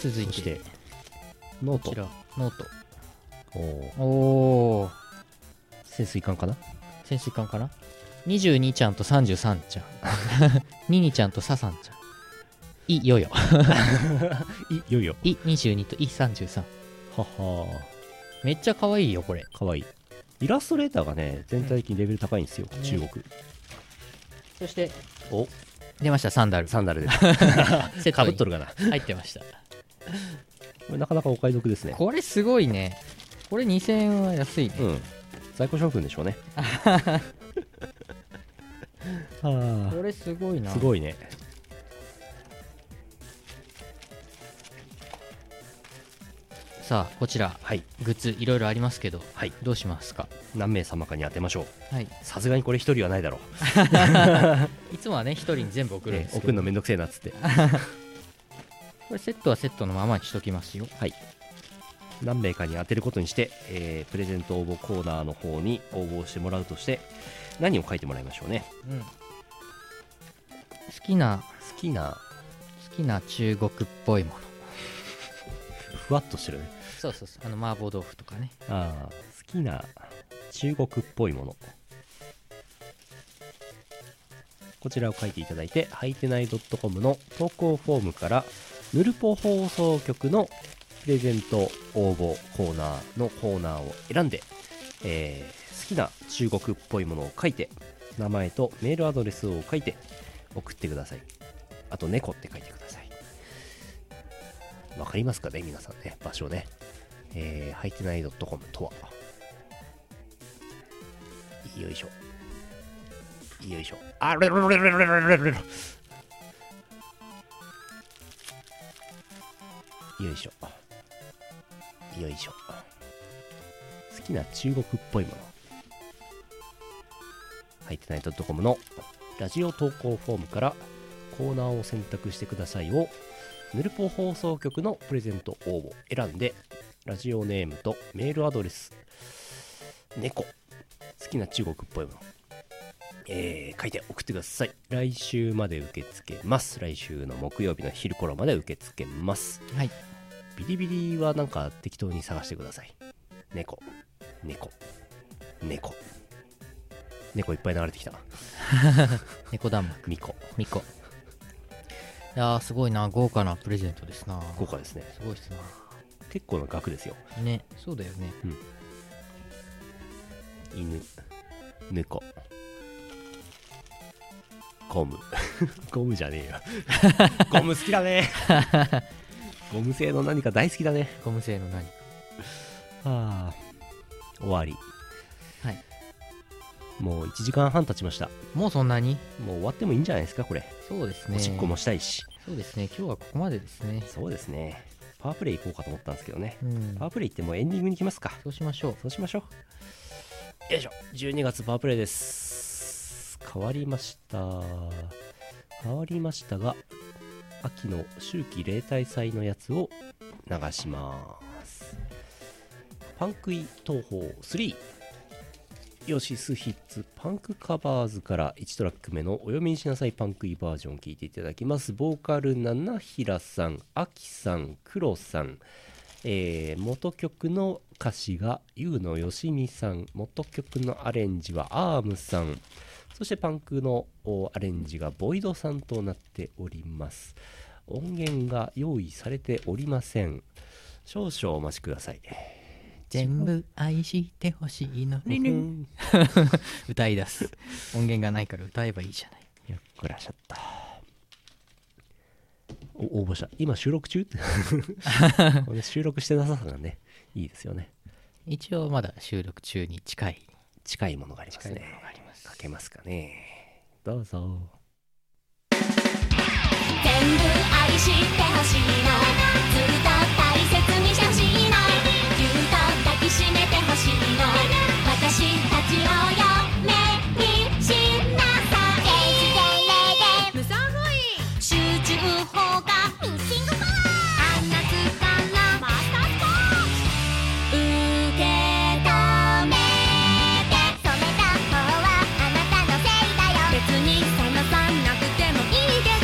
B: 続い
C: そ
B: て。
C: してノー
B: こち
C: ト
B: ら、ノート。
C: おー
B: おー、
C: 潜水艦かな
B: 潜水艦かな ?22 ちゃんと33ちゃん。 ニニちゃんとササンちゃん。いよよ。
C: いヨヨ
B: い22とい33。
C: はは
B: めっちゃ可愛いよ、これ。
C: かわいいイラストレーターがね全体的にレベル高いんですよ、
B: うん
C: 中国
B: そして、
C: お
B: 出ました、サンダル。
C: サンダルです
B: セッ
C: か
B: ト
C: ぶっ
B: に
C: とるかなこ
B: 入ってました。
C: れなかなかお買い得ですね
B: これすごいね。これ2000円は安いね。
C: うん在庫処分で しょうねあ
B: これすごい
C: あ
B: な。
C: すごいね
B: さあこちら
C: はい
B: グッズいろいろありますけど
C: はい
B: どうしますか
C: 何名様かに当てましょう
B: はい
C: さすがにこれ一人はないだろう
B: いつもはね一人に全部送るん
C: え
B: で
C: ー
B: す
C: 送
B: け
C: る
B: ど、
C: のめんどくせえなっつって
B: これセットはセットのままにしときますよ
C: 何名かに当てることにして、えープレゼント応募コーナーの方に応募してもらうとして何を書いてもらいましょうね
B: うん好きな
C: 好きな
B: 好きな中国っぽいもの
C: ふわっとしてるね
B: そうそうそうあの麻婆豆腐とかね
C: ああ好きな中国っぽいものこちらを書いていただいてはいてない .com の投稿フォームからぬるぽ放送局のプレゼント応募コーナーのコーナーを選んで、えー好きな中国っぽいものを書いて名前とメールアドレスを書いて送ってくださいあと猫って書いてくださいわかりますかね皆さんね場所ねえー、はいてない .com とは。よいしょ。よいしょ。あれれれれれれれれれよいしょ。よいしょ。好きな中国っぽいもの。はいてない .com のラジオ投稿フォームからコーナーを選択してくださいをぬるぽ放送局のプレゼント応募選んでラジオネームとメールアドレス猫好きな中国っぽいものえー書いて送ってください来週まで受け付けます来週の木曜日の昼頃まで受け付けます
B: はい
C: ビリビリはなんか適当に探してください猫猫猫猫いっぱい流れてきた
B: 猫弾幕
C: ミコ
B: みこいやーすごいな豪華なプレゼントですな
C: 豪華ですね
B: すごいっす
C: 結構な額ですよ
B: なねそうだよね
C: 犬猫ゴム ゴムじゃね えよゴム好きだねゴム製の何か大好きだね
B: ゴム製の何
C: ああ終わり
B: はい
C: もう1時間半経ちました
B: もうそんなに
C: もう終わってもいいんじゃないですかこれ
B: そうですね
C: おしっこもしたいし
B: そうですね今日はここまでですね
C: そうですねパワープレイ行こうかと思ったんですけどね
B: うん
C: パワープレイってもうエンディングに行きますか
B: そうしましょう
C: そうしましょう。よいしょ。12月パワープレイです。変わりました。変わりましたが、秋の秋季例大祭のやつを流します。パンクイ東宝3。ヨシスヒッツパンクカバーズから1トラック目のお読みしなさいパンクイバージョン聞いていただきます。ボーカル七平さん、アキさん、クロさん、えー元曲の歌詞がゆうのよしみさん元曲のアレンジはアームさんそしてパンクのおアレンジがボイドさんとなっております音源が用意されておりません少々お待ちください
B: 全部愛してほしいのに
C: うん
B: 歌い出す音源がないから歌えばいいじゃない
C: よっこらしちゃったお応募した今 収録中これ収録してなさそうなんでいいですよね
B: 一応まだ収録中に近い
C: 近いものがありますね
B: 近いものがあります
C: かけますかねどうぞ
G: 全部愛してほしいのずっと大切にしてほしいのぎゅっと抱きしめてほしいの私たちを嫁にしなさいデジデレで無双封印集中砲火ピンシングパワーあんなからマスタースポーツ受け止めて染めた方はあなたのせいだよ別にそのさなくてもいいです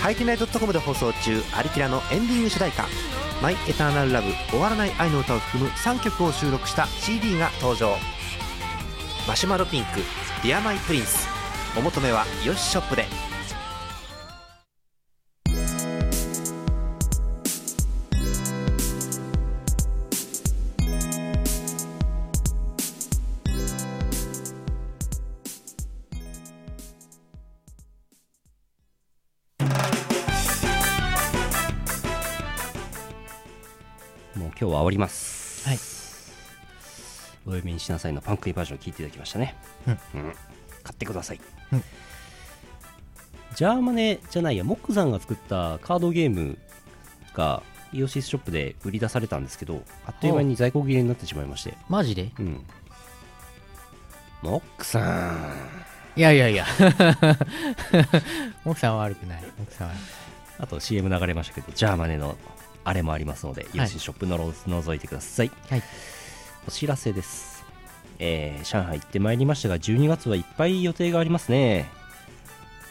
H: ハイティナイドットコムで放送中アリキラのエンディング主題歌「マイ・エターナル・ラブ終わらない愛の歌」を含む3曲を収録した CD が登場マシュマロピンク「ディア・マイ・プリンス」お求めはイオシショップで
C: もう今日は終わります
B: はい
C: お読みにしなさいのパンクイバージョン聞いていただきましたね、うん買ってください、
B: うん
C: ジャーマネじゃないやモックさんが作ったカードゲームがイオシスショップで売り出されたんですけどあっという間に在庫切れになってしまいまして
B: マジで
C: うんモックさん
B: いやいやいや 奥さんは悪くない奥さんは
C: あと CM 流れましたけどジャーマネのあれもありますので、イオシスショップのろ覗いてください
B: はい
C: お知らせです、えー上海行ってまいりましたが12月はいっぱい予定がありますね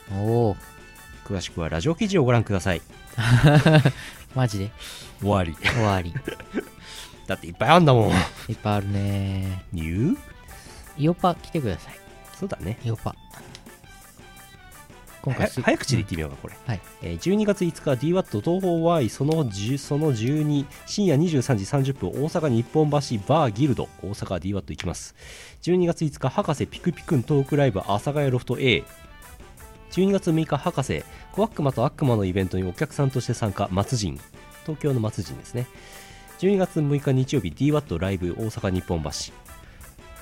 B: おお
C: 詳しくはラジオ記事をご覧ください
B: マジで
C: 終わり
B: 終わり
C: だっていっぱいあんだもん
B: いっぱいあるね
C: 言う
B: イオパ来てください
C: そうだね
B: イオパ今
C: は
B: 回
C: や
B: す
C: 早口で言ってみようかこれ、
B: はい
C: えー12月5日 DWAT 東方 Y その10その12深夜23時30分大阪日本橋バーギルド大阪 DWAT 行きます12月5日博士ピクピクントークライブ阿佐ヶ谷ロフト A 12月6日博士小悪魔と悪魔のイベントにお客さんとして参加松陣東京の松陣ですね12月6日日曜日 DWAT ライブ大阪日本橋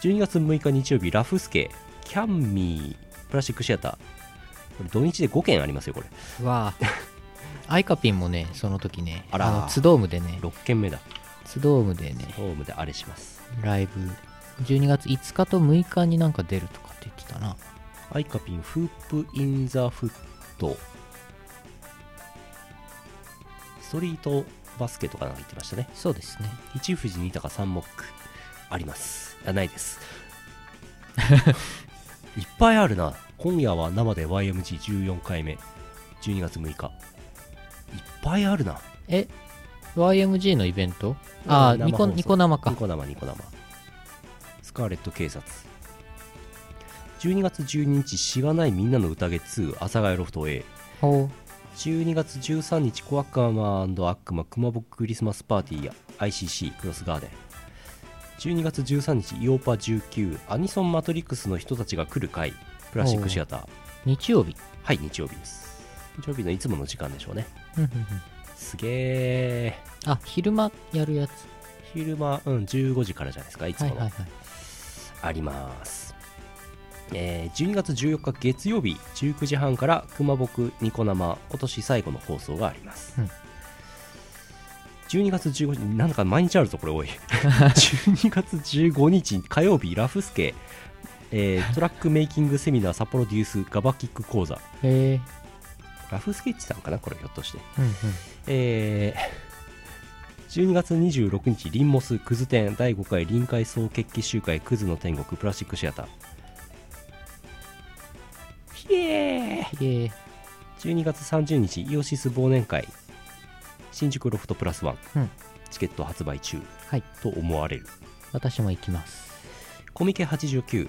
C: 12月6日日曜日ラフスケキャンミープラスチックシアターこれ土日で5件ありますよこれ
B: うわあアイカピンもねその時ね
C: あらー
B: のツドームでね
C: 6件目だ
B: ツドームでね
C: ホームであれします
B: ライブ12月5日と6日になんか出るとかって言ってたな
C: アイカピンフープインザフットストリートバスケとかなんか言ってましたね
B: そうですね
C: 一富士二鷹三目ありますあないですいっぱいあるな今夜は生で YMG14 回目12月6日いっぱいあるな
B: え YMG のイベントああ
C: 生
B: ニコ
C: 放送
B: ニコ生
C: ニ
B: か
C: コ生ニコ生スカーレット警察12月12日しがないみんなの宴2阿佐ヶ谷ロフト A
B: ほ
C: 12月13日コアカマ悪魔熊僕クリスマスパーティーや ICC クロスガーデン12月13日イオパ19アニソンマトリックスの人たちが来る会プラスチックシアター
B: う日曜日
C: はい日曜日です日曜日のいつもの時間でしょうね
B: うんうんうん
C: すげえ
B: あ昼間やるやつ
C: 昼間、うん、15時からじゃないですかいつ
B: は
C: も
B: い
C: の、
B: はいはい
C: あります、えー12月14日月曜日19時半から熊僕ニコ生今年最後の放送があります、
B: うん
C: 12月15日なんだか毎日あるぞこ れ多い12月15日火曜日ラフスケ、えートラックメイキングセミナー札幌デュースガバキック講座
B: へえ
C: ラフスケッチさんかなこれひょっとして
B: うんうん
C: えー12月26日、リンモスクズ展第5回臨海総決起集会クズの天国プラスチックシアター。ひえ
B: きれい
C: ー !12 月30日、イオシス忘年会新宿ロフトプラスワン、
B: うん
C: チケット発売中
B: はい
C: と思われる。
B: 私も行きます
C: コミケ89、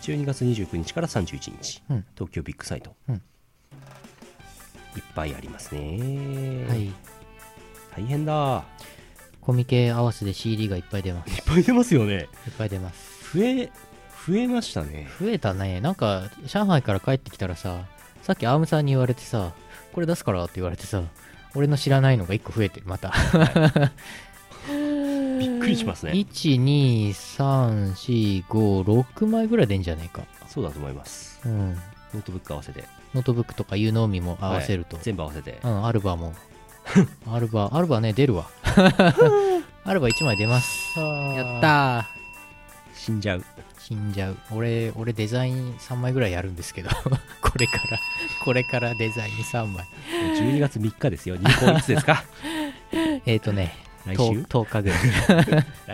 C: 12月29日から31日、
B: うん
C: 東京ビッグサイト。
B: うん
C: いっぱいありますね。
B: はい
C: 大変だ。
B: コミケ合わせで CD がいっぱい出ますい
C: いっぱい出ますよね。
B: っぱい出ます
C: 増え増えましたね
B: 増えたねなんか上海から帰ってきたらささっきアームさんに言われてさこれ出すからって言われてさ俺の知らないのが1個増えてまた
C: びっくりしますね
B: 12345枚ぐらい出んじゃねえか
C: そうだと思います
B: うん
C: ノートブック合わせて
B: ノートブックとかユーノーミも合わせると、
C: はい全部合わせて
B: うんアルバ もアルバアルバね出るわアルバ1枚出ますやったー
C: 死んじゃう
B: 死んじゃう俺俺デザイン3枚ぐらいやるんですけど これからこれからデザイン3枚
C: 12月3日ですよ入稿いつですか
B: えっ、ー、 とね
C: 来
B: 10,
C: 週
B: 10日ぐらい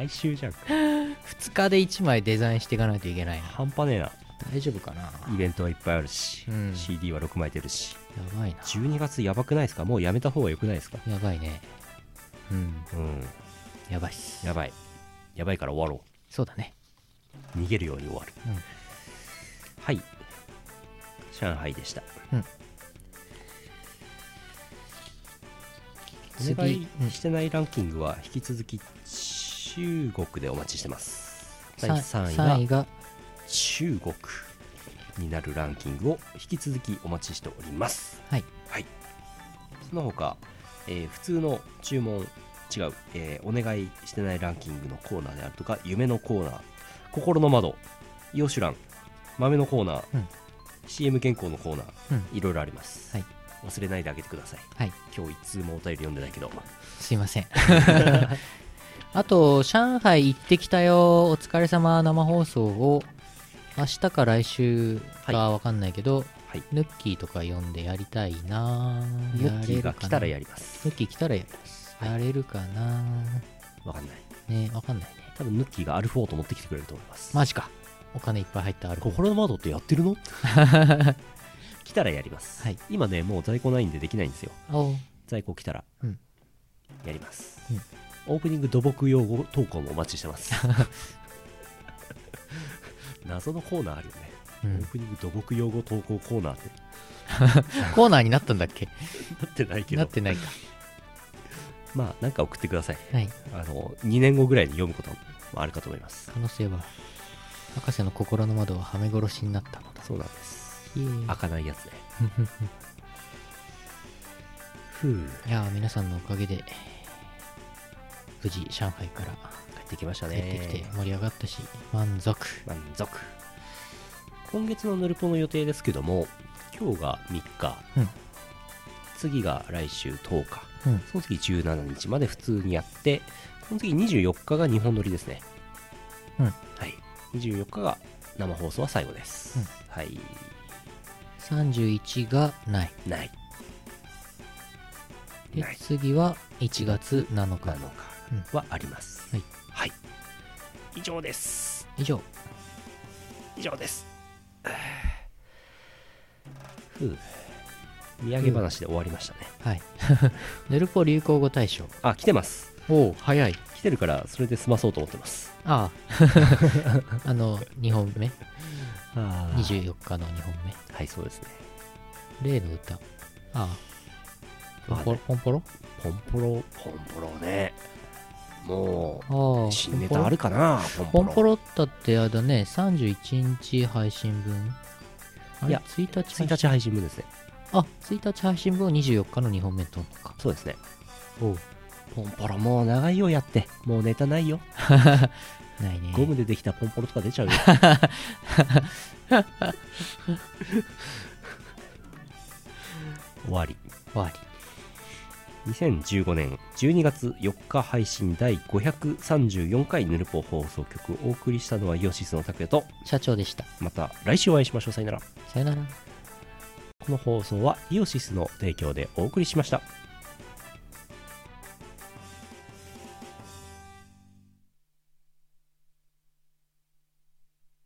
C: 来週じゃん
B: 2日で1枚デザインしていかないといけないな
C: 半端ねえな
B: 大丈夫かなや
C: イベントはいっぱいあるし、
B: うん
C: CD は6枚出るし
B: ばいな
C: 12月やばくないですかもうやめた方がよくないですか
B: やばいねうん
C: うん
B: やばいっす
C: やばいやばいから終わろ
B: そうだね
C: う逃げるように終わる、
B: うん
C: はい上海でしたお願い
B: 次、うん
C: してないランキングは引き続き中国でお待ちしてます第
B: さ
C: 3位が
B: 三位が
C: 中国になるランキングを引き続きお待ちしております
B: はい
C: その他、えー普通の注文違う、えーお願いしてないランキングのコーナーであるとか夢のコーナー心の窓ヨシュラン豆のコーナー、
B: うん
C: CM 原稿のコーナー、
B: う
C: いろいろあります、
B: はい
C: 忘れないであげてください
B: はい
C: 今日一通もお便り読んでないけど
B: すいません あと上海行ってきたよお疲れ様生放送を明日か来週かわかんないけど、
C: はい
B: ヌッキーとか呼んでやりたいな
C: ヌッキーが来たらや
B: り
C: ります
B: ヌッキー来たらやりますやれるかな
C: わかんない
B: ねわかんないね
C: 多分ヌッキーがアルフォート持ってきてくれると思います、
B: マジかお金いっぱい入ったある
C: 心の窓ってやって るの来たらやります、
B: はい
C: 今ねもう在庫ないんでできないんですよ
B: おう
C: 在庫来たら
B: うん
C: やります、
B: うん
C: オープニング土木用語投稿もお待ちしてます 謎のコーナーあるよね、
B: うん
C: オープニング土木用語投稿コーナーって
B: コーナーになったんだっけ
C: なってないけ ど
B: なってないか
C: まあなんか送ってください
B: はい
C: あの2年後ぐらいに読むこともあるかと思います
B: 可能性は博士の心の窓ははめ殺しになったのだ
C: そうなんです
B: イエーイ
C: 開かないや つねふう
B: いやー皆さんのおかげで無事上海から
C: 帰ってきました
B: 帰
C: ね
B: ってきて盛り上がったし満足
C: 満足今月のヌルポの予定ですけども今日が3日、
B: うん
C: 次が来週10日、
B: うん
C: その次17日まで普通にやってその次24日が日本撮りですね、
B: うん
C: はい24日が生放送は最後です、
B: うん
C: はい
B: 31がない
C: ない
B: で
C: ない
B: 次は1月7
C: 7
B: 日う
C: 日
B: ん
C: はあります、
B: はい
C: はい、以上です
B: 以上
C: 以上です ふう土産話で終わりましたね
B: はい ヌルポ流行語大賞
C: あ来てます
B: おお早い
C: 来てるからそれで済まそうと思ってます
B: あ ああの2本目
C: あ
B: 24日の2本
C: はいそうですね
B: 目例の歌ああ
C: わ
B: ポ
C: か
B: ン
C: んな
B: ポ
C: い
B: ロポンポロ
C: ポンポロポンポロねも
B: ああ
C: う新ネタあるかな
B: ポ
C: ポ
B: ン
C: ン
B: ポ
C: ポロ
B: ロだってあれだね31日配信分あれ
C: いや
B: 1日配信
C: 1日配信分ですね
B: あ1日配信分を24日の2本目とのか
C: そうですね
B: おう
C: ポンポロもう長いよやってもうネタないよ
B: ないね
C: ゴムでできたポンポロとか出ちゃう よ終わり
B: 終わり
C: 2015年12月4日配信第534回ヌルポ放送局をお送りしたのはイオシスの拓也と
B: 社長でした
C: また来週お会いしましょうさよなら
B: さよなら
C: この放送はイオシスの提供でお送りしました